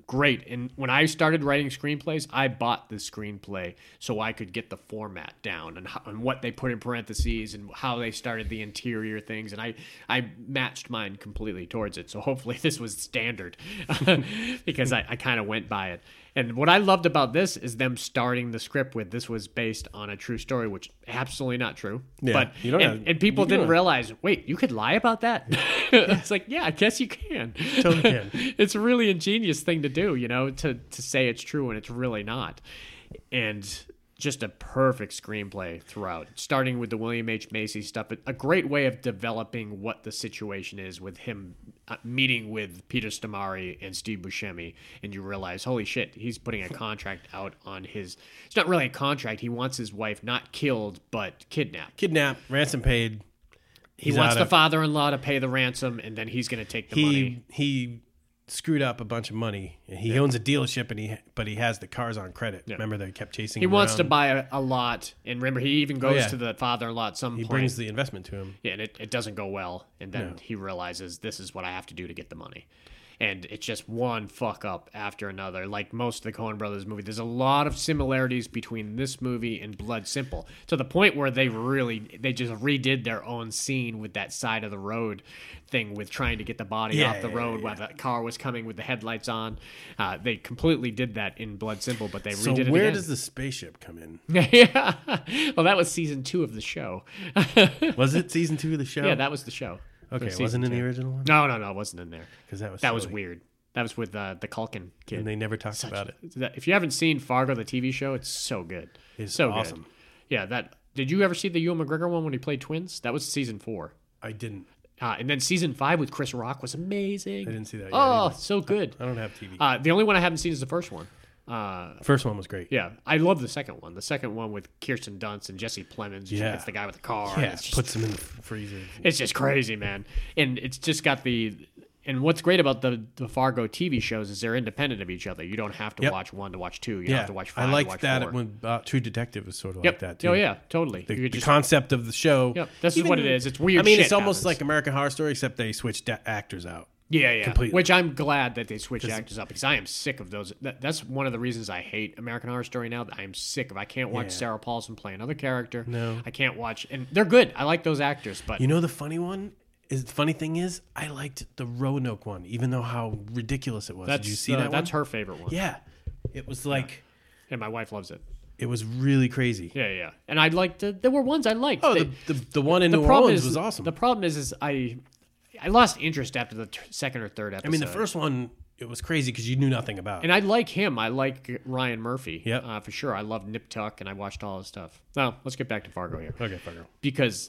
C: Great. And when I started writing screenplays, I bought the screenplay so I could get the format down and, how, and what they put in parentheses and how they started the interior things. And I, I matched mine completely towards it. So hopefully this was standard because I, I kind of went by it. And what I loved about this is them starting the script with this was based on a true story, which absolutely not true.
B: Yeah,
C: but
B: you don't
C: and,
B: have-
C: and people
B: you
C: didn't
B: don't-
C: realize. Wait, you could lie about that? it's like, yeah, I guess you can.
B: Totally can.
C: it's a really ingenious thing to do, you know, to to say it's true when it's really not, and just a perfect screenplay throughout, starting with the William H Macy stuff. A great way of developing what the situation is with him uh, meeting with Peter Stamari and Steve Buscemi, and you realize, holy shit, he's putting a contract out on his. It's not really a contract. He wants his wife not killed, but kidnapped.
B: Kidnapped, ransom paid.
C: He wants the father-in-law to pay the ransom, and then he's going to take the
B: he
C: money.
B: he screwed up a bunch of money. and He owns a dealership, and he but he has the cars on credit. Remember they kept chasing.
C: He wants to
B: buy.
C: buy a, a lot, and remember, he even goes
B: Oh, yeah.
C: to the father-in-law at some
B: He
C: point.
B: brings the investment to him.
C: yeah, and it, it doesn't go well, and then he realizes this is what I have to do to get the money, and it's just one fuck up after another. Like most of the Coen Brothers movie, there's a lot of similarities between this movie and Blood Simple to the point where they really they just redid their own scene with that side of the road thing with trying to get the body
B: Yeah,
C: off the
B: yeah,
C: road while the car was coming with the headlights on. Uh, they completely did that in Blood Simple, but they
B: So
C: redid it.
B: where
C: again.
B: does the spaceship come in?
C: yeah. Well, that was season two of the show. yeah,
B: Was it season two of the show?
C: that was the show.
B: okay.
C: From
B: It
C: season
B: wasn't in
C: two.
B: the original one
C: No, no, no, it wasn't in there.
B: because that was
C: That was
B: silly.
C: weird. That was with uh, the Culkin kid.
B: and they never talked about it.
C: That- If you haven't seen Fargo, the TV show, it's so good.
B: It's
C: so good.
B: awesome.
C: Yeah, that. Did you ever see the Ewan McGregor one when he played twins? That was season four.
B: I didn't.
C: Uh, and then season five with Chris Rock was amazing.
B: I didn't see that. Yet
C: Oh,
B: either.
C: so good.
B: I don't have TV.
C: Uh, the only one I haven't seen is the first one. Uh,
B: First one was great.
C: yeah, I love the second one. The second one with Kirsten Dunst and Jesse Plemons.
B: Yeah.
C: it's the guy with the car.
B: Yeah,
C: and it's just,
B: puts them in the freezer.
C: it's just crazy, man. And it's just got the. And what's great about the, the Fargo TV shows is they're independent of each other. You don't have to
B: Yep.
C: watch one to watch two. You don't
B: Yeah,
C: have to watch five.
B: I
C: to
B: liked
C: watch
B: that
C: four.
B: when uh, True Detective was sort of
C: yep.
B: like that too.
C: Oh yeah, totally.
B: the,
C: you
B: the
C: could just
B: concept of the show.
C: Yep, this is what it is. It's weird
B: I mean,
C: shit
B: it's almost
C: happens.
B: like American Horror Story, except they switched da- actors out.
C: Yeah, yeah.
B: Completely.
C: Which I'm glad that they switched actors up because I am sick of those. That, that's one of the reasons I hate American Horror Story now. That I am sick of. I can't watch
B: Yeah.
C: Sarah Paulson play another character.
B: No.
C: I can't watch. And they're good. I like those actors, but
B: You know, the funny one is the funny thing is, I liked the Roanoke one, even though how ridiculous it was.
C: that's
B: Did you see
C: uh,
B: that?
C: That's
B: one?
C: her favorite one.
B: Yeah, it was like
C: and my wife loves it.
B: it was really crazy.
C: Yeah, yeah. And I liked. The, there were ones I liked.
B: Oh,
C: They-
B: the, the the one in
C: the
B: New
C: problem
B: Orleans
C: is,
B: was awesome.
C: The problem is, is I, I lost interest after the t- second or third episode.
B: I mean, the first one it was crazy because you knew nothing about.
C: And I like him. I like Ryan Murphy.
B: Yep.
C: uh, for sure. I love Nip Tuck, and I watched all his stuff. Now let's get back to Fargo here,
B: it. Okay, fucker.
C: because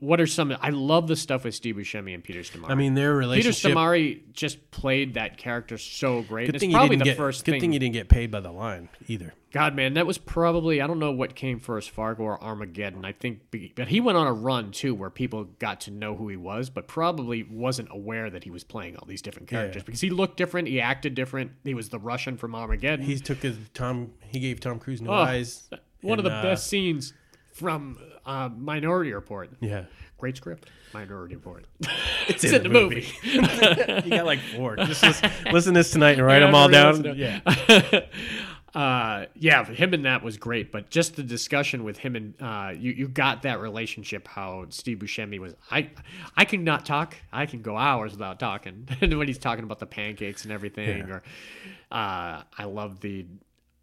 C: what are some? I love the stuff with Steve Buscemi and Peter Stamari.
B: I mean, their
C: Peter
B: relationship.
C: Stamari just played that character so great. and
B: good
C: it's
B: thing you
C: probably
B: didn't
C: the
B: get.
C: first
B: good
C: thing.
B: thing you didn't get paid by the line either.
C: God, man, that was probably I don't know what came first, Fargo or Armageddon. I think, be- but he went on a run too, where people got to know who he was, but probably wasn't aware that he was playing all these different characters because he looked different, he acted different. He was the Russian from Armageddon.
B: He took his Tom. He gave Tom Cruise no
C: Oh,
B: eyes.
C: one of
B: and,
C: the
B: uh,
C: best scenes from uh, Minority Report.
B: Yeah,
C: Great script, Minority Report.
B: it's,
C: It's in the movie.
B: you got like four. Just listen, listen to this tonight and write them all
C: Everyone's
B: down. Yeah.
C: uh, yeah, but him and that was great, but just the discussion with him and uh, you you got that relationship how Steve Buscemi was. I I can not talk. I can go hours without talking. and when he's talking about the pancakes and everything, or uh, I love the.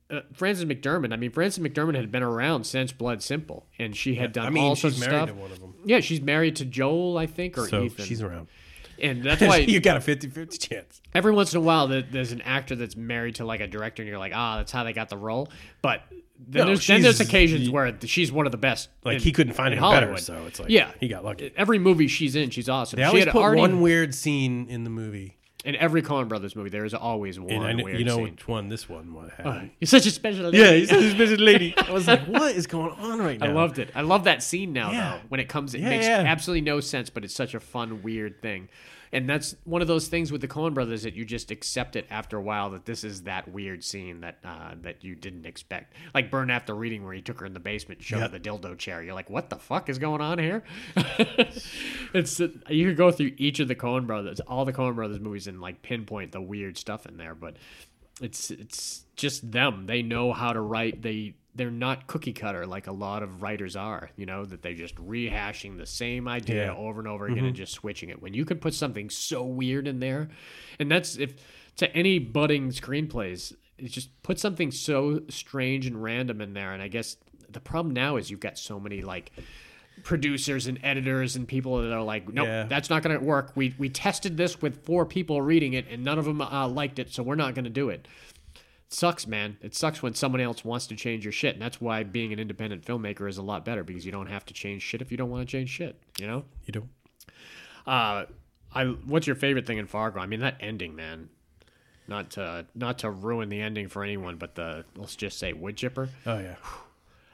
C: Uh, Frances McDermott. I mean, Frances McDermott had been around since Blood Simple, and she had done
B: I mean,
C: all
B: she's
C: sorts of
B: married
C: stuff.
B: to one of them.
C: Yeah, she's married to Joel, I think, or
B: So
C: Ethan.
B: she's around.
C: and that's why
B: you got a 50 50 chance.
C: every once in a while there- there's an actor that's married to like a director and you're like ah that's how they got the role but then,
B: No,
C: there's, then there's
B: she's-
C: occasions where th- she's one of the best
B: Like,
C: in-
B: he couldn't find
C: in
B: any better,
C: Hollywood.
B: so it's like,
C: yeah
B: he got lucky.
C: every movie she's in she's awesome
B: They
C: she
B: always
C: had
B: put
C: already,
B: one weird scene in the movie.
C: In every Coen Brothers movie, there is always one
B: And I know,
C: weird
B: you know
C: scene.
B: which one this one was.
C: Oh, you're such a special.
B: yeah,
C: lady.
B: he's such a busy lady. I was like, what is going on right now?
C: I loved it. I love that scene now,
B: Yeah.
C: though. When it comes, it
B: Yeah,
C: makes
B: yeah.
C: absolutely no sense, but it's such a fun, weird thing. And that's one of those things with the Coen Brothers that you just accept it after a while that this is that weird scene that uh, that you didn't expect. Like Burn After Reading, where he took her in the basement, showed
B: Yep.
C: her the dildo chair. You're like, what the fuck is going on here? it's you could go through each of the Coen Brothers, all the Coen Brothers movies, and like pinpoint the weird stuff in there, but it's it's just them. They know how to write. They they're not cookie cutter like a lot of writers are. You know that they're just rehashing the same idea
B: Yeah.
C: over and over again and just switching it. When you can put something so weird in there, and that's if to any budding screenplays, it's just put something so strange and random in there. And I guess the problem now is you've got so many like producers and editors and people that are like, nope,
B: Yeah.
C: that's not going to work. We we tested this with four people reading it, and none of them uh, liked it, so we're not going to do it. Sucks, man. It sucks when someone else wants to change your shit, and that's why being an independent filmmaker is a lot better because you don't have to change shit if you don't want to change shit. You know.
B: You know,
C: Uh, I what's your favorite thing in Fargo? I mean that ending, man. Not to not to ruin the ending for anyone, but the let's just say wood chipper.
B: oh yeah,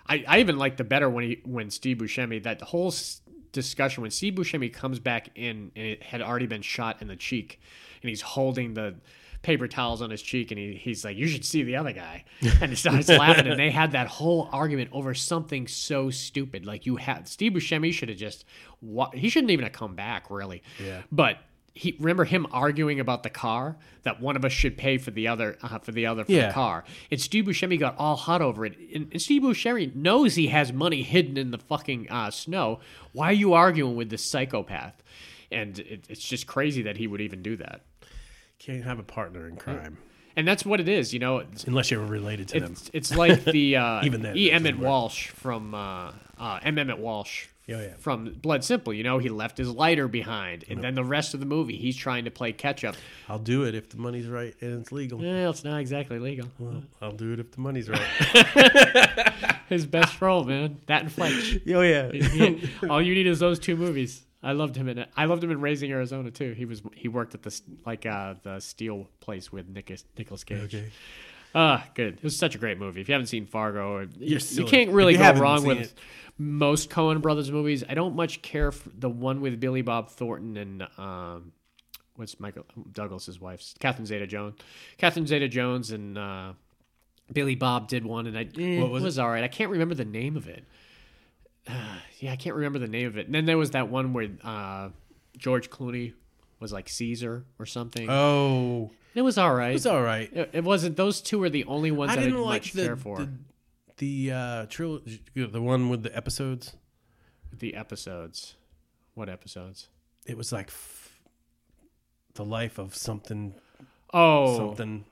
C: I, I even liked the better when he when Steve Buscemi that whole s- discussion when Steve Buscemi comes back in and it had already been shot in the cheek, and he's holding the paper towels on his cheek and he, he's like you should see the other guy and he starts laughing and they had that whole argument over something so stupid like you had steve buscemi should have just wa- he shouldn't even have come back really
B: Yeah.
C: but he remember him arguing about the car that one of us should pay for the other uh, for the other for
B: Yeah.
C: the car. And Steve Buscemi got all hot over it. And, and Steve Buscemi knows he has money hidden in the fucking uh, snow. Why are you arguing with this psychopath? And it, it's just crazy that he would even do that.
B: can't have a partner in crime
C: And that's what it is, you know. It's,
B: unless you're related to them.
C: it's, it's like the uh,
B: Even then,
C: E.
B: that doesn't
C: Emmett
B: work.
C: Walsh from uh, uh, M. Emmett Walsh
B: Yeah, yeah.
C: from Blood Simple. You know, he left his lighter behind, and then the rest of the movie, he's trying to play catch up.
B: I'll do it if the money's right and it's legal.
C: Well, it's not exactly legal.
B: I'll do it if the money's right.
C: His best role, man. That and Fletch.
B: oh yeah,
C: All you need is those two movies. I loved him in I loved him in Raising Arizona too. He was he worked at the s- like uh the steel place with Nicholas Nicholas Cage.
B: okay.
C: Ah, good. It was such a great movie. If you haven't seen Fargo, or- you
B: silly.
C: can't really
B: If you
C: go
B: haven't
C: wrong
B: seen
C: with
B: it.
C: most Coen Brothers movies. I don't much care for the one with Billy Bob Thornton and um, what's Michael Douglas's wife's Catherine Zeta Jones. Catherine Zeta Jones and uh, Billy Bob did one, and I eh,
B: What was
C: it was all right. I can't remember the name of it. yeah, I can't remember the name of it. And then there was that one where uh, George Clooney was like Caesar or something.
B: Oh,
C: Uh, it was all right.
B: it's all right.
C: It, it wasn't. Those two were the only ones I, didn't much care for. The,
B: the the uh, trilogy, the one with the episodes.
C: episodes. What episodes?
B: It was like f- the life of something
C: Oh,
B: something.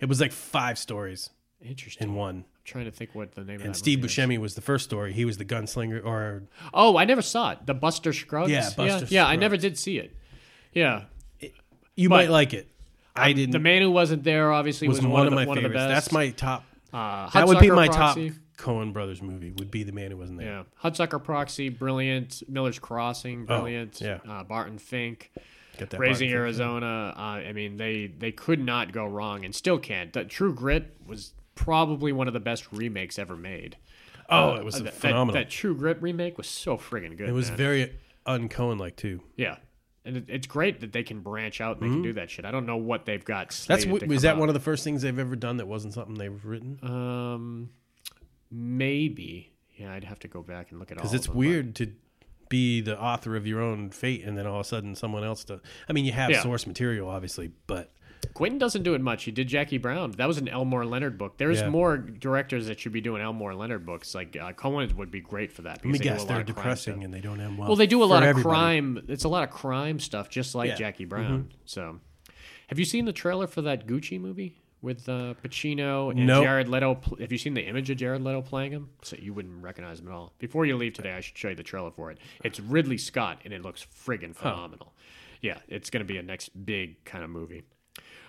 B: It was like five stories
C: interesting.
B: in one.
C: I'm trying to think what the name of
B: And
C: that
B: Steve
C: movie is.
B: Buscemi was the first story. He was the gunslinger, or
C: Oh, I never saw it. The Buster Scruggs.
B: Yeah, Buster
C: yeah, I
B: Scruggs.
C: never did see it. Yeah,
B: you might like it. I didn't.
C: the man who wasn't there obviously was,
B: was one, of
C: the,
B: my
C: one
B: favorites.
C: Of the best.
B: That's my top.
C: Uh,
B: that would be
C: Hudsucker
B: my
C: Proxy.
B: top Cohen Brothers movie. Would be the man who wasn't there.
C: Yeah, Hudsucker Proxy, brilliant. Miller's Crossing, brilliant.
B: Oh, yeah.
C: uh, Barton Fink,
B: Get that
C: Raising
B: part.
C: Arizona. Uh, I mean, they they could not go wrong, and still can't. The True Grit was probably one of the best remakes ever made.
B: Oh, it was
C: Uh, That- that-
B: phenomenal.
C: That, True Grit remake was so friggin' good.
B: it was
C: man.
B: very un Cohen like too.
C: yeah. And it, it's great that they can branch out and they can do that shit. I don't know what they've got.
B: Mm-hmm. That's
C: slated
B: what
C: to
B: was
C: come
B: that
C: out.
B: one of the first things they've ever done that wasn't something they've written?
C: Um, maybe. Yeah, I'd have to go back and look at all.
B: Because
C: of
B: it's
C: them, but-
B: weird to be the author of your own fate and then all of a sudden someone else does. I mean, you have
C: Yeah.
B: source material, obviously, but
C: Quentin doesn't do it much. He did Jackie Brown. That was an Elmore Leonard book. There's
B: Yeah.
C: more directors that should be doing Elmore Leonard books. Like uh, Cohen would be great for that.
B: let me
C: because they do a
B: guess
C: lot
B: they're
C: of crime
B: depressing
C: stuff.
B: and they don't end well.
C: Well, they do a lot
B: for
C: of
B: everybody.
C: crime. It's a lot of crime stuff, just like
B: Yeah. Mm-hmm.
C: Jackie Brown. So, have you seen the trailer for that Gucci movie with uh, Pacino and
B: Nope.
C: Jared Leto? pl- Have you seen the image of Jared Leto playing him? So you wouldn't recognize him at all. Before you leave today, I should show you the trailer for it. It's Ridley Scott, and it looks friggin' phenomenal. Yeah, it's going to be a next big kind of movie.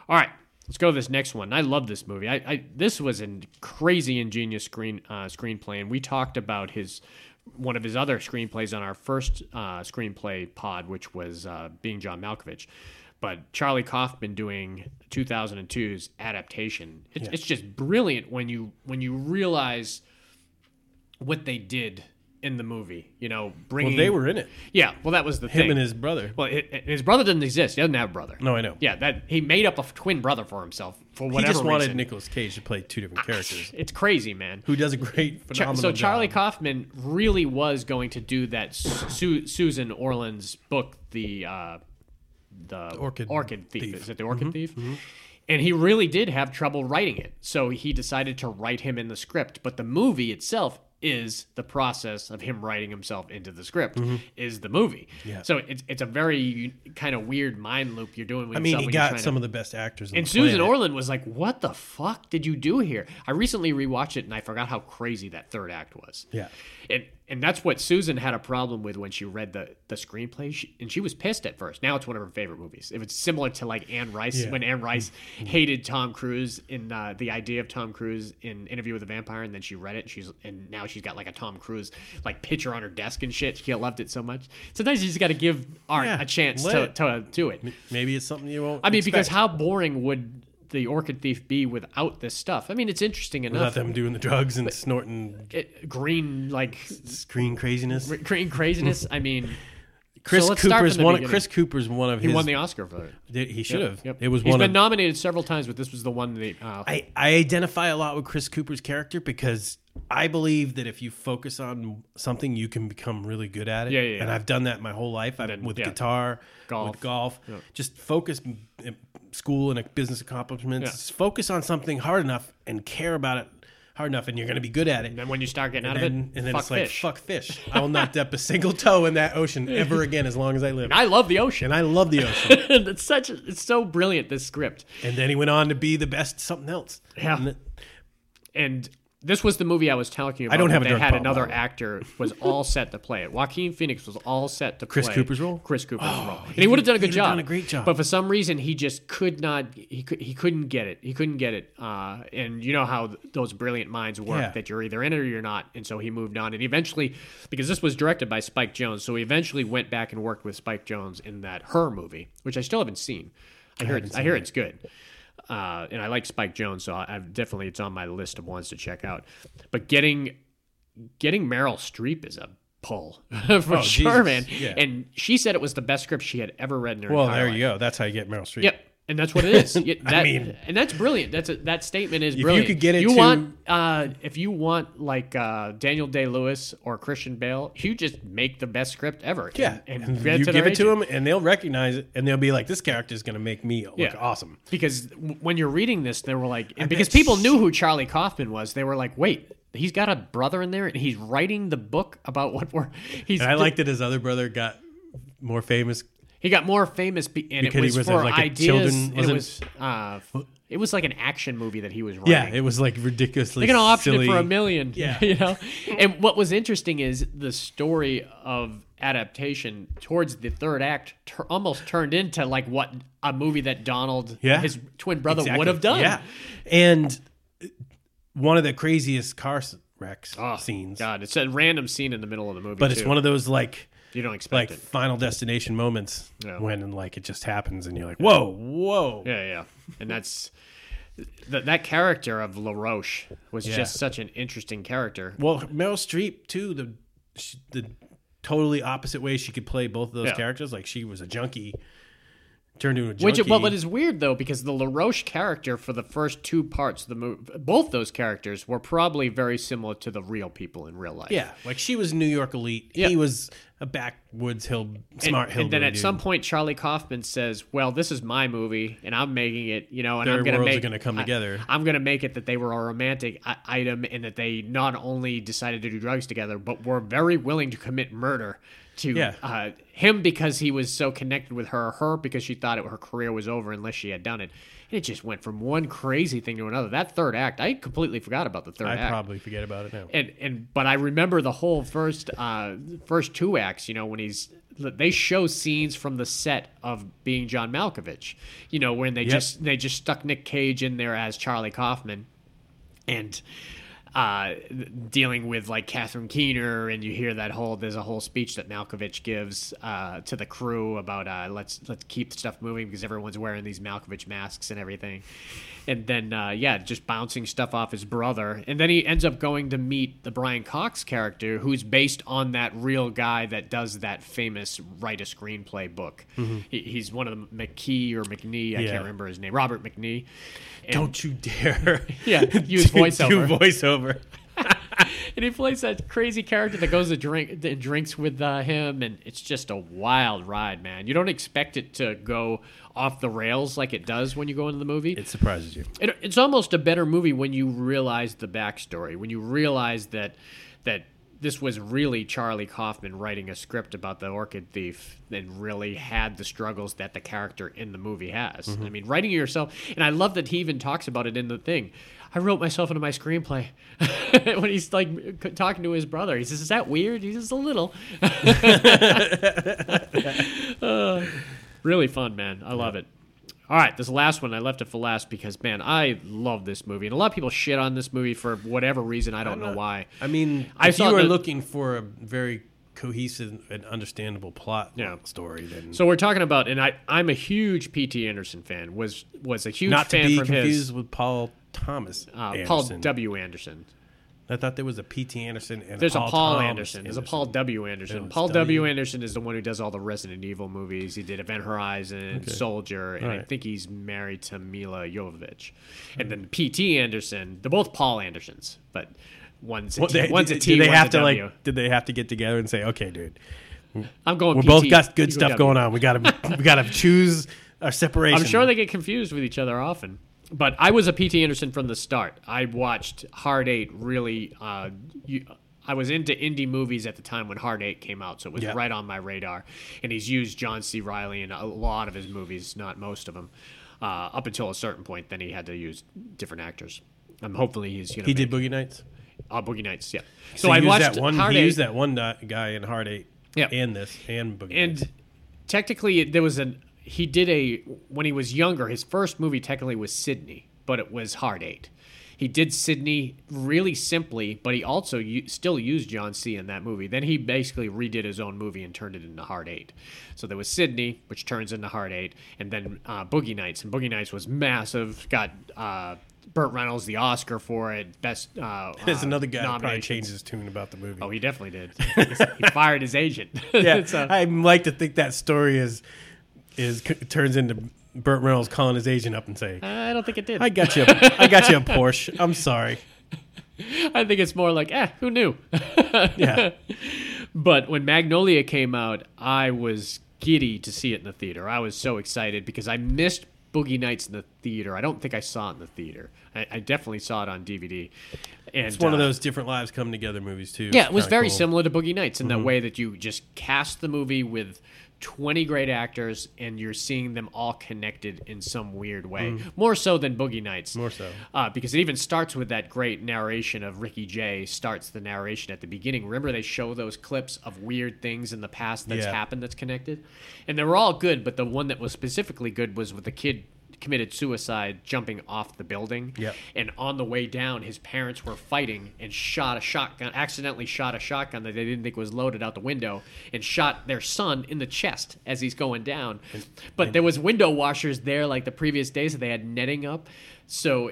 C: All right, let's go to this next one. I love this movie. I, I this was a crazy ingenious screen uh, screenplay, and we talked about his one of his other screenplays on our first uh, screenplay pod, which was uh, Being John Malkovich. but Charlie Kaufman doing 2002's adaptation. It's, it's just brilliant when you when you realize what they did in the movie. You know, bringing
B: Well, they were in it.
C: yeah. Well, that was the
B: Him
C: thing.
B: and his brother.
C: well, it, it- his brother doesn't exist. He doesn't have a brother.
B: No, I know.
C: Yeah, that he made up a f- twin brother for himself for
B: He
C: whatever
B: just wanted
C: reason.
B: Nicolas Cage to play two different characters.
C: It's crazy, man.
B: Who does a great
C: Char-
B: phenomenal
C: so Charlie
B: job.
C: Kaufman really was going to do that Su- Susan Orland's book, the uh, the
B: Orchid
C: Thief.
B: Thief. Mm-hmm,
C: Is it the Orchid Thief? And he really did have trouble writing it, so he decided to write him in the script. But the movie itself is the process of him writing himself into the script is the movie.
B: Mm-hmm. Yeah.
C: So it's it's a very kind of weird mind loop you're doing with
B: I mean,
C: yourself
B: he
C: when you're trying
B: got
C: to-
B: some of the best actors. In
C: and
B: the
C: Susan
B: planet.
C: Orland was like, "What the fuck did you do here?" I recently rewatched it and I forgot how crazy that third act was.
B: Yeah.
C: and and that's what Susan had a problem with when she read the the screenplay, she, and she was pissed at first. Now it's one of her favorite movies. It was similar to like Anne Rice
B: Yeah. Mm-hmm.
C: when Anne Rice hated Tom Cruise in uh, the idea of Tom Cruise in Interview with the Vampire, and then she read it. And she's and now she's got like a Tom Cruise like picture on her desk and shit. She loved it so much. Sometimes you just got to give art
B: Yeah,
C: a chance to,
B: let
C: to to it.
B: Maybe it's something you won't.
C: I mean,
B: expect
C: because how boring would the Orchid Thief be without this stuff? I mean, it's interesting
B: without
C: enough.
B: them doing the drugs and snorting
C: It- green, like
B: screen craziness.
C: green craziness. I mean,
B: Chris
C: let's start
B: Cooper's
C: from the
B: one.
C: beginning.
B: Chris Cooper's one of
C: he
B: his.
C: won the Oscar for it.
B: Did- he should have.
C: Yep.
B: It was
C: He's
B: one
C: been
B: of.
C: nominated several times, but this was the one that uh,
B: I I identify a lot with Chris Cooper's character because I believe that if you focus on something, you can become really good at it.
C: Yeah, yeah,
B: And
C: yeah.
B: I've done that my whole life. I've
C: then,
B: with
C: yeah.
B: guitar,
C: Golf.
B: with golf. Just focus. m- m- School and business accomplishments.
C: Yeah.
B: Just Focus on something hard enough and care about it hard enough, and you're going to be good at it.
C: and when you start getting out
B: and
C: of
B: then,
C: it,
B: and then
C: fuck
B: it's like
C: fish.
B: fuck fish. I will not dip a single toe in that ocean ever again as long as I live.
C: I love the ocean.
B: and I love the ocean.
C: it's such. a- It's so brilliant. This script.
B: and then he went on to be the best something else.
C: Yeah.
B: And th-
C: and this was the movie I was telling you about.
B: I don't
C: where
B: have a
C: They
B: drug
C: had
B: problem, by
C: another
B: the way.
C: actor was all set to play it. Joaquin Phoenix was all set to
B: Chris
C: play
B: Cooper's role? Oh,
C: Chris Cooper's role, and he would have done a good
B: he'd have
C: job,
B: done a great job.
C: But for some reason, he just could not. He could. He couldn't get it. He couldn't get it. Uh, and you know how th- those brilliant minds work.
B: Yeah.
C: That you're either in it or you're not. And so he moved on, and eventually, because this was directed by Spike Jones, so he eventually went back and worked with Spike Jones in that Her movie, which I still haven't seen. I hear. it, I hear it's good uh, and I like Spike Jones, so I, I've definitely it's on my list of ones to check out. But getting getting Meryl Streep is a pull for sure,
B: Oh, Jesus.
C: man.
B: Yeah.
C: And she said it was the best script she had ever read in her
B: well,
C: entire
B: there
C: life.
B: you go. That's how you get Meryl Streep.
C: Yep. And that's what it is. Yeah,
B: I
C: that,
B: mean-
C: and that's brilliant. That's a, that statement is
B: you
C: brilliant.
B: could get it
C: you
B: to-
C: want uh, if you want like uh, Daniel Day Lewis or Christian Bale, you just make the best script ever.
B: Yeah, and,
C: and, and get
B: you
C: their
B: give it to
C: agent.
B: them, and they'll recognize it, and they'll be like, "This character is going to make me look
C: Yeah.
B: awesome."
C: because w- when you're reading this, they were like, and because
B: bet
C: people knew who Charlie Kaufman was, they were like, wait, he's got a brother in there, and he's writing the book about what we're. He's
B: And I like that his other brother got more famous.
C: he got more famous, be, and it
B: Because he
C: was,
B: was,
C: for
B: like, a
C: ideas.
B: children-
C: and it
B: wasn't-
C: was uh, it was like an action movie that he was writing.
B: Yeah, it was like ridiculously.
C: They're gonna option
B: silly.
C: it for a million.
B: Yeah.
C: you know. And what was interesting is the story of adaptation towards the third act tur almost turned into like what a movie that Donald,
B: Yeah.
C: his twin brother,
B: Exactly.
C: would have done.
B: Yeah, and one of the craziest car s- wrecks
C: Oh,
B: scenes.
C: God, it's a random scene in the middle of the movie.
B: But it's one of those like
C: you don't expect
B: like
C: it.
B: Final Destination moments
C: Yeah.
B: when like it just happens, and you're like, "Whoa, whoa!"
C: Yeah, yeah, and that's that that character of LaRoche was just such an interesting character.
B: Well, Meryl Streep too. The she, the totally opposite way she could play both of those
C: Yeah.
B: characters. Like she was a junkie, turned into a junkie.
C: Which, but what is weird though, because the LaRoche character for the first two parts of the movie, both those characters were probably very similar to the real people in real life.
B: yeah, like she was New York elite.
C: Yeah.
B: He was a backwoods hill smart
C: and,
B: hill.
C: and then at some point, Charlie Kaufman says, "Well, this is my movie, and I'm making it. You know, and
B: Their
C: I'm going to
B: worlds
C: make
B: are gonna come
C: I-
B: together.
C: I'm going to make it that they were a romantic I- item, and that they not only decided to do drugs together, but were very willing to commit murder to
B: Yeah.
C: uh, him because he was so connected with her, her because she thought it, her career was over unless she had done it. And it just went from one crazy thing to another. That third act, I completely forgot about the third
B: I
C: act
B: probably forget about it now.
C: and and but I remember the whole first uh first two acts. You know when he's they show scenes from the set of being John Malkovich. You know when they just they just stuck Nick Cage in there as Charlie Kaufman, and uh, dealing with like Catherine Keener, and you hear that whole there's a whole speech that Malkovich gives uh, to the crew about uh, let's let's keep stuff moving because everyone's wearing these Malkovich masks and everything, and then uh, yeah, just bouncing stuff off his brother, and then he ends up going to meet the Brian Cox character, who's based on that real guy that does that famous write a screenplay book. He, he's one of the McKee or McNee, I
D: Yeah.
C: can't remember his name, Robert McNee. And-
D: Don't you dare.
C: Yeah, use
D: do-
C: voiceover.
D: Do voiceover.
C: and he plays that crazy character that goes to drink and drinks with uh, him, and it's just a wild ride, man. You don't expect it to go off the rails like it does when you go into the movie.
D: It surprises you.
C: It, it's almost a better movie when you realize the backstory, when you realize that that this was really Charlie Kaufman writing a script about the orchid thief and really had the struggles that the character in the movie has. I mean, writing it yourself, and I love that he even talks about it in the thing. I wrote myself into my screenplay when he's like c- talking to his brother. He says, "Is that weird?" He says, "A little." Uh, really fun, man. I love it. All right, this last one I left it for last because man, I love this movie, and a lot of people shit on this movie for whatever reason. I don't know why.
D: I mean,
C: I
D: if you
C: saw
D: are
C: the-
D: looking for a very cohesive and understandable plot
C: Yeah.
D: story, then
C: So we're talking about, and I I'm a huge P.T. Anderson fan. Was was a huge
D: not to
C: fan
D: be
C: from
D: confused
C: his
D: with Paul Thomas
C: uh,
D: Anderson.
C: Paul W. Anderson.
D: I thought there was a P.T. Anderson and
C: There's
D: Paul
C: a Paul
D: Thomas
C: Anderson. There's a Paul W. Anderson.
D: There was
C: Paul
D: W.
C: w. Anderson is the one who does all the Resident Evil movies. He did Event Horizon, Soldier, and I
D: Alright.
C: think he's married to Mila Jovovich. And then P.T. Anderson. They're both Paul Andersons, but one's a
D: Well, they,
C: T- one's a
D: did,
C: T.
D: did they
C: one's
D: have
C: a
D: to
C: W.
D: like? Did they have to get together and say, "Okay, dude,
C: I'm going.
D: we're
C: PT.
D: both got good
C: You go
D: stuff
C: W.
D: going on. We gotta we gotta choose our separation."
C: I'm sure they get confused with each other often. But I was a PT Anderson from the start. I watched Hard Eight really. Uh, you, I was into indie movies at the time when Hard Eight came out, so it was
D: Yeah.
C: right on my radar. And he's used John C. Riley in a lot of his movies, not most of them, uh, up until a certain point. Then he had to use different actors. Um, hopefully he's gonna
D: he did
C: make-
D: Boogie Nights.
C: uh, Boogie Nights. Yeah.
D: So, he used that one. he used that one di- guy in Heart Eight.
C: Yeah.
D: and this and Boogie Nights.
C: and technically it- there was an he did a when he was younger his first movie technically was sydney but it was hard eight he did sydney really simply but he also u- still used john c in that movie then he basically redid his own movie and turned it into hard eight so there was sydney which turns into hard eight and then uh, boogie nights and boogie nights was massive got uh, burt reynolds the oscar for it best uh,
D: There's
C: uh,
D: another guy that probably
C: nominations.
D: changed his tune about the movie.
C: oh he definitely did he fired his agent
D: yeah,
C: It's a-
D: I like to think that story is is c- turns into Burt Reynolds calling his agent up and saying,
C: I don't think it did.
D: "I got you, a, I got you a Porsche. I'm sorry."
C: I think it's more like, eh, who knew?
D: Yeah,
C: but when Magnolia came out, I was giddy to see it in the theater. I was so excited because I missed Boogie Nights in the theater. I don't think I saw it in the theater. I, I definitely saw it on DVD. And
D: it's one of
C: uh,
D: those different lives come together movies too.
C: Yeah, it was
D: Kinda
C: very
D: cool. Mm-hmm.
C: similar to Boogie Nights in the way that you just cast the movie with 20 great actors and you're seeing them all connected in some weird way. More so than Boogie Nights.
D: Mm-hmm. More so.
C: Uh, because it even starts with that great narration of Ricky Jay starts the narration at the beginning. Remember they show those clips of weird things in the past that's
D: Yeah.
C: happened that's connected? And they were all good, but the one that was specifically good was with the kid committed suicide jumping off the building
D: Yep.
C: and on the way down his parents were fighting and shot a shotgun accidentally shot a shotgun that they didn't think was loaded out the window and shot their son in the chest as he's going down but there was window washers there like the previous days that they had netting up so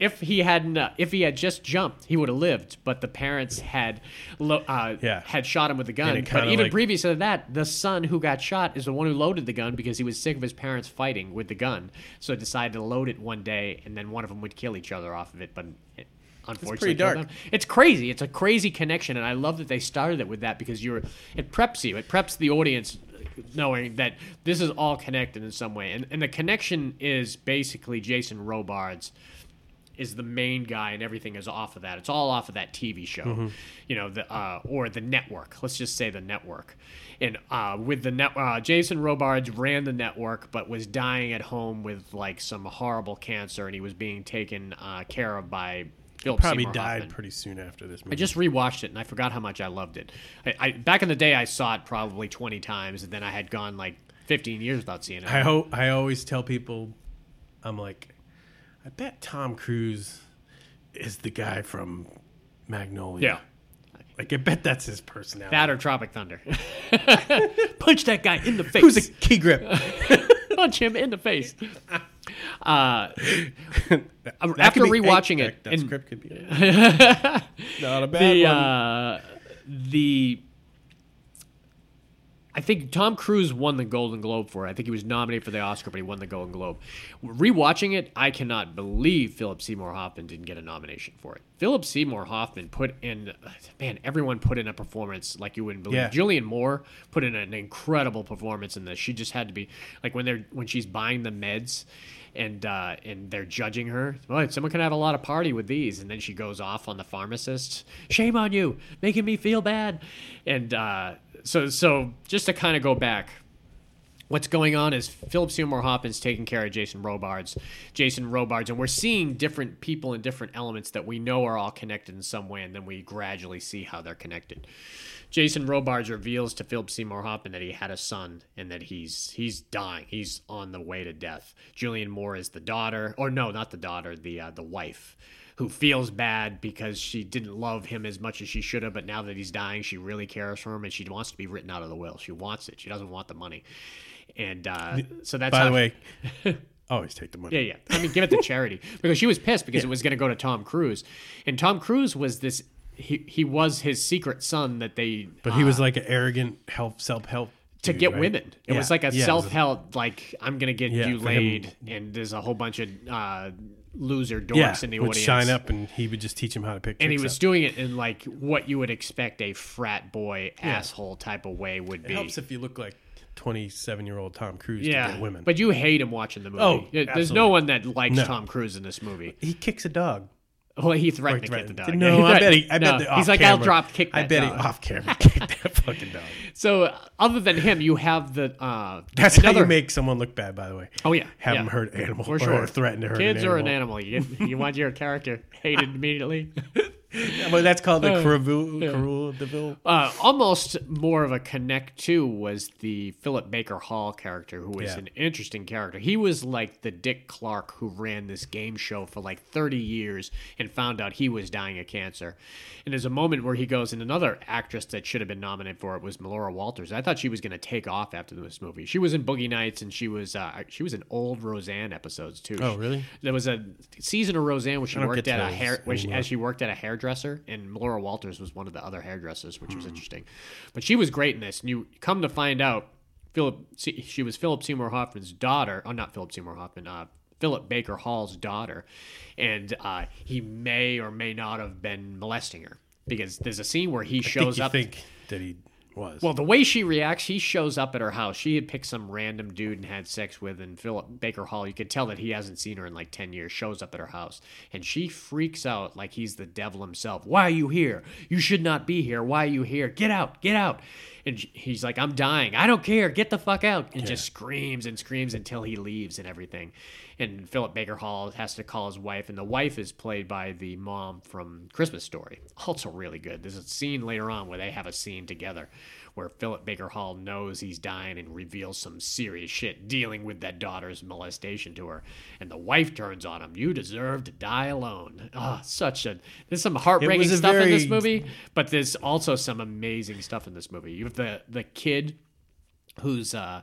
C: if he hadn't uh, if he had just jumped he would have lived but the parents had lo- uh,
D: Yeah.
C: had shot him with the
D: And
C: gun
D: it
C: but
D: kinda
C: even
D: like-
C: previous to that the son who got shot is the one who loaded the gun because he was sick of his parents fighting with the gun so decided to load it one day and then one of them would kill each other off of it but it, unfortunately
D: pretty dark.
C: killed them. it's crazy it's a crazy connection and i love that they started it with that because you're it preps you it preps the audience knowing that this is all connected in some way and, and the connection is basically jason robards is the main guy and everything is off of that. It's all off of that TV show,
D: Mm-hmm.
C: you know, the uh, or the network. Let's just say the network. And uh, with the net, uh, Jason Robards ran the network, but was dying at home with like some horrible cancer, and he was being taken uh, care of by. Philip
D: Probably
C: Seymour
D: died
C: Hoffman.
D: pretty soon after this
C: I
D: movie.
C: just rewatched it and I forgot how much I loved it. I, I back in the day I saw it probably twenty times, and then I had gone like fifteen years without seeing it.
D: I hope I always tell people, I'm like, I bet Tom Cruise is the guy from Magnolia.
C: Yeah.
D: Like I bet that's his personality.
C: That or Tropic Thunder. Punch that guy in the face.
D: Who's a key grip?
C: Punch him in the face. Uh,
D: That
C: after
D: could be-
C: rewatching
D: hey, that,
C: it,
D: that
C: and-
D: script could be not a bad
C: the
D: one.
C: uh, the I think Tom Cruise won the Golden Globe for it. I think he was nominated for the Oscar, but he won the Golden Globe. Rewatching it, I cannot believe Philip Seymour Hoffman didn't get a nomination for it. Philip Seymour Hoffman put in, man, everyone put in a performance like you wouldn't believe.
D: Yeah.
C: Julian Moore put in an incredible performance in this. She just had to be like when they're when she's buying the meds. And uh, and they're judging her. Boy, someone can have a lot of party with these, and then she goes off on the pharmacist. Shame on you, making me feel bad. And uh, so so just to kind of go back what's going on is Philip Seymour Hoffman's taking care of Jason Robards, Jason Robards, and we're seeing different people and different elements that we know are all connected in some way, and then we gradually see how they're connected. Jason Robards reveals to Philip Seymour Hoffman that he had a son and that he's he's dying, he's on the way to death. Julian Moore is the daughter, or no, not the daughter, the uh, the wife. Who feels bad because she didn't love him as much as she should have, but now that he's dying, she really cares for him and she wants to be written out of the will. She wants it. She doesn't want the money. And uh, so that's
D: By
C: how,
D: the way, always take the money.
C: yeah, yeah. I mean, give it to charity because she was pissed because it was going to go to Tom Cruise, and Tom Cruise was this. He he was his secret son that they uh,
D: But he was like an arrogant help self help
C: Ah. to get women. It was like a self
D: help.
C: help, like I'm gonna get
D: Yeah,
C: you
D: for him-
C: laid, and there's a whole bunch of uh, loser dorks
D: Yeah,
C: in the
D: would
C: audience.
D: shine up and he would just teach him how to pick.
C: and he
D: tricks
C: was
D: up.
C: doing it in like what you would expect a frat boy asshole type of way would
D: It
C: be.
D: helps if you look like twenty-seven year old Tom Cruise to
C: yeah,
D: get women.
C: but you hate him watching the movie.
D: Oh,
C: Yeah, There's
D: absolutely.
C: no one that likes
D: No.
C: Tom Cruise in this movie.
D: he kicks a dog.
C: Well, he threatened to
D: Right.
C: get the dog.
D: No,
C: Yeah,
D: I bet he.
C: threatened-
D: I bet
C: no.
D: the off
C: he's like, I'll
D: camera-
C: drop kick. That
D: I bet
C: dog.
D: he off camera kicked that fucking dog.
C: So, uh, other than him, you have the uh,
D: That's
C: another.
D: how you make someone look bad. By the way.
C: Oh yeah,
D: Have
C: yeah.
D: him hurt an animal
C: For
D: or
C: sure.
D: threaten to hurt
C: Kids
D: an
C: are an
D: animal.
C: animal. You, get, you want your character hated immediately.
D: Well, that's called
C: Oh,
D: the Carou Carou Deville.
C: Uh, almost more of a connect to was the Philip Baker Hall character, who was
D: Yeah.
C: an interesting character. He was like the Dick Clark who ran this game show for like 30 years and found out he was dying of cancer. And there's a moment where he goes, and another actress that should have been nominated for it was Melora Walters. I thought she was going to take off after this movie. She was in Boogie Nights, and she was uh, she was in old Roseanne episodes too.
D: Oh, really?
C: There was a season of Roseanne where she
D: don't
C: worked
D: get
C: at a
D: those
C: hair where she,
D: anymore.
C: as she worked at a hairdresser, and Laura Walters was one of the other hairdressers, which
D: Hmm.
C: was interesting. But she was great in this, and you come to find out, Philip, Se- she was Philip Seymour Hoffman's daughter. Oh, not Philip Seymour Hoffman. Uh, Philip Baker Hall's daughter, and uh, he may or may not have been molesting her because there's a scene where he
D: I think
C: shows
D: you
C: up.
D: think that he was.
C: Well, the way she reacts, he shows up at her house. She had picked some random dude and had sex with, and Philip Baker Hall, you could tell that he hasn't seen her in like 10 years, shows up at her house. And she freaks out like he's the devil himself. Why are you here? You should not be here. Why are you here? Get out, get out. And sh- he's like, I'm dying. I don't care. Get the fuck out. And just screams and screams until he leaves and everything. And Philip Baker Hall has to call his wife, and the wife is played by the mom from Christmas Story. Also, really good. There's a scene later on where they have a scene together where Philip Baker Hall knows he's dying and reveals some serious shit dealing with that daughter's molestation to her. And the wife turns on him. You deserve to die alone. Ah, such a. There's some heartbreaking
D: a
C: stuff in this
D: very-
C: movie, but there's also some amazing stuff in this movie. You have the, the kid who's uh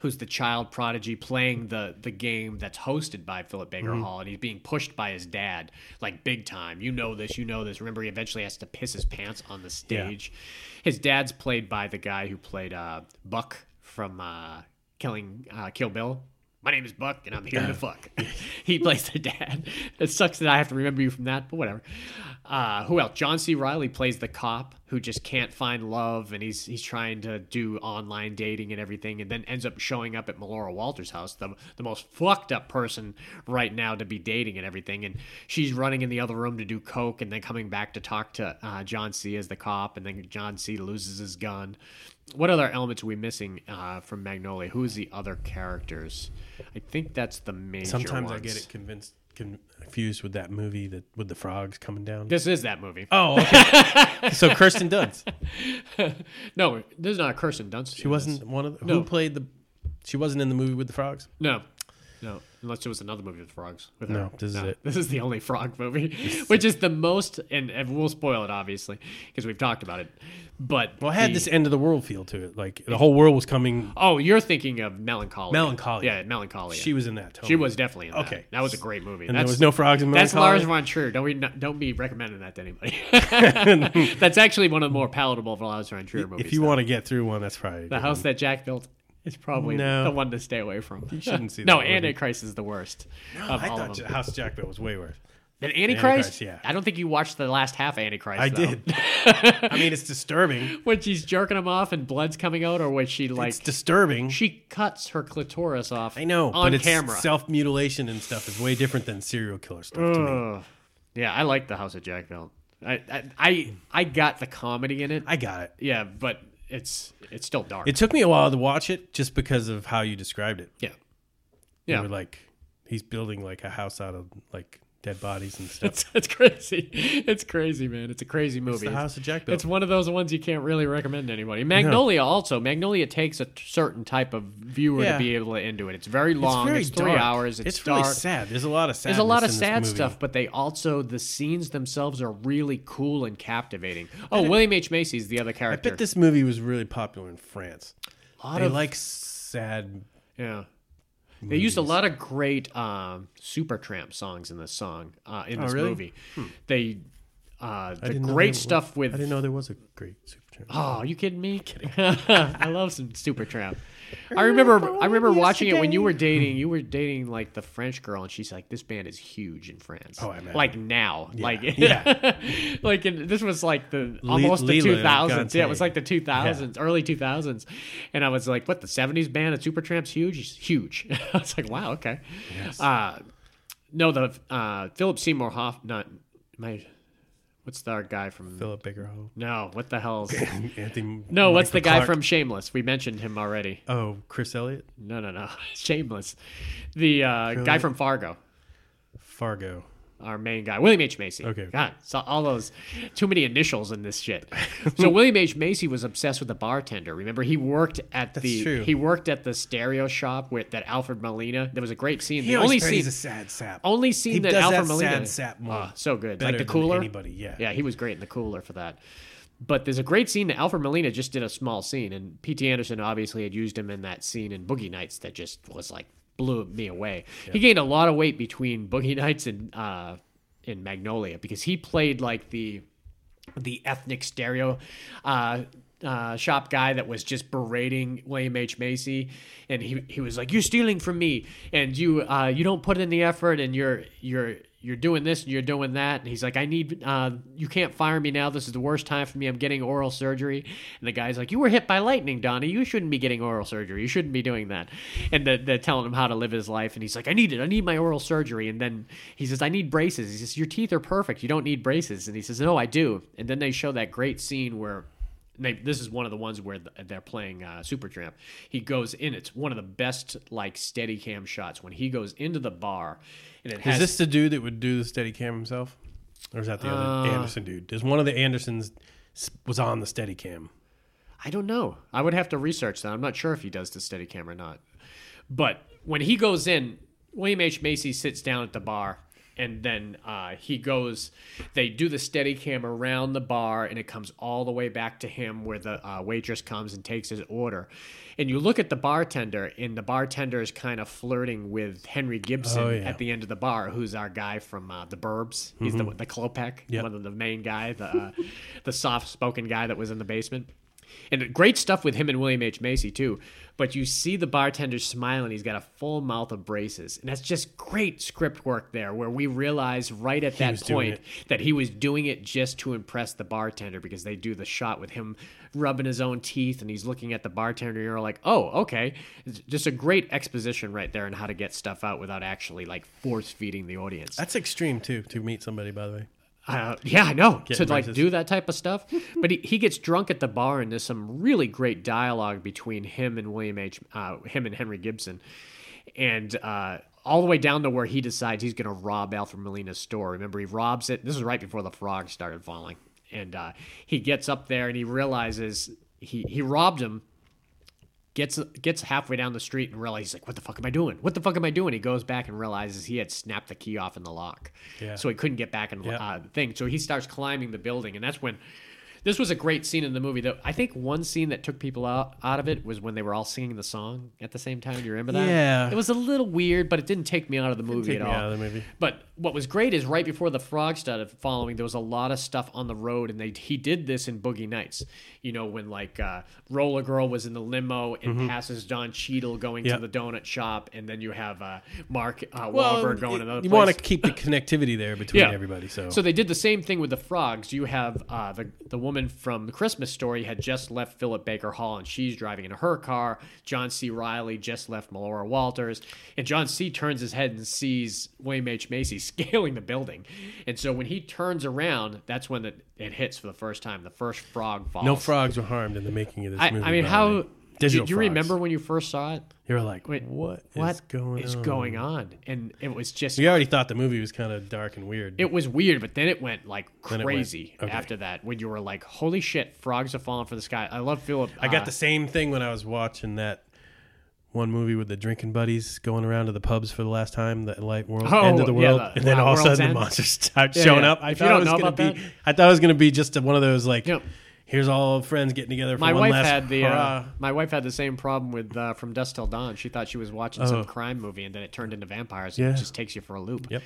C: who's the child prodigy playing the the game that's hosted by Philip Baker Hall and he's being pushed by his dad like big time. You know this, you know this. Remember he eventually has to piss his pants on the stage. His dad's played by the guy who played uh Buck from uh Killing uh Kill Bill. My name is Buck and I'm here to fuck. he plays the dad. It sucks that I have to remember you from that, but whatever. Uh, who else? John C. Riley plays the cop who just can't find love, and he's he's trying to do online dating and everything, and then ends up showing up at Melora Walters' house, the the most fucked up person right now to be dating and everything, and she's running in the other room to do coke, and then coming back to talk to uh, John C. as the cop, and then John C. loses his gun. What other elements are we missing uh, from Magnolia? Who's the other characters? I think that's the major.
D: Sometimes I
C: ones.
D: get it convinced, con- confused with that movie that with the frogs coming down.
C: This is that movie.
D: oh, okay. so Kirsten Dunst,
C: No, this is not a Kirsten Dunst.
D: she wasn't one of the, who
C: No.
D: played the. She wasn't in the movie with the frogs.
C: No. No, unless it was another movie with frogs. With
B: No,
C: her.
B: this is it.
C: This is the only frog movie, which is the most, and, and we'll spoil it obviously because we've talked about it. But
B: Well, it had
C: the-
B: this end of the world feel to it. Like the whole world was coming.
C: Oh, you're thinking of Melancholy.
B: Melancholia.
C: Yeah, Melancholy.
B: She was in that. Totally.
C: She was definitely in that.
B: Okay.
C: that was a great movie.
B: And there
C: That's-
B: was no frogs in
C: That's
B: Melancholia?
C: Lars von Trier. Don't be don't be recommending that to anybody. that's actually one of the more palatable Lars von Trier movies.
B: If you
C: though.
B: want to get through one, that's probably
C: the house that Jack built is probably
B: No.
C: the one to stay away from. You
B: shouldn't see
C: no,
B: that movie.
C: Antichrist is the worst of
B: I
C: all
B: thought
C: of them.
B: House Jack Bill was way worse.
C: And Antichrist,
B: Antichrist, yeah.
C: I don't think you watched the last half of Antichrist.
B: I
C: though.
B: did. I mean, it's disturbing.
C: when she's jerking him off and blood's coming out, or when she like
B: it's disturbing.
C: she cuts her clitoris off.
B: I know,
C: on
B: but it's
C: camera.
B: self mutilation and stuff is way different than serial killer stuff. to me.
C: Ugh. yeah, I like the House of Jackville. I, I I I got the comedy in it.
B: I got it.
C: yeah, but it's it's still dark.
B: It took me a while to watch it just because of how you described it.
C: yeah,
B: You
C: Yeah.
B: were like he's building like a house out of like dead bodies and stuff.
C: it's, it's crazy. It's crazy, man. It's a crazy movie.
B: the House of Jack Bill.
C: It's one of those ones you can't really recommend to anybody. Magnolia also. Magnolia takes a t- certain type of viewer
B: Yeah.
C: to be able to into it. It's very
B: It's
C: long. It's,
B: very
C: three
B: dark.
C: hours. It's,
B: really
C: dark.
B: sad. There's a lot of sad.
C: There's a lot of sad stuff, but they also the scenes themselves are really cool and captivating. Oh, William H Macy's the other
B: I
C: character.
B: bet this movie was really popular in France.
C: a lot
B: they
C: of
B: like sad.
C: Yeah. They used a lot of great um, Supertramp songs in this song uh, in this
B: Oh, really? Hmm.
C: movie. They uh, the
B: didn't know there
C: great stuff
B: I didn't
C: with.
B: know there was a great super. Channel.
C: Oh, you kidding me? I love some Supertramp. I remember I remember watching it when you were dating. You were dating like the French girl, and she's like, "This band is huge in France.
B: Oh, I imagine.
C: like now, like
B: Yeah.
C: like in, this was like the
B: Le-
C: almost the
B: Lila
C: two thousands. Yeah, it
B: Gante.
C: was like the two thousands, early two thousands, and I was like, "What the seventies band at Supertramp's huge? He's huge." I was like, "Wow, okay." Uh, no, the uh, Philip Seymour Hoff. Not my. What's the guy from?
B: Philip Baker Hall.
C: No, what the hell's
B: Anthony.
C: no? What's the
B: Michael
C: guy
B: Clarke.
C: from Shameless? We mentioned him already.
B: Oh, Chris Elliott,
C: No, no, no. Shameless. The uh, guy from Fargo.
B: Fargo.
C: our main guy, William H. Macy.
B: Okay.
C: God, so all those too many initials in this shit. So William H. Macy was obsessed with the bartender. Remember, he worked at the
B: true.
C: he worked at the stereo shop with that Alfred Molina. There was a great scene.
B: He
C: the
B: only
C: only
B: plays
C: scene,
B: a sad sap.
C: only scene
B: He
C: that
B: does
C: Alfred
B: that
C: Molina
B: sad sap more
C: Ah, so good,
B: better
C: like the
B: than
C: cooler.
B: anybody, yeah.
C: yeah, he was great in the cooler for that. But there's a great scene that Alfred Molina just did a small scene, and P.T. Anderson obviously had used him in that scene in Boogie Nights that just was like blew me away. He gained a lot of weight between Boogie Nights and uh, in Magnolia because he played like the the ethnic stereo uh, uh, shop guy that was just berating William H Macy, and he he was like, "You're stealing from me, and you uh, you don't put in the effort, and you're you're." You're doing this and you're doing that, and he's like, "I need. Uh, you can't fire me now. This is the worst time for me. I'm getting oral surgery." And the guy's like, "You were hit by lightning, Donnie. You shouldn't be getting oral surgery. You shouldn't be doing that." And they're, they're telling him how to live his life, and he's like, "I need it. I need my oral surgery." And then he says, "I need braces." He says, "Your teeth are perfect. You don't need braces." And he says, "No, I do." And then they show that great scene where. They, this is one of the ones where th- they're playing uh, Supertramp. He goes in. It's one of the best like steady cam shots when he goes into the bar, and it
B: Is
C: has
B: this the dude that would do the steady cam himself? Or is that the other Anderson dude? There's one of the Andersons s- was on the steady cam.
C: I don't know. I would have to research that. I'm not sure if he does the steady cam or not. But when he goes in, William H. Macy sits down at the bar and then uh, he goes they do the steady cam around the bar and it comes all the way back to him where the uh, waitress comes and takes his order and you look at the bartender and the bartender is kind of flirting with henry gibson
B: Oh, yeah.
C: at the end of the bar who's our guy from uh, the burbs he's the,
B: Mm-hmm.
C: the klopek one of the main guy the, uh, the soft-spoken guy that was in the basement and great stuff with him and William H. Macy, too. But you see the bartender smiling. He's got a full mouth of braces. And that's just great script work there, where we realize right at that
B: was doing
C: point
B: it.
C: that he was doing it just to impress the bartender because they do the shot with him rubbing his own teeth and he's looking at the bartender. And you're like, oh, okay. It's just a great exposition right there on how to get stuff out without actually like force feeding the audience.
B: That's extreme too to meet somebody. By the way,
C: Uh, yeah, I know.
B: Getting
C: to like
B: racist.
C: do that type of stuff. but he, he gets drunk at the bar, and there's some really great dialogue between him and William H. Uh, him and Henry Gibson, and uh, all the way down to where he decides he's going to rob Alfred Molina's store. Remember, he robs it. This is right before the frog started falling, and uh, he gets up there and he realizes he he robbed him Gets gets halfway down the street and realizes he's like, "What the fuck am I doing? What the fuck am I doing?" He goes back and realizes he had snapped the key off in the lock,
B: Yeah.
C: so he couldn't get back in the
B: Yeah.
C: uh, thing. So he starts climbing the building, and that's when this was a great scene in the movie. Though I think one scene that took people out out of it was when they were all singing the song at the same time. Do you remember that?
B: Yeah.
C: it was a little weird, but it didn't take me out of the movie
B: take
C: at
B: me
C: all.
B: out of the movie.
C: But what was great is right before the frog started following, there was a lot of stuff on the road, and they he did this in Boogie Nights. You know, when like uh, Roller Girl was in the limo and passes Don Cheadle going
B: Mm-hmm. Yeah.
C: to the donut shop, and then you have uh, Mark uh,
B: Well,
C: Wahlberg going to another.
B: you
C: place.
B: want to keep the connectivity there between
C: Yeah.
B: everybody. So,
C: So they did the same thing with the frogs. You have uh, the the woman from the Christmas Story had just left Philip Baker Hall, and she's driving in her car. John C. Riley just left Melora Walters, and John C. turns his head and sees William H Macy scaling the building, and so when he turns around, that's when it, it hits for the first time. The first frog falls.
B: no frogs were harmed in the making of this
C: I,
B: movie.
C: I mean,
B: by the
C: how
B: way. Digital
C: did you
B: frogs.
C: remember when you first saw it?
B: You were like,
C: Wait,
B: what is
C: What
B: going
C: is
B: on?
C: going on? And it was just
B: We already thought the movie was kind of dark and weird.
C: it was weird, but then it went like
B: Then it went-
C: crazy
B: okay.
C: after that when you were like, "Holy shit, frogs are falling from the sky." I love Philip. uh,
B: I got the same thing when I was watching that one movie with the drinking buddies going around to the pubs for the last time, the light world
C: Oh,
B: end of the
C: yeah,
B: world,
C: the-
B: and then
C: uh,
B: all of a
C: World's
B: sudden
C: End.
B: the monsters start
C: Yeah,
B: showing
C: yeah.
B: up. I
C: If you
B: thought
C: don't
B: it was
C: know
B: gonna
C: about
B: be,
C: that-
B: I thought it was gonna be just one of those like,
C: Yep.
B: here's all friends getting together. For
C: My
B: one
C: wife
B: last
C: had the
B: hurrah.
C: uh, my wife had the same problem with uh, from Dust Till Dawn. She thought she was watching some
B: Oh.
C: crime movie, and then it turned into vampires.
B: Yeah.
C: And it just takes you for a loop.
B: Yep.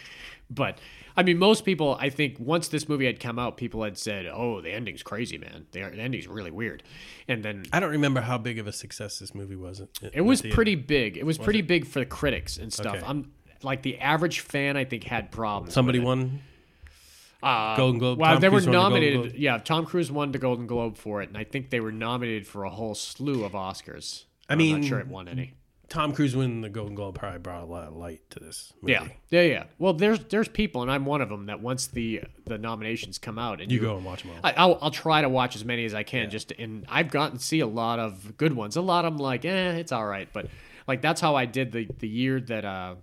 C: But I mean, most people, I think, once this movie had come out, people had said, "Oh, the ending's crazy, man. The, the ending's really weird." And then
B: I don't remember how big of a success this movie was. in- in
C: It was
B: the theater.
C: pretty big. It was, pretty big for the critics and stuff.
B: Okay.
C: I'm like the average fan, I think, had problems.
B: Somebody
C: with it.
B: won
C: Uh,
B: Golden Globe.
C: Well,
B: Tom
C: they
B: Cruise won
C: were
B: the Golden
C: nominated.
B: Globe.
C: yeah, Tom Cruise won the Golden Globe for it, and I think they were nominated for a whole slew of Oscars.
B: I
C: am
B: mean,
C: not sure it won any.
B: Tom Cruise winning the Golden Globe probably brought a lot of light to this. Movie.
C: Yeah, yeah, yeah. Well, there's there's people, and I'm one of them that once the the nominations come out, and
B: you go and watch them all.
C: I, I'll, I'll try to watch as many as I can. Just to- and I've gotten to see a lot of good ones. A lot of them like, eh, it's all right. But like that's how I did the the year that uh,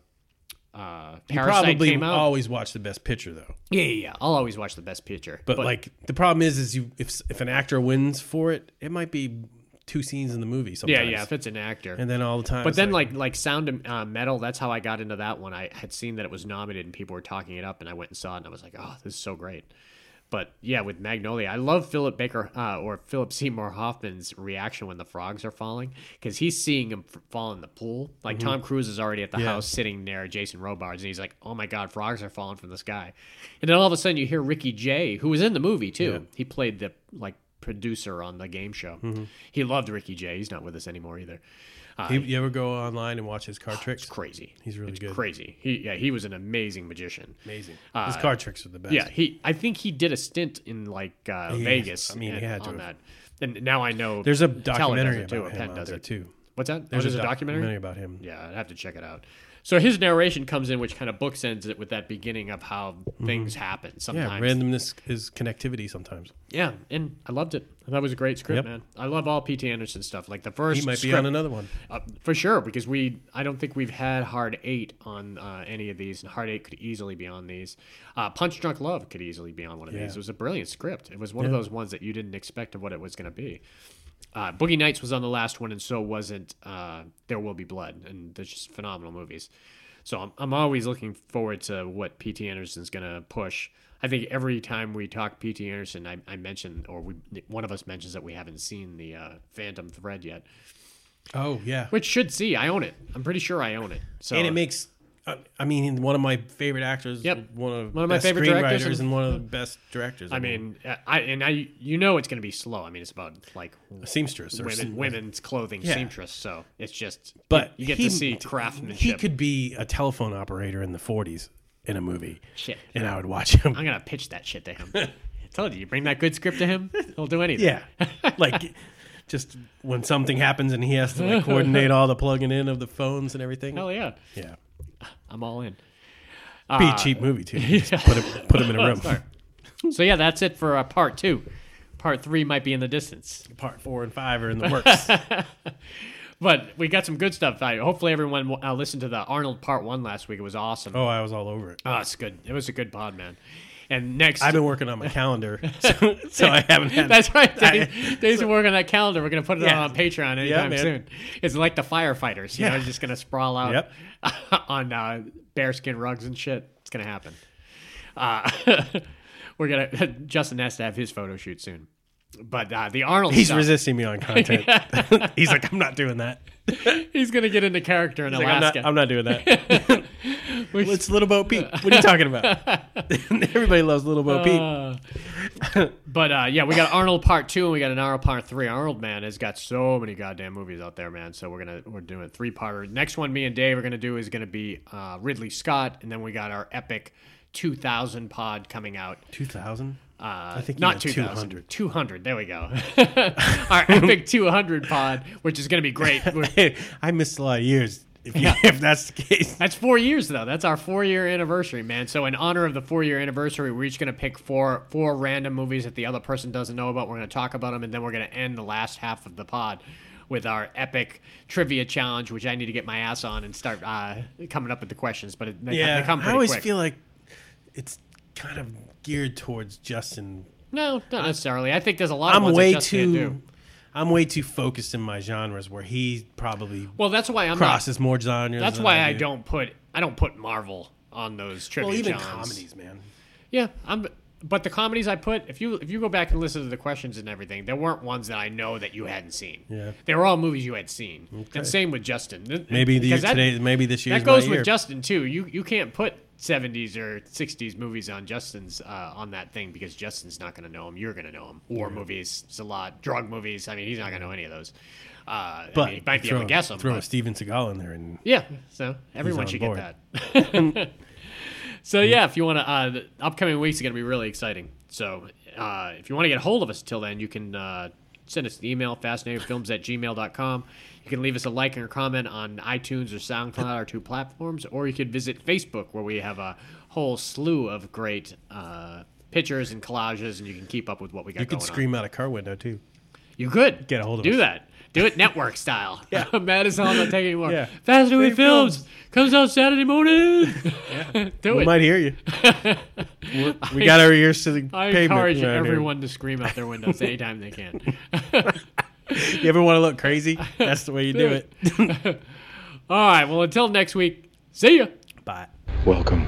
C: uh,
B: you
C: Parasite
B: probably
C: came out.
B: always watch the best picture though.
C: yeah, yeah, yeah. I'll always watch the best picture.
B: But, like the problem is, is you if if an actor wins for it, it might be two scenes in the movie
C: yeah,
B: sometimes.
C: yeah, if it's an actor.
B: and then all the time.
C: but
B: it's
C: then like like Sound of uh, Metal, that's how I got into that one. I had seen that it was nominated and people were talking it up, and I went and saw it, and I was like, oh, this is so great. But yeah, with Magnolia, I love Philip Baker uh, or Philip Seymour Hoffman's reaction when the frogs are falling because he's seeing them f- fall in the pool. Like Tom Cruise is already at the
B: Mm-hmm. Yeah.
C: house sitting near Jason Robards, and he's like, "Oh my God, frogs are falling from the sky!" And then all of a sudden, you hear Ricky Jay, who was in the movie too. He played the like producer on the game show.
B: Mm-hmm.
C: He loved Ricky Jay. He's not with us anymore either. Uh,
B: you, you ever go online and watch his card tricks?
C: Ah, it's crazy.
B: He's really
C: It's
B: good.
C: Crazy. He yeah, he was an amazing magician.
B: Amazing.
C: Uh,
B: his card tricks are the best.
C: Yeah, he. I think he did a stint in like uh,
B: He-
C: Vegas.
B: I mean, he
C: and-
B: had to
C: on that.
B: have.
C: And now I know
B: There's a
C: Teller does
B: documentary
C: it, too,
B: about
C: and
B: him
C: Penn
B: out
C: does
B: there
C: it.
B: too.
C: What's that? Oh, There's, a,
B: doc-
C: documentary?
B: about him.
C: Yeah, I'd have to check it out. So his narration comes in, which kind of bookends it with that beginning of how things happen.
B: Mm-hmm. Yeah,
C: Sometimes
B: randomness is connectivity sometimes.
C: Yeah, and I loved it. That was a great script,
B: Yep.
C: man. I love all P.T. Anderson stuff. Like the first,
B: He might be
C: script-
B: on another one.
C: uh, for sure because we I don't think we've had Hard Eight on uh, any of these, and Hard Eight could easily be on these. Uh, Punch Drunk Love could easily be on one of
B: Yeah.
C: these. It was a brilliant script. It was one of those ones that you didn't expect of what it was going to be. Uh, Boogie Nights was on the last one, and so wasn't uh, There Will Be Blood, and they're just phenomenal movies. So I'm, I'm always looking forward to what P.T. Anderson's going to push. I think every time we talk P.T. Anderson, I, I mention, or we, one of us mentions that we haven't seen the uh, Phantom Thread yet.
B: Oh yeah,
C: Which should see. I own it. I'm pretty sure I own it. So
B: and it makes. I- I mean, one of my favorite actors.
C: Yep.
B: One of,
C: One of my
B: best
C: favorite directors
B: screenwriters
C: and-
B: and, one of the best directors.
C: I mean, I and I you know it's going to be slow. I mean, it's about like
B: a seamstress or
C: women
B: some-
C: women's clothing
B: Yeah.
C: seamstress. So it's just
B: But
C: you get
B: he-
C: to see
B: He
C: craftsmanship.
B: could be a telephone operator in the 40s in a movie.
C: Shit.
B: And I would watch him.
C: I'm gonna pitch that shit to him. I told you, you bring that good script to him, he'll do anything.
B: Yeah. like just when something happens and he has to like coordinate all the plugging in of the phones and everything.
C: hell yeah, Uh,
B: yeah.
C: I'm all in.
B: Be a cheap movie too. Just put him put him in a room.
C: So yeah, that's it for uh, part two. Part three might be in the distance.
B: Part 4 and 5 are in the works.
C: But we got some good stuff. I, hopefully, everyone will- uh, listened to the Arnold part one last week. It was awesome. Ah,
B: oh, I Oh, was all over it.
C: Oh, it's good. It was a good pod, man. And next,
B: I've been working on my calendar, so, so I haven't had.
C: That's right.
B: I-
C: Dave, Dave's been working on that calendar. We're going to put it
B: Yeah.
C: on Patreon anytime
B: man.
C: soon. It's like the firefighters. You know, it's just going to sprawl out
B: Yep.
C: on uh, bearskin rugs and shit. It's going to happen. Uh, we're going to, Justin has to have his photo shoot soon. But uh, the Arnold
B: He's
C: stuff,
B: resisting me on content. He's like, I'm not doing that.
C: he's going to get into character in
B: He's like, I'm,
C: Alaska.
B: not, I'm not doing that.
C: We-
B: it's Little Bo Peep. What are you talking about? Everybody loves Little Bo Peep.
C: Uh, but uh, yeah, we got Arnold Part Two and we got an Arnold Part Three. Arnold man has got so many goddamn movies out there, man. So we're gonna we're doing a three parter. Next one, me and Dave are gonna do is gonna be uh, Ridley Scott, and then we got our epic 2000 pod coming out.
B: Two thousand.
C: Uh,
B: I think you
C: not
B: meant
C: 200. 200. There we go. our epic 200 pod, which is gonna be great. We're-
B: Hey, I missed a lot of years. If, you, if that's the case,
C: That's four years though. That's our four year anniversary, man. So in honor of the four year anniversary, we're each gonna pick four four random movies that the other person doesn't know about. We're gonna talk about them, and then we're gonna end the last half of the pod with our epic trivia challenge, which I need to get my ass on and start uh, coming up with the questions. But it, they,
B: yeah.
C: they come
B: I
C: pretty
B: always
C: quick.
B: feel like it's kind of geared towards Justin.
C: no, not necessarily. I think there's a lot. of
B: I'm
C: ones
B: way
C: that just can't
B: too.
C: do.
B: I'm way too focused in my genres where he probably
C: Well, that's why I'm not.
B: crosses more genres.
C: That's
B: than
C: why I,
B: do.
C: don't put I don't put Marvel on those trivia
B: Well, even
C: challenges.
B: comedies, man.
C: Yeah, I'm. But the comedies I put, if you if you go back and listen to the questions and everything, there weren't ones that I know that you hadn't seen.
B: Yeah.
C: they were all movies you had seen. And same with Justin. Th-
B: Maybe the
C: because that-
B: today, maybe this year's
C: That goes
B: my
C: with
B: year.
C: Justin too. You you can't put '70s or '60s movies on Justin's uh, on that thing because Justin's not going to know them. You're going to know them. War movies, it's a lot. Drug movies. I mean, he's not going to know any of those. Uh, I
B: but
C: mean, he might be
B: throw,
C: able to guess them.
B: throw
C: but-
B: a Steven Seagal in there, and
C: yeah, so everyone
B: on
C: should
B: board.
C: get that. so yeah, if you want to, uh, the upcoming weeks are going to be really exciting. So uh, if you want to get a hold of us till then, you can uh, send us an email, fascinatedfilms at gmail.com. You can leave us a like and a comment on iTunes or SoundCloud, our two platforms, or you could visit Facebook, where we have a whole slew of great uh, pictures and collages, and you can keep up with what we got
B: you could
C: going on.
B: scream out a car window too.
C: You could
B: Get a hold of
C: Do
B: us.
C: that. Do it network style. yeah. Matt is on the Take Anymore.
B: Yeah.
C: Yeah. Fast Movie Films. comes out Saturday morning. Do
B: We
C: it.
B: might hear you. We're- we got our ears to the
C: I
B: pavement.
C: encourage
B: around here.
C: everyone to scream out their windows anytime they can.
B: You ever want to look crazy? That's the way you do it.
C: All right. Well, until next week. See ya.
B: Bye.
E: Welcome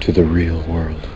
E: to the real world.